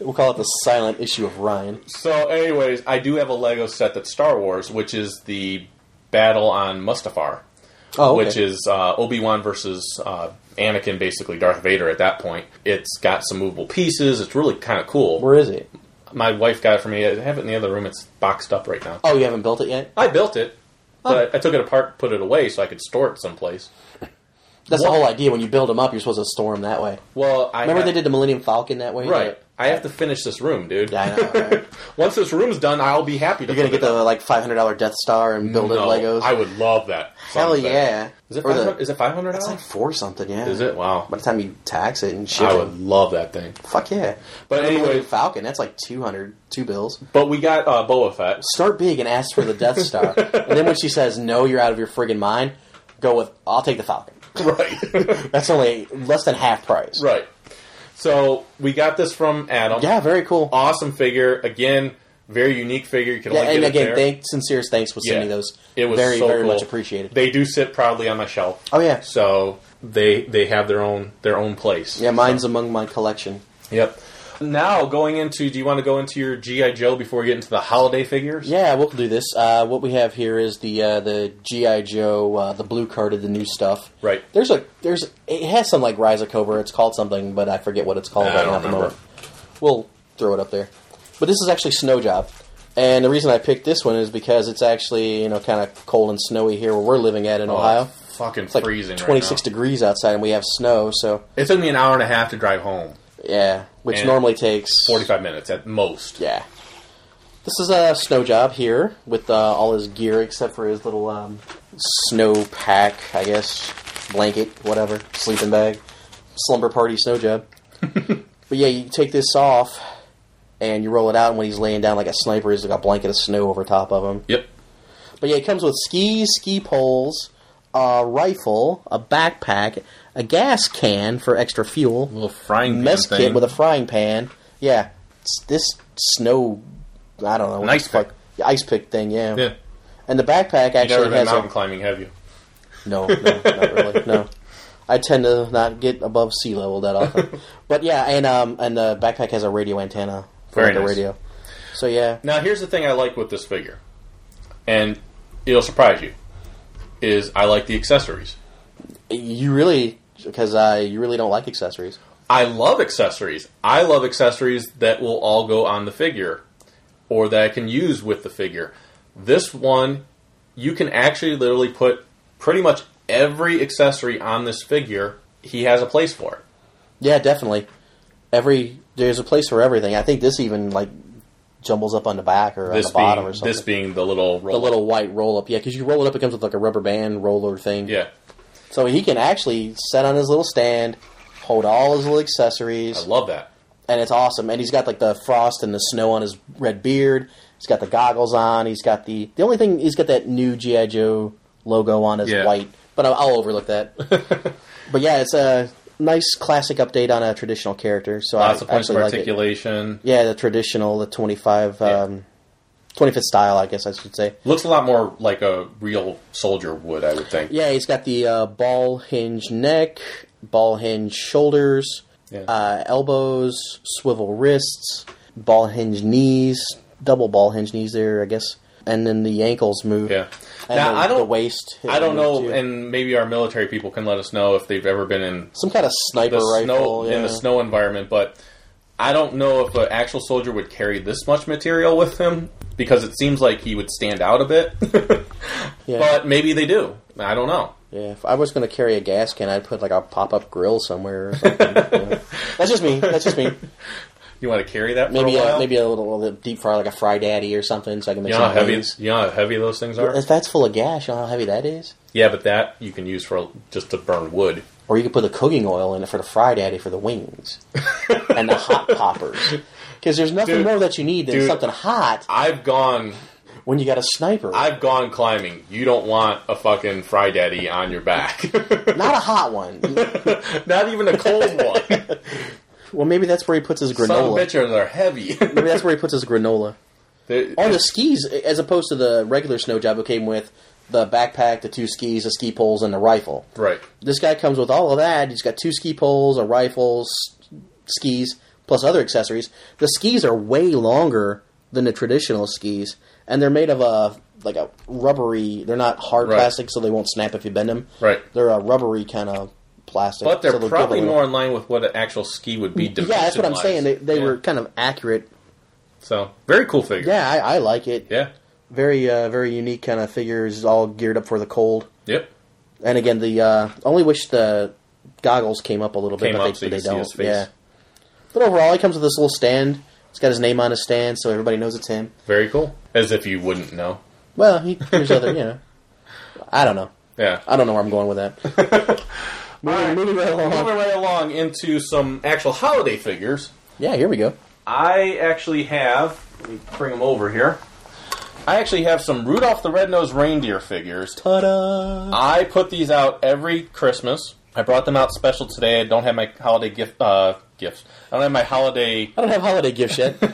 S3: We'll call it the silent issue of Ryan.
S2: So, anyways, I do have a Lego set that's Star Wars, which is the battle on Mustafar.
S3: Oh, okay.
S2: which is uh, Obi Wan versus uh, Anakin, basically Darth Vader. At that point, it's got some movable pieces. It's really kind of cool.
S3: where is it?
S2: My wife got it for me. I have it in the other room. It's boxed up right now.
S3: Oh, you haven't built it yet.
S2: I built it,
S3: Oh.
S2: but I took it apart, put it away, so I could store it someplace.
S3: That's
S2: What?
S3: the whole idea. When you build them up, you're supposed to store them that way.
S2: Well, I
S3: Remember
S2: have-
S3: they did the Millennium Falcon that way?
S2: right. I have to finish this room, dude.
S3: Yeah, I know. right?
S2: Once this room's done, I'll be happy to.
S3: You're gonna
S2: put
S3: get
S2: it
S3: the like five hundred dollar Death Star and build it
S2: No,
S3: Legos.
S2: I would love that.
S3: Hell
S2: Something.
S3: yeah!
S2: Is it
S3: Or the-
S2: 500 is it five hundred
S3: it's like
S2: dollars?
S3: four something? Yeah.
S2: Is it? Wow.
S3: By the time you tax it and shit,
S2: I would love that thing.
S3: fuck yeah.
S2: But
S3: The Millennium
S2: anyway,
S3: Falcon that's like 200, two bills.
S2: but we got uh, Boba Fett.
S3: Start big and ask for the Death Star, and then when she says no, you're out of your friggin' mind. Go with I'll take the Falcon.
S2: Right.
S3: That's only less than half price.
S2: Right. So we got this from Adam.
S3: Yeah, very cool.
S2: Awesome figure. Again, very unique figure. You can
S3: Yeah,
S2: only
S3: and
S2: get it
S3: again,
S2: there.
S3: thank sincerest thanks for
S2: Yeah.
S3: sending those.
S2: It was
S3: very
S2: so
S3: very
S2: cool.
S3: much appreciated.
S2: They do sit proudly on my shelf.
S3: Oh yeah,
S2: So they they have their own their own place.
S3: yeah. Mine's among my collection.
S2: Yep. Now going into, do you want to go into your GI Joe before we get into the holiday figures?
S3: Yeah, we'll do this. Uh, what we have here is the uh, the GI Joe, uh, the blue carded, the new stuff.
S2: Right.
S3: There's a there's it has some like Rise of Cobra. It's called something, but I forget what it's called
S2: I
S3: right
S2: don't
S3: now at the
S2: remember.
S3: moment. We'll throw it up there. But this is actually Snow Job, and the reason I picked this one is because it's actually you know kind of cold and snowy here where we're living at in
S2: Oh,
S3: Ohio.
S2: it's fucking
S3: It's like
S2: freezing.
S3: 26
S2: Right now.
S3: degrees outside, and we have snow. So
S2: It took me an hour and a half to drive home.
S3: yeah, which
S2: And
S3: normally takes
S2: Forty five minutes at most.
S3: Yeah. This is a snow job here with uh, all his gear except for his little um, snow pack, I guess, blanket, whatever, sleeping bag, slumber party snow job. but yeah, you take this off, and you roll it out, and when he's laying down like a sniper, he's got a blanket of snow over top of him.
S2: Yep.
S3: But yeah, it comes with skis, ski poles, a rifle, a backpack, a gas can for extra fuel,
S5: little frying pan
S3: mess
S5: thing.
S3: kit with a frying pan. Yeah, it's this snow, I don't know, what
S5: ice
S3: the fuck-
S5: pick.
S3: the ice pick thing. Yeah,
S5: yeah.
S3: and the backpack
S2: You've never
S3: actually
S2: been
S3: has
S2: mountain
S3: a,
S2: climbing, have you?
S3: no, no, not really, no. I tend to not get above sea level that often, but yeah, and um, and the backpack has a radio antenna for
S5: Very
S3: like, a
S5: nice.
S3: radio. So yeah,
S2: Now, here's the thing I like with this figure, and it'll surprise you, is I like the accessories.
S3: you really because I you really don't like accessories.
S2: I love accessories. I love accessories that will all go on the figure or that I can use with the figure. This one, you can actually literally put pretty much every accessory on this figure. He has a place for it.
S3: Yeah, definitely. Every there's a place for everything. I think this even like jumbles up on the back or on
S2: This
S3: the bottom
S2: being
S3: or something.
S2: this being the little roll.
S3: the little white roll up, yeah, because you roll it up, it comes with like a rubber band roller thing.
S2: yeah.
S3: So he can actually sit on his little stand, hold all his little accessories,
S2: I love that.
S3: and it's awesome. And he's got like the frost and the snow on his red beard. He's got the goggles on. He's got the the only thing he's got that new GI Joe logo on is
S2: Yeah.
S3: white, but I'll, I'll overlook that. but yeah, it's a nice classic update on a traditional character. So
S2: Lots
S3: I
S2: of points of
S3: actually like it.
S2: articulation.
S3: Yeah, the traditional, the 25, um, 25th style, I guess I should say.
S2: Looks a lot more like a real soldier would, I would think.
S3: Yeah, he's got the uh, ball hinge neck, ball hinge shoulders,
S2: Yeah.
S3: uh, elbows, swivel wrists, ball hinge knees, double ball hinge knees there, I guess. And then the ankles move.
S2: Yeah.
S3: And
S2: now
S3: the,
S2: I don't
S3: the waist.
S2: I don't
S3: moves,
S2: know,
S3: too.
S2: and maybe our military people can let us know if they've ever been in
S3: Some kind of sniper
S2: the
S3: rifle.
S2: snow
S3: yeah.
S2: in the snow environment, but I don't know if an actual soldier would carry this much material with him because it seems like he would stand out a bit.
S3: Yeah.
S2: But maybe they do. I don't know.
S3: Yeah, if I was going to carry a gas can, I'd put like a pop up grill somewhere or something. you know. That's just me. That's just me.
S2: You want to carry that
S3: Maybe
S2: for a
S3: a,
S2: while?
S3: maybe a little, little deep fry, like a fry daddy or something, so I can make
S2: you know how
S3: some
S2: heavy
S3: wings.
S2: you know how heavy those things are.
S3: If that's full of gas, you know how heavy that is.
S2: Yeah, but that you can use for just to burn wood.
S3: Or you could put the cooking oil in it for the fry daddy for the wings and the hot poppers. Because there's nothing
S2: Dude.
S3: more that you need than
S2: Dude.
S3: something hot
S2: I've gone
S3: when you got a sniper.
S2: I've gone climbing. You don't want a fucking fry daddy on your back.
S3: Not a hot one.
S2: Not even a cold one.
S3: well, maybe that's where he puts his
S2: Some
S3: granola.
S2: bitches are heavy.
S3: Maybe that's where he puts his granola.
S2: They-
S3: Or the skis, as opposed to the regular snow job, it came with the backpack, the two skis, the ski poles, and the rifle.
S2: right.
S3: this guy comes with all of that. He's got two ski poles, a rifle, s- skis, plus other accessories. The skis are way longer than the traditional skis, and they're made of a like a rubbery. They're not hard
S2: Right.
S3: plastic, so they won't snap if you bend them.
S2: Right.
S3: They're a rubbery kind of plastic,
S2: But
S3: so
S2: they're
S3: they'll give a
S2: probably
S3: little-
S2: more in line with what an actual ski would be.
S3: Yeah, that's what I'm
S2: dimension-wise.
S3: saying. They, they
S2: Yeah.
S3: were kind of accurate.
S2: so very cool figure.
S3: Yeah, I, I like it.
S2: yeah,
S3: Very, uh, very unique kind of figures, all geared up for the cold.
S2: yep.
S3: And again, the uh, only wish the goggles came up a little bit,
S2: Came
S3: but,
S2: up
S3: they,
S2: so you could
S3: but they
S2: see
S3: don't.
S2: his face.
S3: Yeah. But overall, he comes with this little stand. He's got his name on his stand, so everybody knows it's him.
S2: Very cool. As if you wouldn't know.
S3: Well, he, there's other, you know. I don't know.
S2: Yeah.
S3: I don't know where I'm going with that. moving, moving right along.
S2: Moving right along into some actual holiday figures.
S3: Yeah, here we go.
S2: I actually have. Let me bring them over here. I actually have some Rudolph the Red-Nosed Reindeer figures.
S3: Ta-da!
S2: I put these out every Christmas. I brought them out special today. I don't have my holiday gift uh, gifts. I don't have my holiday.
S3: I don't have holiday gifts yet. you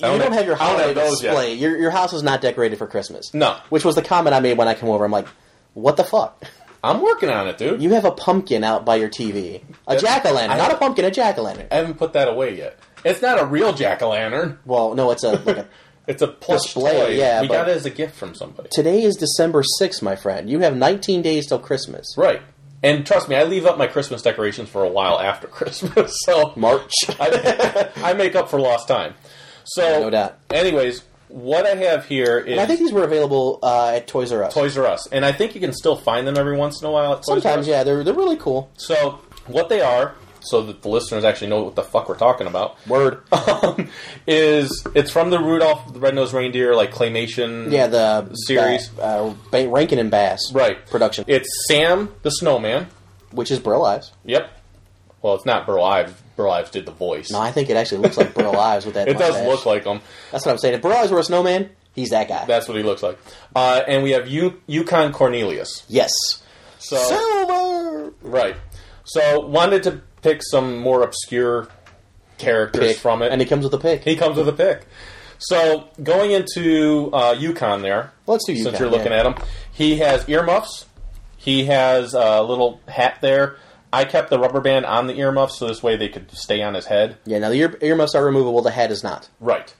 S2: don't
S3: don't
S2: have-
S3: have your
S2: I don't
S3: holiday
S2: have those yet.
S3: display. Your, your house is not decorated for Christmas.
S2: No.
S3: Which was the comment I made when I came over. I'm like, what the fuck?
S2: I'm working on it, dude.
S3: You have a pumpkin out by your TV. A jack-o'-lantern. Not a pumpkin, a jack-o'-lantern.
S2: I haven't put that away yet. It's not a real jack o' lantern.
S3: Well, no, it's a. Like a
S2: It's a plush
S3: Display,
S2: toy.
S3: yeah,
S2: we
S3: but-
S2: got it as a gift from somebody.
S3: today is December 6th, my friend. You have 19 days till Christmas.
S2: right. And trust me, I leave up my Christmas decorations for a while after Christmas, so
S3: March.
S2: I, I make up for lost time. So
S3: No doubt.
S2: Anyways, what I have here is
S3: And I think these were available uh, at Toys R Us.
S2: Toys R Us, and I think you can still find them every once in a while. At Toys R Us.
S3: Sometimes, yeah, they're, they're really cool.
S2: So what they are, so that the listeners actually know what the fuck we're talking about,
S3: Word.
S2: um, is it's from the Rudolph the Red-Nosed Reindeer like claymation.
S3: Yeah, the
S2: Series.
S3: Ba- uh, ba- Rankin and Bass
S2: Right.
S3: production,
S2: It's Sam the Snowman.
S3: which is Brill Eyes.
S2: Yep. Well, it's not Burl Ives. Burl Ives did the voice.
S3: No, I think it actually looks like Burl Ives with that.
S2: it does
S3: mustache.
S2: look like him.
S3: That's what I'm saying. If Burl Ives were a snowman, he's that guy.
S2: That's what he looks like. Uh, and we have U- Yukon Cornelius.
S3: yes.
S2: So
S3: Silver.
S2: right. So wanted to pick some more obscure characters
S3: Pick.
S2: from it,
S3: and he comes with a pick.
S2: he comes with a pick. So going into uh, UConn there,
S3: Let's do
S2: since
S3: UConn,
S2: you're looking
S3: yeah.
S2: at him, he has earmuffs. He has a little hat there. I kept the rubber band on the earmuffs so this way they could stay on his head.
S3: Yeah. Now the ear, earmuffs are removable. The hat is not.
S2: Right.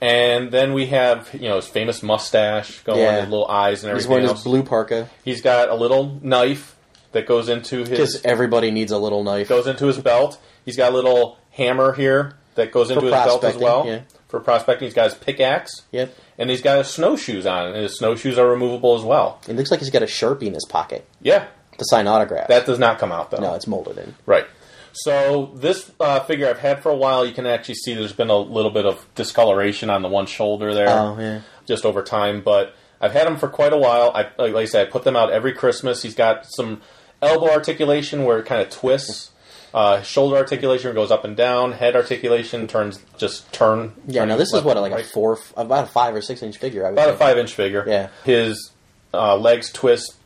S2: And then we have you know his famous mustache going,
S3: Yeah.
S2: his little eyes and
S3: He's
S2: everything
S3: wearing
S2: else.
S3: his blue parka
S2: He's got a little knife that goes into
S3: because
S2: his
S3: everybody needs a little knife.
S2: goes into his belt. He's got a little hammer here that goes into his belt as
S3: prospecting,
S2: well
S3: yeah.
S2: for prospecting. He's got his pickaxe.
S3: Yep.
S2: and he's got his snowshoes on, and his snowshoes are removable as well.
S3: It looks like he's got a sharpie in his pocket
S2: Yeah,
S3: to sign autographs.
S2: that does not come out though.
S3: no, it's molded in.
S2: right. So this uh, figure I've had for a while, you can actually see there's been a little bit of discoloration on the one shoulder there,
S3: Oh yeah.
S2: just over time. But I've had him for quite a while. I like I said, I put them out every Christmas. He's got some elbow articulation where it kind of twists. Uh, shoulder articulation goes up and down. Head articulation turns just turn.
S3: Yeah. Now this is
S2: left
S3: what
S2: and
S3: like a
S2: right.
S3: four, about a five or six inch figure. I would
S2: about a
S3: think.
S2: five inch figure.
S3: Yeah.
S2: His uh, legs twist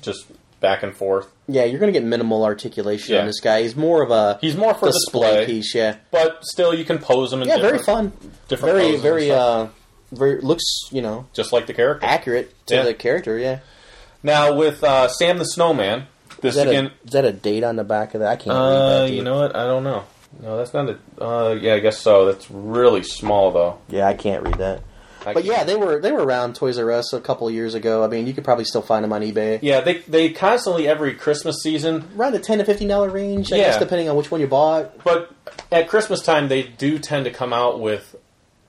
S2: just back and forth.
S3: Yeah, you're gonna get minimal articulation
S2: Yeah.
S3: on this guy. He's more of a
S2: He's more for display,
S3: display, piece. Yeah.
S2: but still you can pose him in
S3: Yeah. Very
S2: different,
S3: fun.
S2: different
S3: Very
S2: poses and
S3: very
S2: stuff,
S3: uh very looks you know
S2: just like the character.
S3: accurate to
S2: Yeah.
S3: the character. Yeah.
S2: Now with uh, Sam the Snowman, this
S3: Is that,
S2: again.
S3: a, Oh, is that a date on the back of that? I can't read
S2: uh,
S3: that. dude.
S2: you know what? I don't know. No, that's not a. Uh, yeah, I guess so. That's really small though.
S3: Yeah, I can't read that.
S2: I
S3: But
S2: can't-
S3: yeah, they were they were around Toys R Us a couple of years ago. I mean, you could probably still find them on eBay.
S2: yeah. They they constantly every Christmas season
S3: Around the ten to fifteen dollar range, I guess,
S2: Yeah.
S3: depending on which one you bought.
S2: But at Christmas time, they do tend to come out with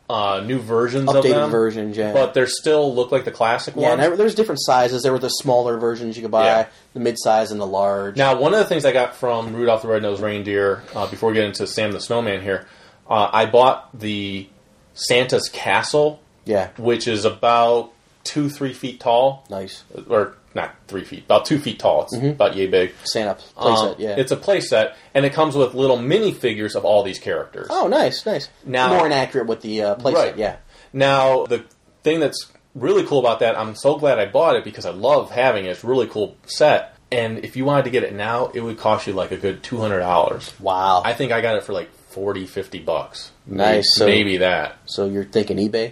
S2: uh, new versions of
S3: Updated
S2: them.
S3: versions, yeah.
S2: But they still look like the classic
S3: Yeah,
S2: one.
S3: and there- there's different sizes. There were the smaller versions you could buy,
S2: Yeah.
S3: the mid size and the large.
S2: now, one of the things I got from Rudolph the Red-Nosed Reindeer, uh, before we get into Sam the Snowman here, uh, I bought the Santa's Castle,
S3: yeah,
S2: which is about two, three feet tall.
S3: nice
S2: Or not three feet, about two feet tall. It's about yay big.
S3: Santa
S2: Um,
S3: Mm-hmm. playset. yeah,
S2: It's a playset, and it comes with little minifigures of all these characters.
S3: oh, nice, nice.
S2: Now-
S3: more inaccurate with the uh, playset.
S2: Right.
S3: Yeah,
S2: Now, the thing that's really cool about that, I'm so glad I bought it because I love having it. It's a really cool set. And if you wanted to get it now, it would cost you like a good two hundred dollars.
S3: wow.
S2: I think I got it for like 40, 50 bucks. Maybe-
S3: Nice, so-
S2: maybe that.
S3: so you're thinking eBay?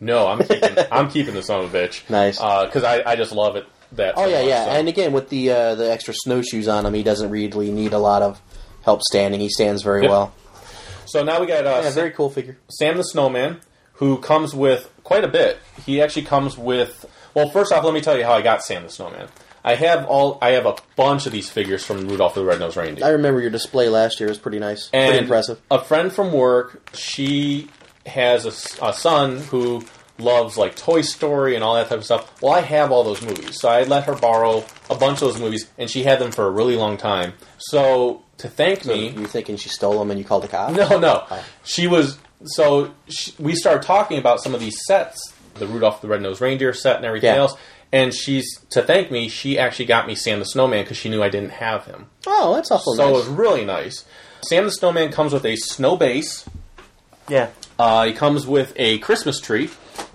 S2: No, I'm keeping, I'm keeping the son of a bitch.
S3: Nice.
S2: because I, I just love it. That.
S3: Oh
S2: so
S3: yeah,
S2: much,
S3: yeah.
S2: so.
S3: And again, with the uh, the extra snowshoes on him, he doesn't really need a lot of help standing. He stands very
S2: Yep.
S3: well.
S2: so now we got uh,
S3: Yeah, very cool figure.
S2: Sam the Snowman, who comes with quite a bit. He actually comes with. Well, first off, let me tell you how I got Sam the Snowman. I have all. I have a bunch of these figures from Rudolph the Red-Nosed Reindeer.
S3: I remember your display last year was pretty nice,
S2: and
S3: pretty impressive.
S2: A friend from work, she has a s- a, son who loves like Toy Story and all that type of stuff. Well, I have all those movies, so I let her borrow a bunch of those movies, and she had them for a really long time. So to thank me,
S3: You thinking she stole him and you called the cops?
S2: no, no.
S3: Oh.
S2: She was so she, we started talking about some of these sets, the Rudolph the Red-Nosed Reindeer set and everything
S3: Yeah.
S2: else. And she's to thank me, she actually got me Sam the Snowman because she knew I didn't have him.
S3: Oh, that's also
S2: So it
S3: nice.
S2: was really nice. Sam the Snowman comes with a snow base.
S3: yeah.
S2: Uh, he comes with a Christmas tree.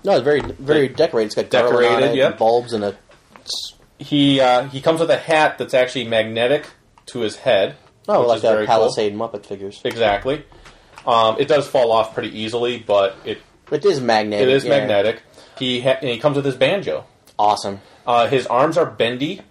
S3: No, it's very very decorated. It's got garland on
S2: Decorated,
S3: it,
S2: yep.
S3: and bulbs and a.
S2: He uh, he comes with a hat that's actually magnetic to his head.
S3: Oh,
S2: which
S3: like
S2: is
S3: the
S2: very cool.
S3: Palisade Muppet figures.
S2: Exactly. Um, it does fall off pretty easily, but it
S3: It is magnetic.
S2: it is
S3: yeah.
S2: magnetic. He ha- and he comes with his banjo.
S3: Awesome.
S2: Uh, his arms are bendy,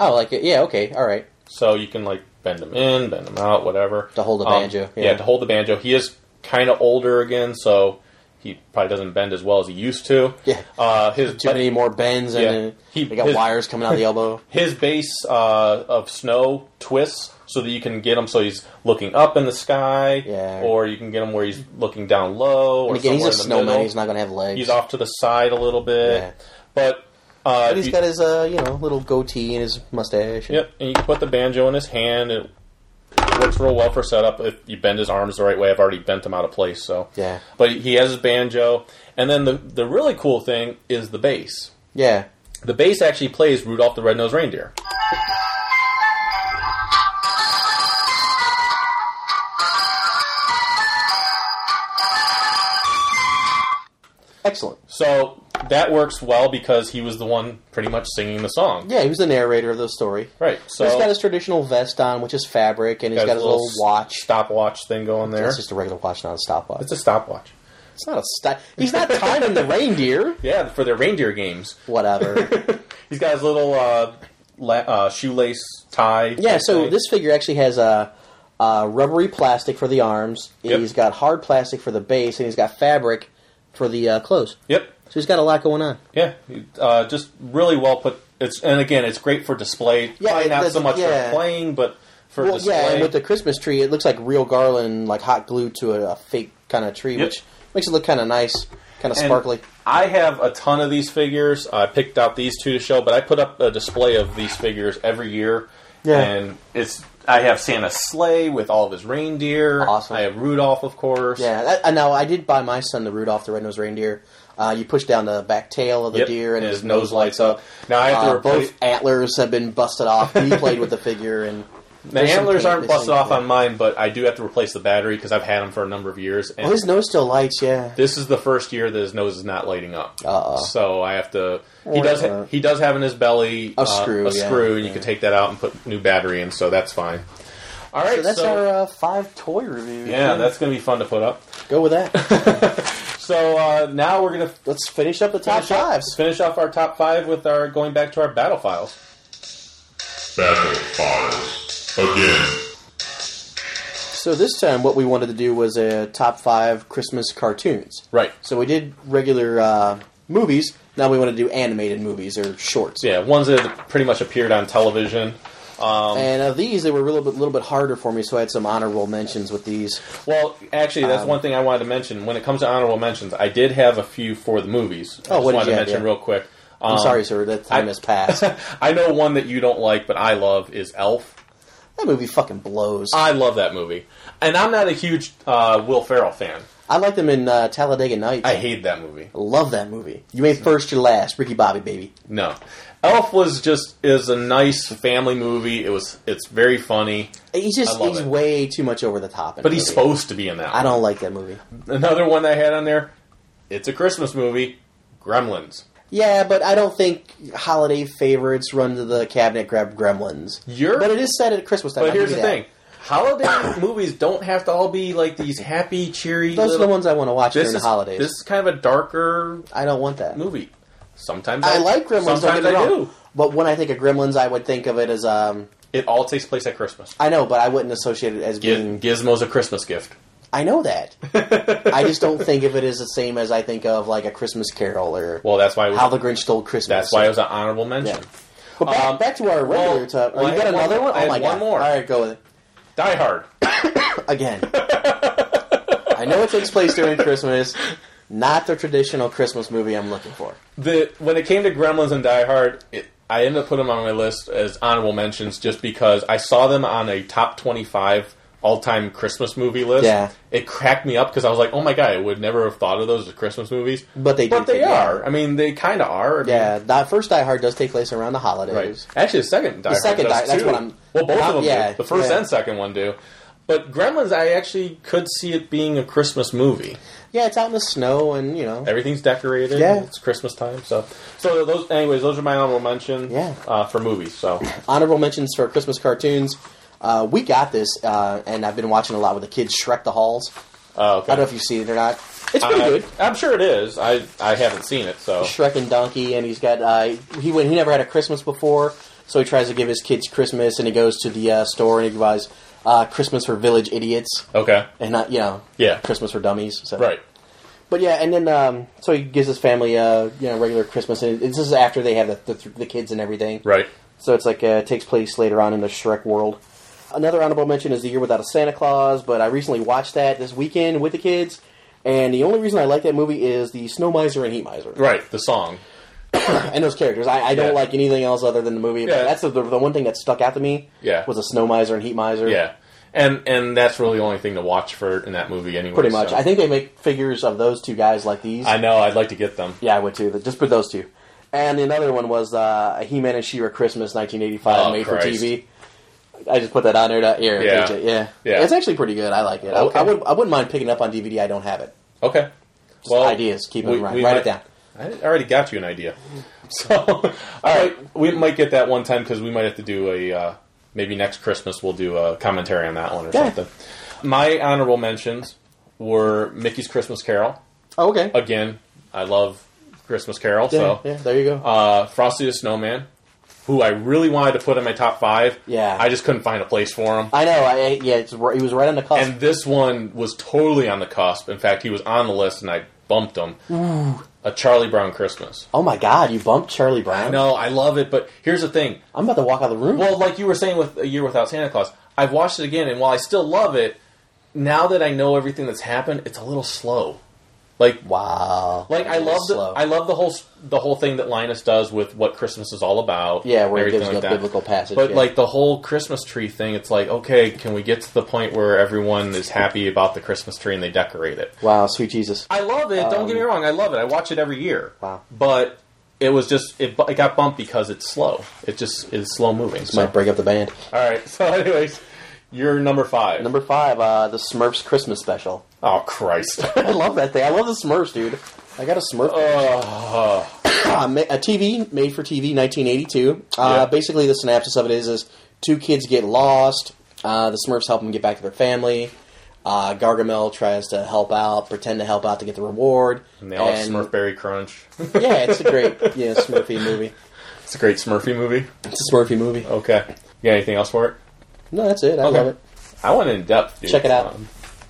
S3: Oh, like it. Yeah. Okay. All right.
S2: so you can like bend them in, bend them out, whatever.
S3: To hold the
S2: Um,
S3: banjo,
S2: yeah.
S3: yeah.
S2: to hold the banjo. He is kind of older again, so he probably doesn't bend as well as he used to.
S3: Yeah.
S2: Uh, his
S3: Too many more bends and
S2: Yeah.
S3: then
S2: He-
S3: they got
S2: his-
S3: wires coming out of the elbow.
S2: his base uh, of snow twists so that you can get him so he's looking up in the sky,
S3: Yeah.
S2: or you can get him where he's looking down low, or
S3: And again, he's
S2: somewhere
S3: a
S2: in the
S3: snowman.
S2: middle.
S3: He's not going to have legs.
S2: He's off to the side a little bit,
S3: Yeah.
S2: but, uh,
S3: But he's
S2: you-
S3: got his uh, you know little goatee and his mustache. and-
S2: yep. And you can put the banjo in his hand. It works real well for setup if you bend his arms the right way. I've already bent him out of place, so
S3: Yeah.
S2: But he has his banjo, and then the the really cool thing is the bass.
S3: Yeah.
S2: The bass actually plays Rudolph the Red-Nosed Reindeer.
S3: Excellent.
S2: So that works well because he was the one pretty much singing the song.
S3: Yeah, he was the narrator of the story.
S2: Right. So
S3: he's got his traditional vest on, which is fabric, and he's got his little watch.
S2: stopwatch thing going there.
S3: It's just a regular watch, not a stopwatch.
S2: It's a stopwatch.
S3: It's not a stop. He's not timing the reindeer.
S2: Yeah, for their reindeer games.
S3: Whatever.
S2: He's got his little uh, la- uh, shoelace tie.
S3: Yeah. So
S2: thing.
S3: this figure actually has a, a rubbery plastic for the arms.
S2: Yep.
S3: He's got hard plastic for the base, and he's got fabric for the uh, clothes.
S2: Yep.
S3: So he's got a lot going on.
S2: Yeah. Uh, just really well put. It's and again, it's great for display.
S3: Yeah,
S2: Probably
S3: it
S2: not so
S3: doesn't-
S2: much
S3: yeah.
S2: for playing, but for
S3: Well,
S2: display.
S3: yeah, and with the Christmas tree, it looks like real garland, like hot glue to a, a fake kind of tree,
S2: Yep.
S3: which makes it look kind of nice, kind of
S2: And
S3: sparkly.
S2: I have a ton of these figures. I picked out these two to show, but I put up a display of these figures every year.
S3: Yeah.
S2: And it's I have Santa's sleigh with all of his reindeer.
S3: Awesome.
S2: I have Rudolph, of course.
S3: Yeah, that, I know. I did buy my son the Rudolph the Red-Nosed Reindeer. Uh, you push down the back tail of the
S2: Yep.
S3: deer, and, his, nose lights up.
S2: Now I have to
S3: Uh,
S2: replace
S3: both antlers have been busted off. He played with the figure, and
S2: the
S3: there's some
S2: antlers
S3: paint
S2: aren't busted
S3: missing.
S2: off on mine, but I do have to replace the battery because I've had them for a number of years. And
S3: Well, his nose still lights. Yeah,
S2: this is the first year that his nose is not lighting up.
S3: Uh-oh.
S2: So I have to. He does. Ha- he does have in his belly
S3: A
S2: uh,
S3: screw,
S2: A
S3: yeah,
S2: screw, and you
S3: yeah.
S2: can take that out and put new battery in. So that's fine. All right.
S3: so that's our uh, five toy review.
S2: Yeah, that's going to be fun to put up.
S3: go with that.
S2: So uh, now we're going to
S3: Let's finish up the top
S2: finish, up-
S3: fives.
S2: finish off our top five with our going back to our battle files.
S4: Battle files. Again.
S3: So this time, what we wanted to do was a top five Christmas cartoons.
S2: Right.
S3: So we did regular uh, movies. Now we want to do animated movies or shorts.
S2: Yeah, ones that have pretty much appeared on television. Um,
S3: And of these, they were a little bit, little bit harder for me, so I had some honorable mentions with these.
S2: well, actually, that's
S3: Um,
S2: one thing I wanted to mention. When it comes to honorable mentions, I did have a few for the movies. I
S3: Oh,
S2: just
S3: what did
S2: wanted
S3: you
S2: to
S3: have?
S2: mention
S3: Yeah.
S2: real quick.
S3: I'm
S2: Um,
S3: sorry, sir, that time
S2: I-
S3: has passed. that
S2: I know one that you don't like, but I love is Elf.
S3: movie fucking blows. I,
S2: I love that movie, and I'm not a huge uh, Will Ferrell fan.
S3: liked them in uh, Talladega Nights.
S2: I hate that movie.
S3: love that movie. You made first your last, Ricky Bobby, baby.
S2: No. Elf was just is a nice family movie. It was it's very funny,
S3: He's just
S2: I love
S3: he's
S2: it.
S3: way too much over the top. in
S2: but
S3: the
S2: he's
S3: movie.
S2: supposed to be in that.
S3: I
S2: One.
S3: don't like that movie.
S2: Another one that I had on there. It's a Christmas movie, Gremlins.
S3: Yeah, but I don't think holiday favorites run to the cabinet grab Gremlins.
S2: You're
S3: But it is set at Christmas time.
S2: but
S3: I'll give
S2: here's
S3: you
S2: the
S3: that.
S2: thing. Holiday movies don't have to all be like these happy, cheery.
S3: Those are the
S2: little-
S3: ones I want to watch
S2: This
S3: during the
S2: is-
S3: holidays.
S2: This is kind of a darker
S3: I don't want that.
S2: movie. Sometimes
S3: I like Gremlins. Don't get
S2: Sometimes
S3: me
S2: I
S3: wrong.
S2: do.
S3: But when I think of Gremlins, I would think of it as um.
S2: It all takes place at Christmas.
S3: I know, but I wouldn't associate it as being.
S2: Giz- Gizmo's a Christmas gift.
S3: I know that. I just don't think of it as the same as I think of like a Christmas Carol or
S2: Well, that's why it was,
S3: How the Grinch Stole Christmas.
S2: that's why it was an honorable mention.
S3: Yeah. But back,
S2: um,
S3: back to our regular
S2: well,
S3: top.
S2: well,
S3: Oh,
S2: I
S3: you got
S2: had one-
S3: another one?
S2: I
S3: Oh
S2: had
S3: my
S2: one
S3: god!
S2: more.
S3: All right, go with it
S2: Die Hard.
S3: again. I know it takes place during Christmas. Not the traditional Christmas movie I'm looking for.
S2: the when it came to Gremlins and Die Hard, it, I ended up putting them on my list as honorable mentions just because I saw them on a top twenty-five all-time Christmas movie list.
S3: Yeah.
S2: it cracked me up because I was like, "Oh my god, I would never have thought of those as Christmas movies."
S3: But they
S2: but
S3: do,
S2: they
S3: yeah.
S2: are. I mean, they kind of are. I mean,
S3: Yeah, the first Die Hard does take place around the
S2: right.
S3: holidays.
S2: Actually, the second Die Hard
S3: second
S2: does
S3: Die- that's
S2: too.
S3: what I'm-
S2: Well, both of them.
S3: Yeah,
S2: do. the first
S3: yeah.
S2: and second one do. But Gremlins, I actually could see it being a Christmas movie.
S3: Yeah, it's out in the snow, and you know,
S2: Everything's decorated.
S3: Yeah.
S2: it's Christmas time. So, so those. Anyways, those are my honorable mentions.
S3: Yeah.
S2: uh, for movies. So,
S3: honorable mentions for Christmas cartoons. Uh, we got this, uh, and I've been watching a lot with the kids. Shrek the Halls.
S2: uh, okay.
S3: I don't know if you've seen it or not. It's pretty good.
S2: I, am sure it is. I I haven't seen it. So,
S3: Shrek and Donkey, and he's got uh, he went he never had a Christmas before, so he tries to give his kids Christmas, and he goes to the uh, store and he buys uh, Christmas for village idiots,
S2: okay,
S3: and not you know
S2: Yeah.
S3: Christmas for dummies. So.
S2: right.
S3: But yeah, and then um, so he gives his family uh, you know regular Christmas, and this is after they have the the, the kids and everything.
S2: Right.
S3: So it's like uh, it takes place later on in the Shrek world. Another honorable mention is The Year Without a Santa Claus, but I recently watched that this weekend with the kids, and the only reason I like that movie is the Snow Miser and Heat Miser
S2: Right. The song.
S3: and those characters. I, I don't
S2: Yeah.
S3: like anything else other than the movie. But
S2: Yeah.
S3: that's the, the one thing that stuck out to me.
S2: Yeah.
S3: was a snow miser and heat miser.
S2: Yeah. And and that's really the only thing to watch for in that movie anyway.
S3: pretty much.
S2: so.
S3: I think they make figures of those two guys like these.
S2: I know. I'd like to get them.
S3: yeah, I would too. Just put those two. And the another one was uh, He Man and She-Ra Christmas 1985,
S2: Oh,
S3: made
S2: Christ.
S3: for TV. I just put that on there to air.
S2: Yeah.
S3: Yeah. yeah,
S2: Yeah.
S3: It's actually pretty good. I like it. I-
S2: Okay.
S3: I, would. I wouldn't mind picking it up on DVD. I don't have it.
S2: Okay.
S3: Just ideas. Keep it in mind. Write it down.
S2: I already got you an idea. So, all right, we might get that one time because we might have to do a uh, maybe next Christmas we'll do a commentary on that one or
S3: Yeah.
S2: something. My honorable mentions were Mickey's Christmas Carol.
S3: Oh, okay.
S2: Again, I love Christmas Carol.
S3: yeah,
S2: so,
S3: yeah, there you go.
S2: uh, Frosty the Snowman, who I really wanted to put in my top five.
S3: Yeah.
S2: I just couldn't find a place for him.
S3: I know. I, I- yeah, it's, ri- he was right on the cusp.
S2: And this one was totally on the cusp. In fact, he was on the list, and I bumped him. A Charlie Brown Christmas.
S3: oh my God, you bumped Charlie Brown.
S2: No, I love it, but here's the thing.
S3: I'm about to walk out of the room.
S2: Well, like you were saying with A Year Without Santa Claus, I've watched it again, and while I still love it, now that I know everything that's happened, it's a little slow. Like
S3: wow.
S2: like I love the
S3: Slow.
S2: I love the whole the whole thing that Linus does with what Christmas is all about.
S3: Yeah, where it
S2: everything
S3: gives
S2: like
S3: the
S2: that.
S3: biblical passage.
S2: But
S3: yeah.
S2: like the whole Christmas tree thing, it's like okay, can we get to the point where everyone is happy about the Christmas tree and they decorate it?
S3: wow, sweet Jesus.
S2: I love it. don't get me wrong, I love it. I watch it every year.
S3: Um, Wow.
S2: But it was just it, bu- it got bumped because it's slow. It just is slow moving. So.
S3: Might break up the band.
S2: All right. So, anyways, you're number five.
S3: Number five, uh, the Smurfs Christmas special.
S2: oh Christ.
S3: I love that thing. I love the Smurfs, dude. I got a Smurf.
S2: Uh,
S3: Ah, ma- a TV made for TV, 1982. Uh,
S2: Yeah.
S3: Basically, the synopsis of it is: is two kids get lost. Uh, the Smurfs help them get back to their family. Uh, Gargamel tries to help out, pretend to help out to get the reward.
S2: and they all have Smurfberry Crunch.
S3: Yeah, it's a great yeah Smurfy movie.
S2: it's a great Smurfy movie.
S3: It's a Smurfy movie.
S2: Okay. You got anything else for it?
S3: No, that's it. I
S2: Okay.
S3: love it.
S2: I went in depth, dude.
S3: Check it out.
S2: Um,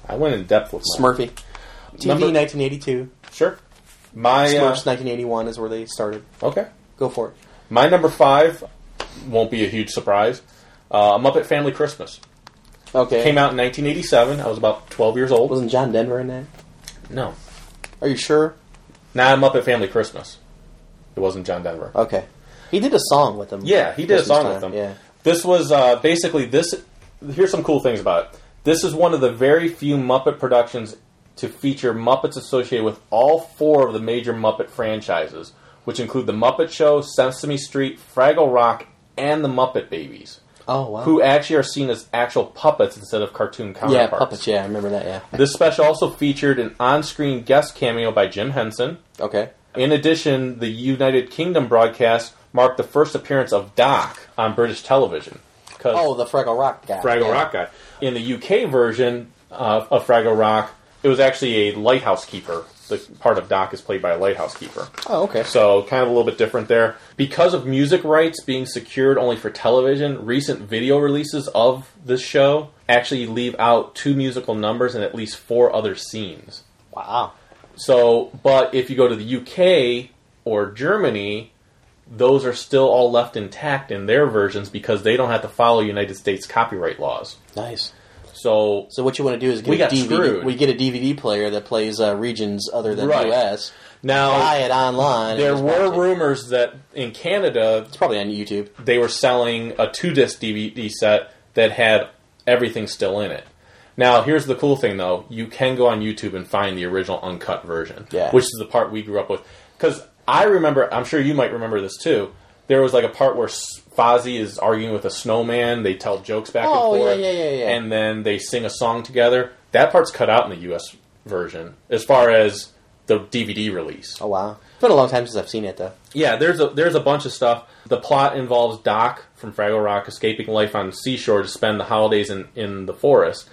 S2: I went in depth with mine.
S3: Smurfy. TV,
S2: Number-
S3: 1982.
S2: Sure. My uh,
S3: Smurfs, 1981 is where they started.
S2: okay.
S3: Go for it.
S2: My number five won't be a huge surprise. Uh, Muppet Family Christmas
S3: Okay.
S2: came out in 1987. I was about 12 years old.
S3: Wasn't John Denver in that?
S2: No,
S3: Are you sure?
S2: not Muppet Family Christmas. It wasn't John Denver.
S3: Okay. He did a song with them.
S2: Yeah, he did a
S3: Christmas
S2: song
S3: time,
S2: with them.
S3: Yeah.
S2: This was uh, basically this. Here's some cool things about it. This is one of the very few Muppet productions to feature Muppets associated with all four of the major Muppet franchises, which include the Muppet Show, Sesame Street, Fraggle Rock, and the Muppet Babies,
S3: Oh wow.
S2: who actually are seen as actual puppets instead of cartoon
S3: yeah,
S2: counterparts.
S3: puppets. Yeah, I remember that. Yeah.
S2: This special also featured an on-screen guest cameo by Jim Henson.
S3: Okay.
S2: In addition, the United Kingdom broadcast marked the first appearance of Doc on British television. 'Cause
S3: Oh, the Fraggle Rock guy.
S2: Fraggle
S3: yeah.
S2: Rock guy. In the UK version uh, of Fraggle Rock, it was actually a lighthouse keeper. The part of Doc is played by a lighthouse keeper.
S3: Oh, okay.
S2: So, kind of a little bit different there. Because of music rights being secured only for television, recent video releases of this show actually leave out two musical numbers and at least four other scenes.
S3: wow.
S2: So, but if you go to the UK or Germany, those are still all left intact in their versions because they don't have to follow United States copyright laws.
S3: Nice.
S2: So,
S3: So what you want to do is get
S2: We
S3: a
S2: got
S3: DVD.
S2: screwed.
S3: We get a DVD player that plays uh, regions other than
S2: Right.
S3: US. Buy
S2: now
S3: it online. and
S2: there
S3: just
S2: were
S3: watch it.
S2: rumors that in Canada
S3: It's probably on YouTube.
S2: they were selling a two disc DVD set that had everything still in it. Now, here's the cool thing though you can go on YouTube and find the original uncut version,
S3: Yeah.
S2: which is the part we grew up with. Because I remember, I'm sure you might remember this too. There was like a part where S- Fozzie is arguing with a snowman, they tell jokes back
S3: Oh,
S2: and
S3: yeah,
S2: forth,
S3: yeah, yeah, yeah.
S2: and then they sing a song together. That part's cut out in the US version as far as the DVD release.
S3: Oh wow. It's been a long time since I've seen it though.
S2: Yeah, there's a there's a bunch of stuff. The plot involves Doc from Fraggle Rock escaping life on seashore to spend the holidays in, in the forest.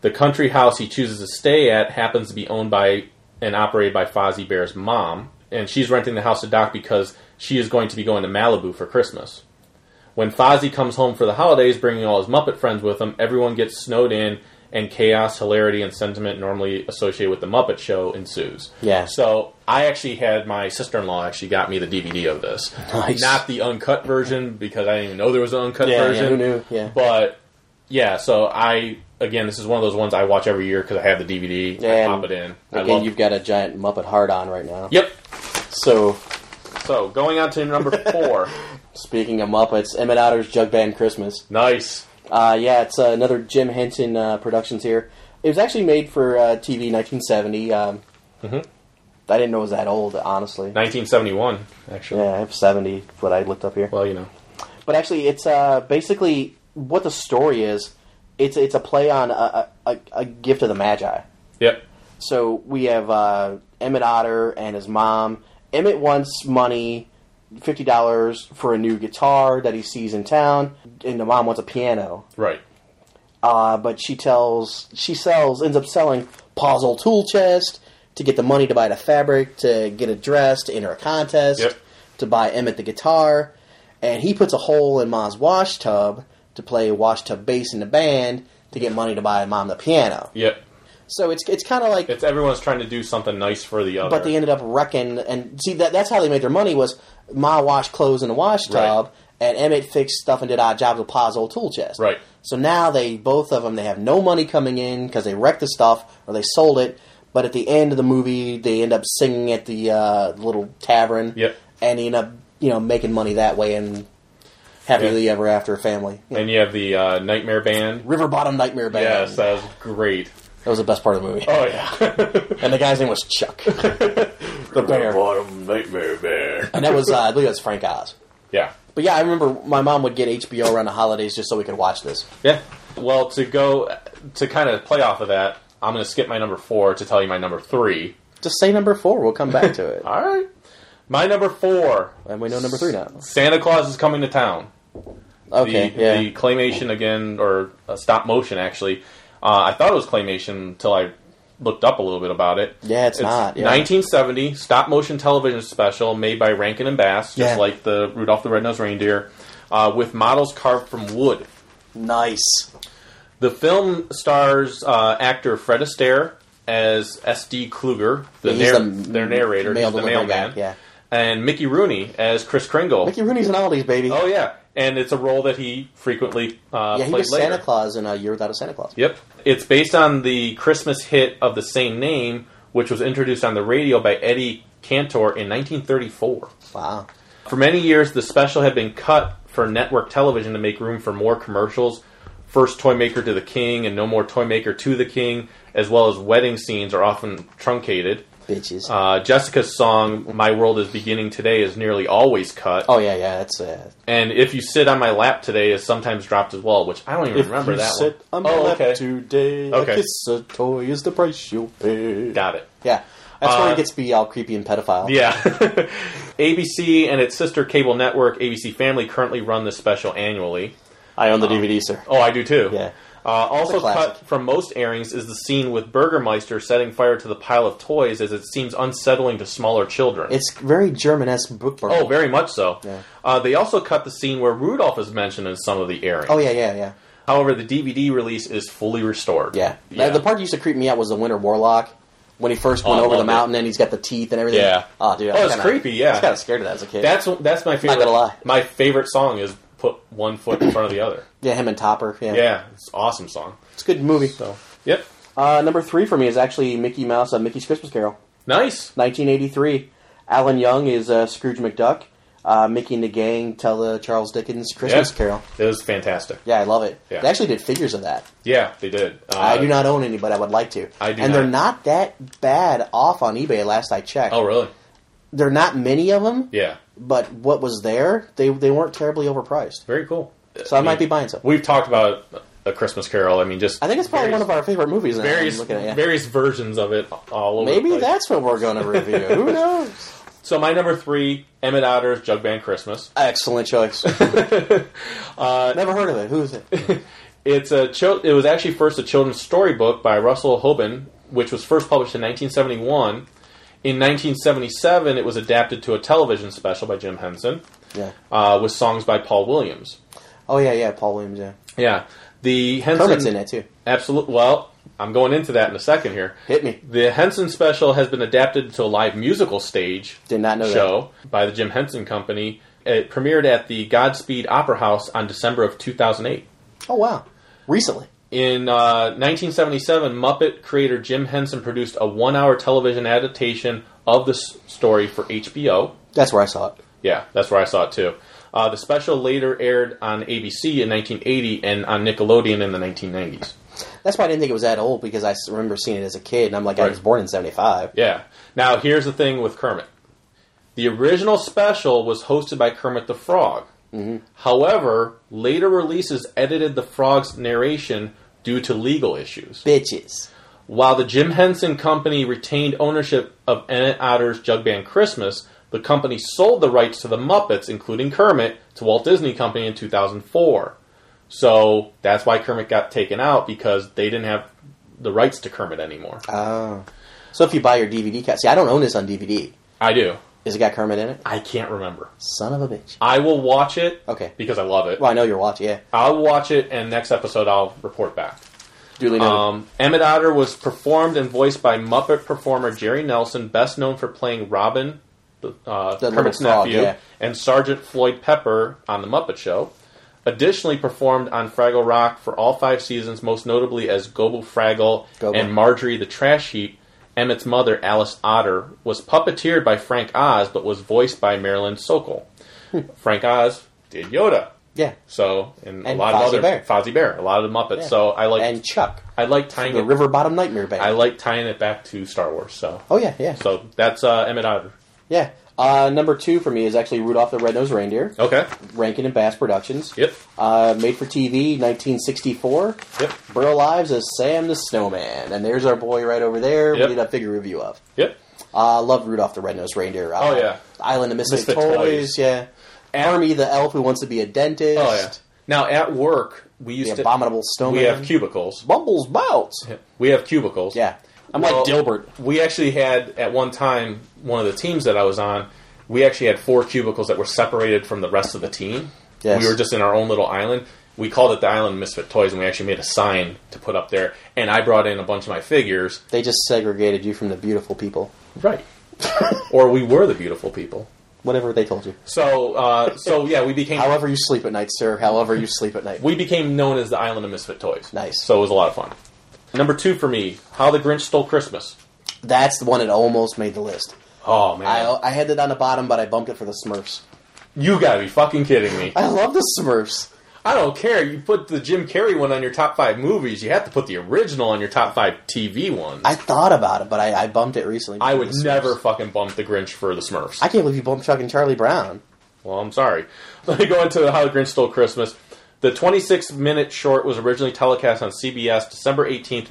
S2: The country house he chooses to stay at happens to be owned by and operated by Fozzie Bear's mom, and she's renting the house to Doc because she is going to be going to Malibu for Christmas. When Fozzie comes home for the holidays, bringing all his Muppet friends with him, everyone gets snowed in, and chaos, hilarity, and sentiment normally associated with the Muppet Show ensues.
S3: Yeah.
S2: So I actually had my sister in law actually got me the DVD of this,
S3: Nice.
S2: not the uncut version because I didn't even know there was an uncut
S3: Yeah, yeah,
S2: version.
S3: who knew? Yeah.
S2: But yeah, so I again, this is one of those ones I watch every year because I have the DVD. I
S3: And
S2: pop it in. I
S3: Again,
S2: love.
S3: you've got a giant Muppet heart on right now.
S2: Yep.
S3: So
S2: So going on to number four.
S3: speaking of Muppets, Emmett Otter's Jug Band Christmas.
S2: nice.
S3: Uh, yeah, it's uh, another Jim Henson uh, Productions here. It was actually made for uh, TV 1970. Um,
S2: Mm-hmm.
S3: I didn't know it was that old, honestly.
S2: 1971, actually.
S3: Yeah, I have 70, what I looked up here.
S2: Well, you know.
S3: But actually, it's uh, basically what the story is. It's it's a play on a, a, a- a gift of the Magi.
S2: Yep.
S3: So we have uh, Emmett Otter and his mom. Emmett wants money, fifty dollars for a new guitar that he sees in town, and the mom wants a piano.
S2: Right.
S3: Uh, but she tells she sells ends up selling Pa's old tool chest to get the money to buy the fabric to get it dressed to enter a contest
S2: Yep.
S3: to buy Emmett the guitar, and he puts a hole in Mom's washtub to play washtub bass in the band to get money to buy Mom the piano.
S2: Yep.
S3: So it's it's kind of like
S2: It's everyone's trying to do something nice for the other.
S3: but they ended up wrecking and see that that's how they made their money was Ma washed clothes in the wash tub
S2: Right.
S3: and Emmett fixed stuff and did odd jobs with Pa's old tool chest.
S2: Right.
S3: So now they both of them they have no money coming in because they wrecked the stuff or they sold it. But at the end of the movie, they end up singing at the uh, little tavern.
S2: Yep.
S3: And they end up you know making money that way and happily ever after family. Yeah.
S2: and you have the uh, Nightmare Band.
S3: River Bottom Nightmare Band.
S2: Yes, that was great.
S3: that was the best part of the movie.
S2: Oh yeah.
S3: And the guy's name was Chuck, the bear,
S2: Bottom Nightmare Bear.
S3: and that was uh, I believe that's Frank Oz.
S2: Yeah.
S3: But yeah, I remember my mom would get HBO around the holidays just so we could watch this.
S2: Yeah. Well, to go to kind of play off of that, I'm going to skip my number four to tell you my number three.
S3: Just say number four. We'll come back to it.
S2: All right. My number four.
S3: and we know number three now.
S2: Santa Claus is coming to town.
S3: Okay,
S2: the,
S3: yeah.
S2: the claymation again, or uh, stop motion actually. Uh, I thought it was claymation until I looked up a little bit about it.
S3: Yeah, it's not, yeah.
S2: 1970 stop motion television special made by Rankin and Bass, just
S3: Yeah.
S2: like the Rudolph the Red-Nosed Reindeer, uh, with models carved from wood.
S3: nice.
S2: The film stars uh, actor Fred Astaire as S.D. Kluger, the
S3: He's
S2: nar-
S3: the
S2: their narrator,
S3: mail
S2: he's the
S3: delivery guy,
S2: mailman,
S3: yeah.
S2: and Mickey Rooney as Chris Kringle.
S3: Mickey Rooney's in all these, baby.
S2: oh yeah, and it's a role that he frequently uh,
S3: yeah, he
S2: played
S3: was
S2: later.
S3: Santa Claus in A Year Without a Santa Claus.
S2: Yep. It's based on the Christmas hit of the same name, which was introduced on the radio by Eddie Cantor in 1934.
S3: Wow.
S2: For many years, the special had been cut for network television to make room for more commercials. First Toy Maker to the King and No More Toy Maker to the King, as well as wedding scenes, are often truncated.
S3: Bitches.
S2: Uh, Jessica's song, My World is Beginning Today, is nearly always cut.
S3: oh, yeah, yeah, that's uh,
S2: And If You Sit on My Lap Today is sometimes dropped as well, which I don't even remember that one.
S3: my
S2: oh,
S3: lap
S2: okay.
S3: today,
S2: Okay.
S3: a toy is the price you pay.
S2: Got it.
S3: Yeah. That's where
S2: Uh,
S3: he gets to be all creepy and pedophile.
S2: Yeah. ABC and its sister cable network, ABC Family, currently run this special annually.
S3: I own the DVD, sir.
S2: Oh, I do too.
S3: Um, Yeah.
S2: Uh, also
S3: a classic.
S2: cut from most airings is the scene with Burgermeister setting fire to the pile of toys as it seems unsettling to smaller children.
S3: It's very German-esque book burn.
S2: oh, very much so.
S3: Yeah.
S2: Uh, they also cut the scene where Rudolph is mentioned in some of the airings.
S3: Oh, yeah, yeah, yeah.
S2: However, the DVD release is fully restored.
S3: Yeah. Now, The part that used to creep me out was the Winter Warlock when he first
S2: Oh,
S3: went
S2: I
S3: over the
S2: loved it.
S3: mountain and he's got the teeth and everything.
S2: Yeah.
S3: Oh, dude. I
S2: Oh,
S3: was
S2: it's creepy, yeah.
S3: I was kind of scared of that as a kid.
S2: That's that's my favorite.
S3: gonna lie.
S2: My favorite song is "Put One Foot in Front of the Other."
S3: yeah, him and Topper. Yeah.
S2: Yeah, it's an awesome song.
S3: It's a good movie.
S2: So, yep,
S3: Uh, number three for me is actually Mickey Mouse and Mickey's Christmas Carol,
S2: nice.
S3: 1983. Alan Young is uh, Scrooge McDuck. Uh, Mickey and the gang tell the Charles Dickens Christmas
S2: Yeah.
S3: Carol.
S2: It was fantastic.
S3: Yeah, I love it.
S2: Yeah.
S3: They actually did figures of that.
S2: Yeah, they did. Uh,
S3: I do not own any, but I would like to.
S2: I do not.
S3: and they're not that bad off on eBay. Last I checked,
S2: Oh, really?
S3: there are not many of them.
S2: Yeah.
S3: but what was there, they they weren't terribly overpriced.
S2: Very cool.
S3: So I might be buying some.
S2: We've talked about a Christmas Carol. I mean, just
S3: I think it's probably
S2: various,
S3: one of our favorite movies. now that I'm
S2: various
S3: looking at, it, yeah.
S2: various versions of it all over.
S3: Maybe
S2: the place.
S3: that's what we're going to review. Who knows?
S2: So my number three, Emmett Otter's Jug Band Christmas.
S3: Excellent choice.
S2: Uh,
S3: Never heard of it. Who is it?
S2: It's a chil- it was actually first a children's storybook by Russell Hoban, which was first published in 1971. In 1977, it was adapted to a television special by Jim Henson
S3: Yeah.
S2: uh, with songs by Paul Williams.
S3: Oh yeah, yeah. Paul Williams. Yeah.
S2: Yeah, the Henson
S3: Kermit's in that too.
S2: Absolutely. Well, I'm going into that in a second here.
S3: Hit me.
S2: The Henson special has been adapted to a live musical stage
S3: Did not know
S2: show by the Jim Henson Company. It premiered at the Godspeed Opera House on December of 2008.
S3: that. Oh wow. Recently.
S2: In uh, 1977, Muppet creator Jim Henson produced a one-hour television adaptation of the s- story for HBO.
S3: That's where I saw it.
S2: Yeah, that's where I saw it too. Uh, the special later aired on ABC in 1980 and on Nickelodeon in the 1990s.
S3: That's why I didn't think it was that old because I s- remember seeing it as a kid and I'm like, I
S2: Right.
S3: was born in '75.
S2: Yeah. Now here's the thing with Kermit. The original special was hosted by Kermit the Frog. However, later releases edited the frog's narration due to legal issues.
S3: Bitches.
S2: While the Jim Henson Company retained ownership of Emmett Otter's Jug Band Christmas, the company sold the rights to the Muppets, including Kermit, to Walt Disney Company in 2004. So that's why Kermit got taken out because they didn't have the rights to Kermit anymore.
S3: Oh. So if you buy your DVD cat, see, I don't own this on DVD.
S2: I do.
S3: Is it got Kermit in it?
S2: I can't remember.
S3: Son of a bitch.
S2: I will watch it
S3: Okay.
S2: because I love it.
S3: Well, I know you're watching. Yeah.
S2: I'll watch it, and next episode I'll report back.
S3: Duly noted.
S2: Um, Emmett Otter was performed and voiced by Muppet performer Jerry Nelson, best known for playing Robin, the, uh,
S3: The
S2: Kermit's
S3: little frog,
S2: nephew,
S3: yeah.
S2: and Sergeant Floyd Pepper on The Muppet Show. Additionally, performed on Fraggle Rock for all five seasons, most notably as Gobble Fraggle
S3: Gobble.
S2: and Marjorie the Trash Heap. Emmett's mother, Alice Otter, was puppeteered by Frank Oz, but was voiced by Marilyn Sokol.
S3: Hmm.
S2: Frank Oz did Yoda,
S3: yeah.
S2: so and, a
S3: And
S2: lot
S3: Fozzie
S2: of other
S3: Bear.
S2: Fozzie Bear, a lot of the Muppets.
S3: Yeah.
S2: So I like
S3: and Chuck,
S2: I like tying
S3: the
S2: it
S3: River Bottom Nightmare Band.
S2: I like tying it back to Star Wars. So,
S3: oh yeah, yeah,
S2: so that's uh, Emmett Otter.
S3: yeah. Uh, number two for me is actually Rudolph the Red-Nosed Reindeer,
S2: Okay.
S3: Rankin and Bass Productions.
S2: Yep.
S3: Uh, made for TV, 1964.
S2: Yep.
S3: Burl Lives as Sam the Snowman, and there's our boy right over there.
S2: Yep.
S3: We did a figure review of.
S2: Yep.
S3: Uh, love Rudolph the Red-Nosed Reindeer. Uh,
S2: Oh, yeah.
S3: Island of Misfit,
S2: Misfit
S3: Toys.
S2: Toys.
S3: Yeah. Army the Elf who wants to be a dentist.
S2: Oh yeah. Now at work we used
S3: The
S2: to
S3: abominable snowman.
S2: we have cubicles.
S3: Bumbles Bouts.
S2: We have cubicles.
S3: Yeah. I'm
S2: Well,
S3: like Dilbert.
S2: We actually had at one time one of the teams that I was on. We actually had four cubicles that were separated from the rest of the team.
S3: Yes.
S2: We were just in our own little island. We called it the Island of Misfit Toys, and we actually made a sign to put up there. And I brought in a bunch of my figures.
S3: They just segregated you from the beautiful people.
S2: Right. or we were the beautiful people.
S3: Whatever they told you.
S2: So, uh, so yeah, we became
S3: However you sleep at night, sir. However you sleep at night.
S2: we became known as the Island of Misfit Toys.
S3: Nice.
S2: So it was a lot of fun. Number two for me, How the Grinch Stole Christmas.
S3: That's the one that almost made the list.
S2: Oh man,
S3: I, I had it on the bottom, but I bumped it for the Smurfs.
S2: you gotta be fucking kidding me!
S3: I love the Smurfs.
S2: I don't care. You put the Jim Carrey one on your top five movies. You have to put the original on your top five TV ones.
S3: I thought about it, but I, I bumped it recently.
S2: I
S3: for
S2: would
S3: the Smurfs.
S2: never fucking bump the Grinch for the Smurfs.
S3: I can't believe you bumped Chuck and Charlie Brown.
S2: Well, I'm sorry. Let me go into How the Grinch Stole Christmas. The 26 minute short was originally telecast on CBS December 18th,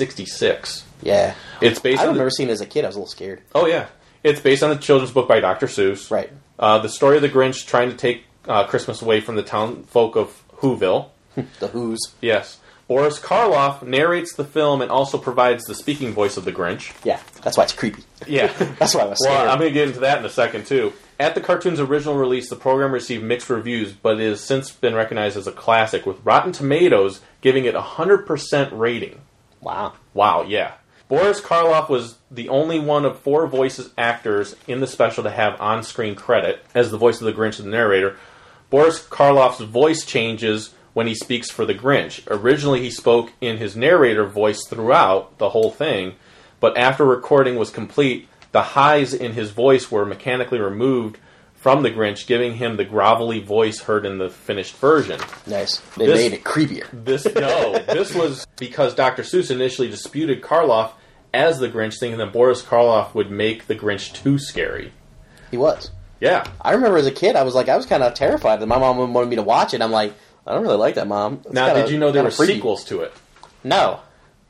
S2: 1966.
S3: Yeah.
S2: It's based
S3: I
S2: on the-
S3: remember seeing it as a kid. I was a little scared.
S2: Oh yeah, it's based on the children's book by Dr. Seuss.
S3: Right.
S2: Uh, the story of the Grinch trying to take uh, Christmas away from the town folk of Whoville.
S3: The Who's.
S2: Yes. Boris Karloff narrates the film and also provides the speaking voice of the Grinch.
S3: Yeah. That's why it's creepy.
S2: Yeah.
S3: That's why I was scared.
S2: well, I'm going to get into that in a second too. At the cartoon's original release, the program received mixed reviews, but it has since been recognized as a classic, with Rotten Tomatoes giving it a 100% rating.
S3: wow.
S2: Wow, yeah. Boris Karloff was the only one of four voices actors in the special to have on screen credit as the voice of the Grinch and the narrator. Boris Karloff's voice changes when he speaks for the Grinch. Originally, he spoke in his narrator voice throughout the whole thing, but after recording was complete, the highs in his voice were mechanically removed from the Grinch, giving him the grovelly voice heard in the finished version.
S3: Nice. They
S2: This-
S3: made it creepier.
S2: This no, this was because Dr. Seuss initially disputed Karloff as the Grinch, thinking that Boris Karloff would make the Grinch too scary.
S3: He was.
S2: Yeah,
S3: I remember as a kid, I was like, I was kind of terrified that my mom wanted me to watch it. I'm like, I don't really like that, mom. It's
S2: now
S3: kinda-
S2: did you know there
S3: kinda
S2: were
S3: freaky.
S2: sequels to it?
S3: No.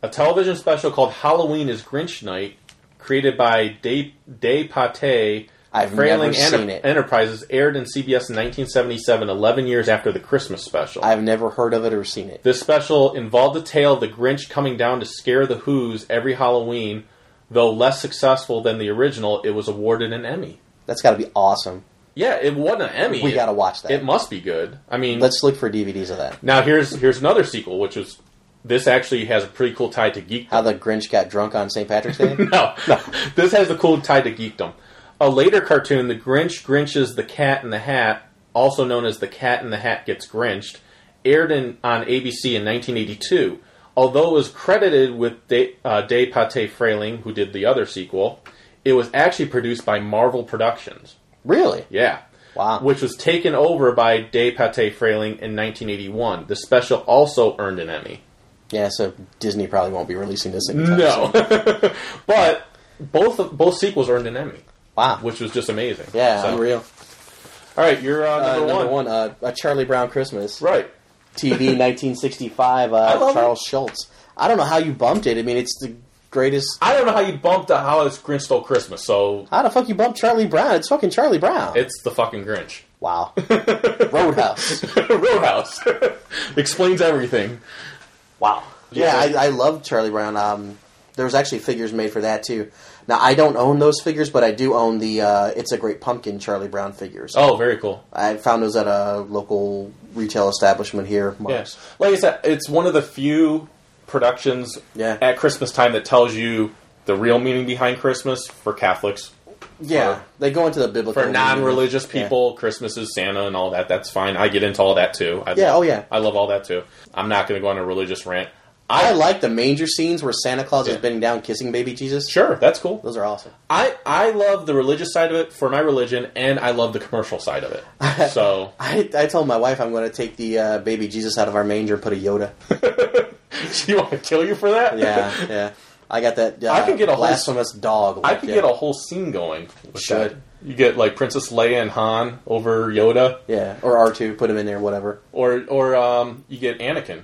S2: A television special called Halloween is Grinch Night, created by Day Day Pate.
S3: I've
S2: Frailing
S3: never seen it.
S2: Enterprises aired in CBS in 1977, 11 years after the Christmas special.
S3: I've never heard of it or seen it.
S2: This special involved the tale of the Grinch coming down to scare the Who's every Halloween. Though less successful than the original, it was awarded an Emmy.
S3: That's got to be awesome.
S2: Yeah, it won an Emmy.
S3: We got to watch that.
S2: It must be good. I mean,
S3: Let's look for DVDs of that.
S2: now here's here's another sequel, which is this actually has a pretty cool tie to geek.
S3: How the Grinch got drunk on St. Patrick's Day?
S2: No, no, this has the cool tie to geekdom. A later cartoon, The Grinch Grinches the Cat in the Hat, also known as The Cat in the Hat Gets Grinched, aired in, on ABC in 1982. Although it was credited with De, uh, De Pate Frailing, who did the other sequel, it was actually produced by Marvel Productions.
S3: really?
S2: Yeah.
S3: Wow.
S2: Which was taken over by De Pate Frailing in 1981. The special also earned an Emmy.
S3: Yeah, so Disney probably won't be releasing this anytime soon.
S2: No. but both of- both sequels earned an Emmy.
S3: Wow.
S2: which was just amazing.
S3: yeah,
S2: So-
S3: unreal.
S2: All right, you're uh,
S3: Uh,
S2: number,
S3: number
S2: one.
S3: one, uh, A Charlie Brown Christmas.
S2: Right.
S3: TV 1965, uh,
S2: love
S3: Charles Schultz. I don't know how you bumped it. I mean, it's the greatest.
S2: I don't know how you bumped the how it's Grinch stole Christmas, so
S3: How the fuck you bump Charlie Brown? It's fucking Charlie Brown.
S2: it's the fucking Grinch.
S3: wow. Roadhouse.
S2: Roadhouse explains everything.
S3: Wow. Yeah, I, I love Charlie Brown. Um, there was actually figures made for that too. Now I don't own those figures, but I do own the uh, "It's a Great Pumpkin" Charlie Brown figures.
S2: Oh, very cool.
S3: I found those at a local retail establishment here.
S2: Yes, like I said, it's one of the few productions
S3: Yeah.
S2: at Christmas time that tells you the real meaning behind Christmas for Catholics.
S3: Yeah, they go into the biblical.
S2: For non-religious people, Christmas is Santa and all that. That's fine. I get into all that too. I,
S3: Yeah, oh, yeah.
S2: I love all that too. I'm not going to go on a religious rant.
S3: I like the manger scenes where Santa Claus
S2: Yeah.
S3: is bending down, kissing baby Jesus.
S2: Sure, that's cool.
S3: Those are awesome.
S2: I, I love the religious side of it for my religion, and I love the commercial side of it. So
S3: I, I told my wife I'm going to take the uh, baby Jesus out of our manger and put a Yoda.
S2: you want to kill you for that?
S3: Yeah, yeah. I got that. Uh,
S2: I could get a whole-
S3: blasphemous dog.
S2: I
S3: look,
S2: could
S3: yeah.
S2: get a whole scene going. With
S3: Should.
S2: that. you get like Princess Leia and Han over Yoda,
S3: yeah, or R two, put him in there, whatever.
S2: or or um, you get Anakin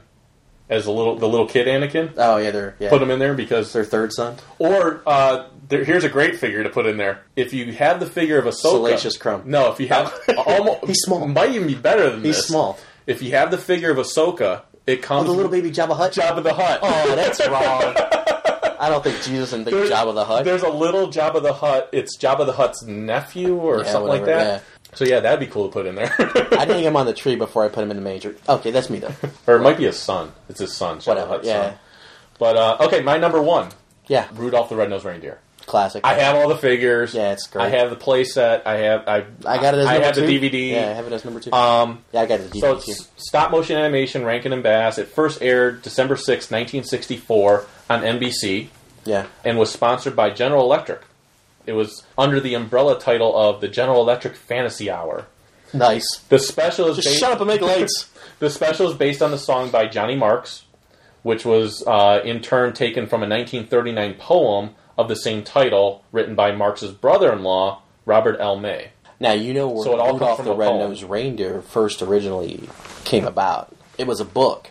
S2: as a little the little kid Anakin.
S3: Oh yeah, they're yeah.
S2: Put him in there because
S3: their third son,
S2: Or uh, there, here's a great figure to put in there. If you have the figure of a
S3: Salacious Crumb.
S2: No, if you have almost,
S3: He's small.
S2: Might even be better than
S3: He's
S2: this.
S3: small.
S2: If you have the figure of Ahsoka, it comes
S3: the little baby Jabba Hutt.
S2: Job of the Hut.
S3: Oh, that's wrong. I don't think Jesus didn't think Jabba the Hutt.
S2: There's a little Job of the Hut. It's Job of the Hut's nephew or
S3: Yeah,
S2: something like
S3: whatever,
S2: that. So yeah, that'd be cool to put in there.
S3: I didn't him on the tree before I put him in the manger. Okay, that's me though.
S2: or it might be his son. It's his son. Jabba the
S3: Whatever.
S2: Hutt's
S3: Yeah,
S2: son. But uh, okay, my number one,
S3: yeah.
S2: Rudolph the Red-Nosed Reindeer.
S3: Classic.
S2: I have all the figures.
S3: Yeah, it's great.
S2: I have the playset. I have I
S3: I got it as
S2: I
S3: number
S2: have
S3: two.
S2: the DVD.
S3: Yeah, I have it as number two.
S2: Um,
S3: yeah, I got the DVD
S2: so
S3: too.
S2: it's stop motion animation Rankin and Bass. It first aired December sixth, 1964 on NBC
S3: Yeah,
S2: and was sponsored by General Electric. It was under the umbrella title of the General Electric Fantasy Hour.
S3: nice.
S2: The special is
S3: Just
S2: based,
S3: shut up and make lights.
S2: the special is based on the song by Johnny Marks, which was uh, in turn taken from a 1939 poem of the same title written by Marx's brother-in-law Robert L. May.
S3: Now you know where
S2: So it all comes
S3: Rudolph
S2: from
S3: the
S2: a poem.
S3: Red-Nosed Reindeer first originally came about. It was a book.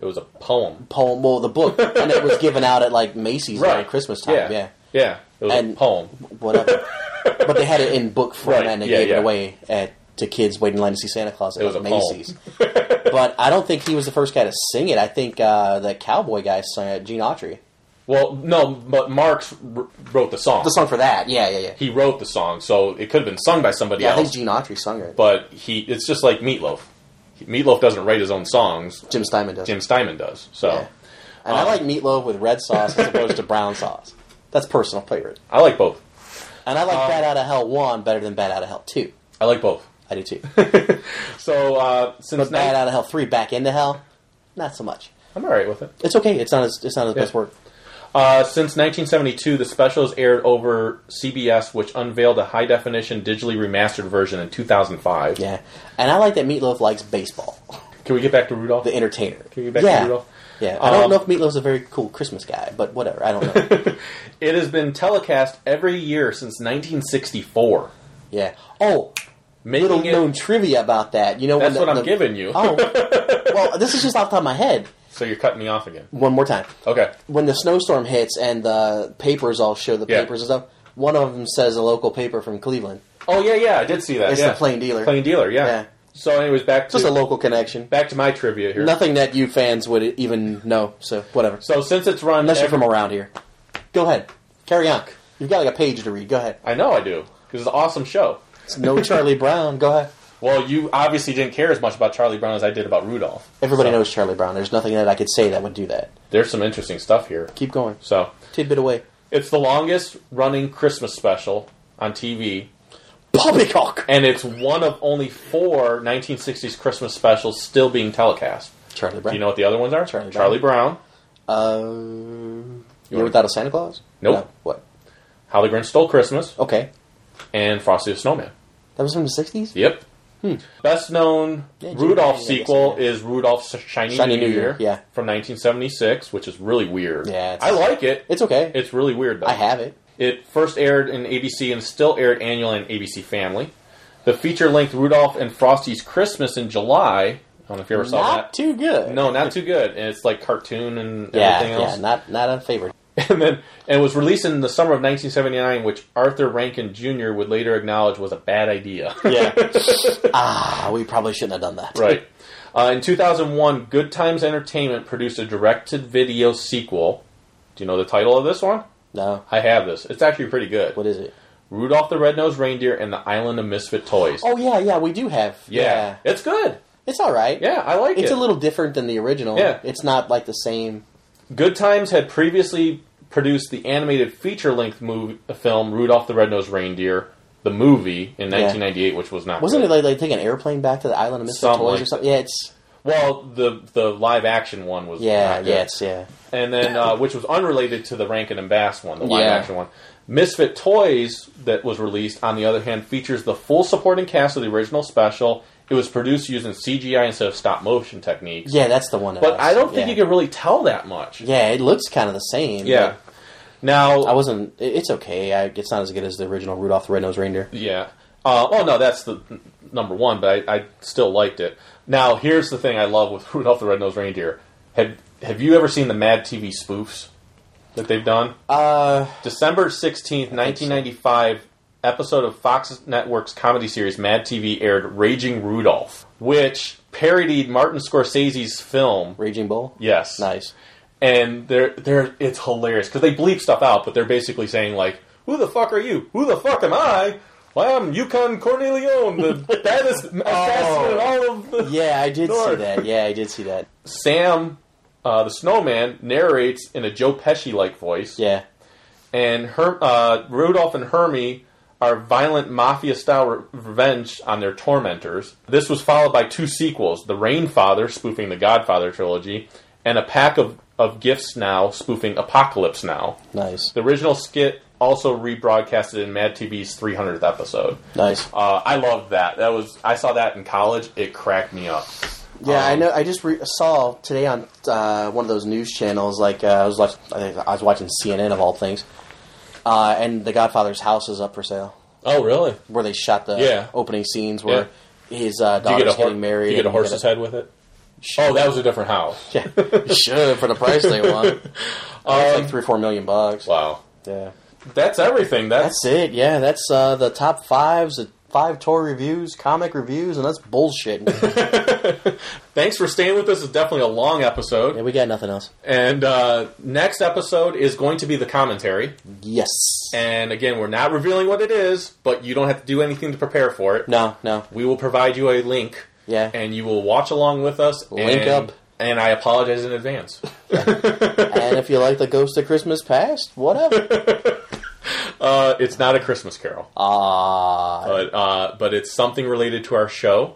S2: It was a poem,
S3: Poem, well, the book, and it was given out at like Macy's around
S2: Right.
S3: Christmas time.
S2: Yeah,
S3: yeah.
S2: yeah. It was a
S3: And-
S2: poem.
S3: whatever. but they had it in book format
S2: Right,
S3: and they
S2: yeah,
S3: gave
S2: yeah.
S3: it away at to kids waiting in line to see Santa Claus at
S2: It was
S3: like,
S2: a poem.
S3: Macy's. but I don't think he was the first guy to sing it. I think uh, the cowboy guy sang it, Gene Autry.
S2: Well, no, but Marx wr- wrote the song.
S3: The song for that, yeah, yeah, yeah.
S2: He wrote the song, so it could have been sung by somebody
S3: Yeah, I
S2: else.
S3: think Gene Autry sung it.
S2: but he, it's just like Meatloaf. Meatloaf doesn't write his own songs.
S3: Jim Steinman does.
S2: Jim Steinman does. So
S3: Yeah. And I
S2: um,
S3: like meatloaf with red sauce as opposed to brown sauce. That's personal favorite.
S2: I like both.
S3: And I like
S2: Um,
S3: Bad Out of Hell 1 better than Bad Out of Hell 2.
S2: I like both.
S3: I do too.
S2: So uh, since
S3: But Bad
S2: now,
S3: Out of Hell 3 Back Into Hell, not so much.
S2: I'm all right with it.
S3: It's okay. It's not as, it's not his best
S2: Yeah.
S3: work.
S2: Uh, since 1972, the special has aired over CBS, which unveiled a high definition digitally remastered version in 2005.
S3: Yeah. And I like that Meatloaf likes baseball.
S2: Can we get back to Rudolph?
S3: the entertainer.
S2: Can we get back to
S3: yeah.
S2: Rudolph?
S3: Yeah, I don't
S2: Um,
S3: know if Meatloaf's a very cool Christmas guy, but whatever. I don't know.
S2: It has been telecast every year since 1964.
S3: yeah. Oh,
S2: Making
S3: little
S2: it,
S3: known trivia about that. You know,
S2: that's
S3: when the,
S2: what I'm
S3: the-
S2: giving you.
S3: Oh, well, this is just off the top of my head.
S2: So you're cutting me off again.
S3: One more time.
S2: Okay.
S3: When the snowstorm hits and the papers all show the
S2: Yeah.
S3: papers and stuff, one of them says a local paper from Cleveland.
S2: Oh yeah, yeah, I did see that.
S3: It's
S2: yeah.
S3: the plain dealer.
S2: Plain dealer, yeah.
S3: Yeah.
S2: So, anyways, back to
S3: Just a local connection.
S2: back to my trivia here.
S3: Nothing that you fans would even know. So whatever.
S2: So since it's run,
S3: Unless you're
S2: every-
S3: from around here. Go ahead. Carry on. You've got like a page to read. Go ahead.
S2: I know I do because it's an awesome show.
S3: It's no Charlie Brown. Go ahead.
S2: Well, you obviously didn't care as much about Charlie Brown as I did about Rudolph.
S3: Everybody
S2: So,
S3: knows Charlie Brown. There's nothing that I could say that would do that.
S2: There's some interesting stuff here.
S3: Keep going.
S2: So
S3: Tidbit away.
S2: it's the longest running Christmas special on TV,
S3: Poppycock!
S2: and it's one of only four 1960s Christmas specials still being telecast.
S3: Charlie
S2: Do
S3: Brown.
S2: you know what the other ones are?
S3: Charlie Brown.
S2: Brown.
S3: Uh,
S2: You
S3: you are
S2: want-
S3: without a Santa Claus?
S2: Nope.
S3: No. What?
S2: How the Grinch Stole Christmas,
S3: Okay.
S2: and Frosty the Snowman.
S3: That was from the 60s?
S2: Yep. Best known
S3: Hmm. Yeah, Jim
S2: Rudolph
S3: Carrey, I guess,
S2: sequel
S3: yeah.
S2: is Rudolph's Shiny,
S3: Shiny
S2: New,
S3: New
S2: Year,
S3: Year, yeah.
S2: from 1976, which is really weird.
S3: Yeah, it's-
S2: I like it.
S3: It's okay.
S2: It's really weird though.
S3: I have it.
S2: It first aired in ABC and still aired annually in ABC Family. The feature-length Rudolph and Frosty's Christmas in July. I don't know if you ever saw
S3: Not
S2: that.
S3: too good.
S2: no, not too good. And it's like cartoon and
S3: Yeah,
S2: everything else.
S3: yeah, not not a favorite.
S2: and then and was released in the summer of 1979, which Arthur Rankin Jr. would later acknowledge was a bad idea.
S3: Yeah. ah, we probably shouldn't have done that.
S2: right. Uh, in 2001, Good Times Entertainment produced a direct-to-video sequel. Do you know the title of this one?
S3: No.
S2: I have this. It's actually pretty good.
S3: What is it?
S2: Rudolph the Red-Nosed Reindeer and the Island of Misfit Toys.
S3: Oh yeah, yeah, we do have.
S2: yeah. It's good.
S3: It's all right.
S2: Yeah, I like
S3: It's
S2: it.
S3: a little different than the original.
S2: Yeah.
S3: It's not like the same.
S2: Good Times had previously produced the animated feature-length movie, film Rudolph the Red-Nosed Reindeer, the movie, in 1998, which was not
S3: Wasn't
S2: good.
S3: it like like take an airplane back to the island of Mr.
S2: Something
S3: Toys
S2: like
S3: or something? Yeah, it's
S2: Well, the the live action one was
S3: yeah,
S2: not good.
S3: yeah, it's yeah.
S2: and then uh, which was unrelated to the Rankin and Bass one, the live
S3: Yeah.
S2: action one. Misfit Toys that was released, on the other hand, features the full supporting cast of the original special. It was produced using CGI instead of stop motion techniques,
S3: Yeah, that's the one. that
S2: but
S3: I,
S2: I don't think
S3: yeah.
S2: you can really tell that much.
S3: Yeah, it looks kind of the same.
S2: Yeah.
S3: but
S2: Now
S3: I wasn't. it- It's okay. I, it's not as good as the original Rudolph the Red-Nosed Reindeer.
S2: Yeah. Uh, oh no, that's the n- number one, but I, I still liked it. Now here's the thing I love with Rudolph the Red-Nosed Reindeer. Have Have you ever seen the Mad TV spoofs that they've done?
S3: Uh,
S2: December sixteenth, nineteen ninety-five. Episode of Fox Network's comedy series Mad TV aired "Raging Rudolph," which parodied Martin Scorsese's film.
S3: Raging Bull.
S2: Yes,
S3: Nice.
S2: and they're they're it's hilarious because they bleep stuff out, but they're basically saying like, "Who the fuck are you? Who the fuck am I? Well, I'm Yukon Cornelion, the baddest assassin in all of the."
S3: Oh. Yeah, I did see
S2: Lord.
S3: that. Yeah, I did see that.
S2: Sam, uh, the snowman, narrates in a Joe Pesci like voice,
S3: Yeah.
S2: and Her- uh, Rudolph and Hermie are violent mafia style re- revenge on their tormentors. This was followed by two sequels The Rain Father, spoofing the Godfather trilogy, and A Pack of, of Gifts Now, spoofing Apocalypse Now.
S3: Nice.
S2: The original skit also rebroadcasted in Mad TV's 300th episode.
S3: Nice.
S2: Uh, I loved that. That was I saw that in college. It cracked me up.
S3: Yeah, I know. I just re- saw today on uh, one of those news channels. Like uh, I was watching, I think I was watching CNN of all things, uh, and The Godfather's house is up for sale,
S2: Oh, really?
S3: where they shot the
S2: Yeah.
S3: opening scenes where his uh,
S2: Did you get a
S3: daughter's
S2: hor-
S3: getting married.
S2: did You get a
S3: and he
S2: horse's head with it. Oh, that was a different house.
S3: Yeah, sure for the price they want. Uh, It's like three or four million bucks.
S2: Um, Wow,
S3: Yeah,
S2: that's everything. That's,
S3: that's it. Yeah, that's uh, the top fives, the five toy reviews, comic reviews, and that's bullshit. yeah,
S2: thanks for staying with us. It's definitely a long episode.
S3: we got nothing else.
S2: And uh, next episode is going to be the commentary.
S3: Yes.
S2: And again, we're not revealing what it is, but you don't have to do anything to prepare for it.
S3: No, no.
S2: We will provide you a link.
S3: Yeah.
S2: And you will watch along with us.
S3: Link
S2: and-
S3: up.
S2: And I apologize in advance.
S3: and if you like the Ghost of Christmas Past, whatever.
S2: Uh, it's not a Christmas carol,
S3: Uh. Ah,
S2: but uh, but it's something related to our show,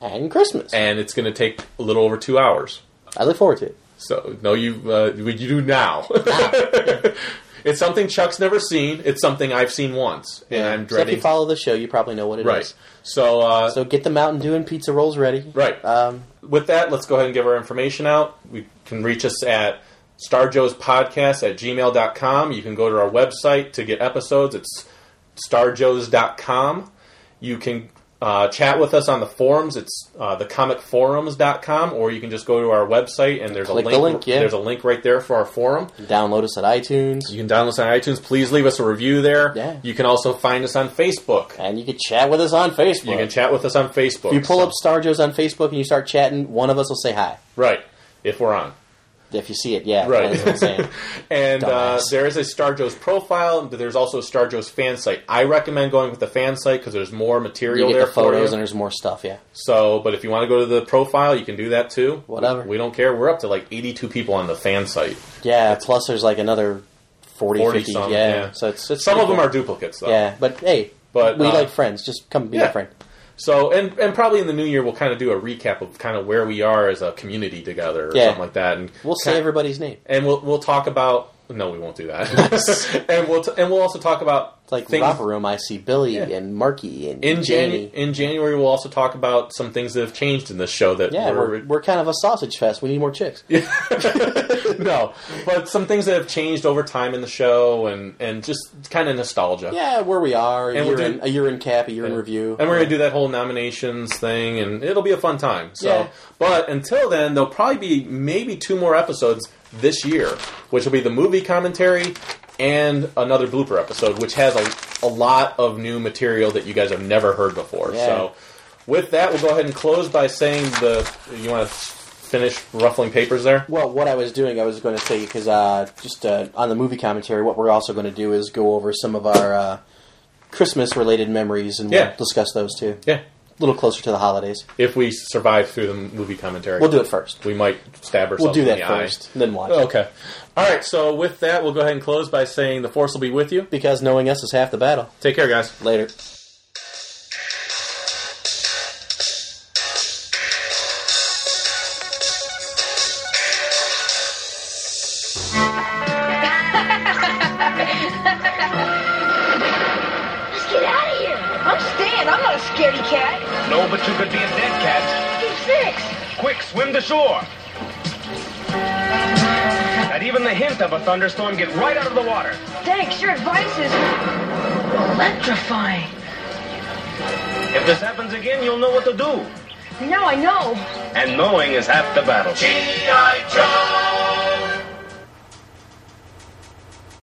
S3: and Christmas.
S2: and it's going to take a little over two hours.
S3: I look forward to it.
S2: So no, you uh, what you do now.
S3: Ah.
S2: it's something Chuck's never seen. It's something I've seen once, and I'm
S3: So if you
S2: dreading.
S3: follow the show, you probably know what it is.
S2: Right. So, uh,
S3: So get the Mountain Dew and pizza rolls ready.
S2: Right.
S3: Um,
S2: with that, let's go ahead and give our information out. We can reach us at starjoespodcast at gmail.com. You can go to our website to get episodes. It's starjoes.com. You can uh, chat with us on the forums. It's uh, thecomicforums.com, or you can just go to our website and there's
S3: Click
S2: a
S3: the
S2: link.
S3: link, yeah.
S2: There's a link right there for our forum.
S3: download us at iTunes,
S2: You can download us on iTunes. Please leave us a review there.
S3: Yeah.
S2: You can also find us on Facebook.
S3: and you can chat with us on Facebook.
S2: You can chat with us on Facebook.
S3: if you pull
S2: So-
S3: up Star Joe's on Facebook and you start chatting, one of us will say hi.
S2: right if we're on.
S3: If you see it, yeah.
S2: Right.
S3: That's what I'm saying.
S2: And uh,
S3: Dumbass.
S2: there is a Star Joe's profile, but there's also a Star Joe's fan site. I recommend going with the fan site because there's more
S3: you
S2: material
S3: get
S2: there
S3: the photos
S2: for
S3: and
S2: you.
S3: there's more stuff, yeah.
S2: So, but if you want to go to the profile, you can do that too.
S3: Whatever.
S2: We don't care. We're up to like 82 people on the fan site.
S3: Yeah, plus there's like another 40,
S2: 40
S3: 50.
S2: some,
S3: yeah.
S2: yeah.
S3: So it's, it's
S2: Some
S3: pretty
S2: of them
S3: cool.
S2: are duplicates, though.
S3: Yeah, but hey,
S2: But,
S3: we
S2: uh,
S3: like friends. Just come be
S2: yeah.
S3: a friend.
S2: So, and and probably in the new year, we'll kind of do a recap of kind of where we are as a community together or
S3: Yeah.
S2: something like that. And
S3: We'll say
S2: kind-
S3: everybody's name.
S2: and we'll we'll talk about. No, we won't do that. and we'll t- and we'll also talk about
S3: like
S2: things-
S3: Romper Room, I see Billy
S2: Yeah.
S3: and Marky and
S2: in
S3: Jamie.
S2: Janu- in January, we'll also talk about some things that have changed in this show that
S3: yeah,
S2: were
S3: we're, we're kind of a sausage fest. We need more chicks.
S2: no, but some things that have changed over time in the show and and just kind of nostalgia.
S3: Yeah, where we are, a
S2: And
S3: year,
S2: we're
S3: in,
S2: doing-
S3: a year in cap, a year in review.
S2: And we're gonna do that whole nominations thing, and it'll be a fun time. So,
S3: Yeah.
S2: but until then, there'll probably be maybe two more episodes this year, which will be the movie commentary and another blooper episode, which has a, a lot of new material that you guys have never heard before.
S3: Yeah.
S2: So, with that, we'll go ahead and close by saying the. You want to finish ruffling papers there?
S3: Well, what I was doing, I was going to say because uh, just uh, on the movie commentary, what we're also going to do is go over some of our uh, Christmas-related memories, and
S2: Yeah.
S3: we'll discuss those too.
S2: Yeah.
S3: A little closer to the holidays,
S2: If we survive through the movie commentary,
S3: we'll do it first.
S2: We might stab
S3: We'll
S2: ourselves
S3: do
S2: in
S3: that
S2: the
S3: first, then watch.
S2: eye. Oh. Okay. All right. So with that, we'll go ahead and close by saying the force will be with you.
S3: Because knowing us is half the battle.
S2: Take care, guys.
S3: Later.
S5: Just get out of here. I'm staying. I'm not a scaredy cat.
S6: No, but you could be a dead cat.
S5: Keep six.
S6: Quick, swim to shore. At even the hint of a thunderstorm, get right out of the water.
S5: Thanks. Your advice is electrifying.
S6: If this happens again, you'll know what to do.
S5: Now I know.
S6: And knowing is half the battle.
S1: G.I.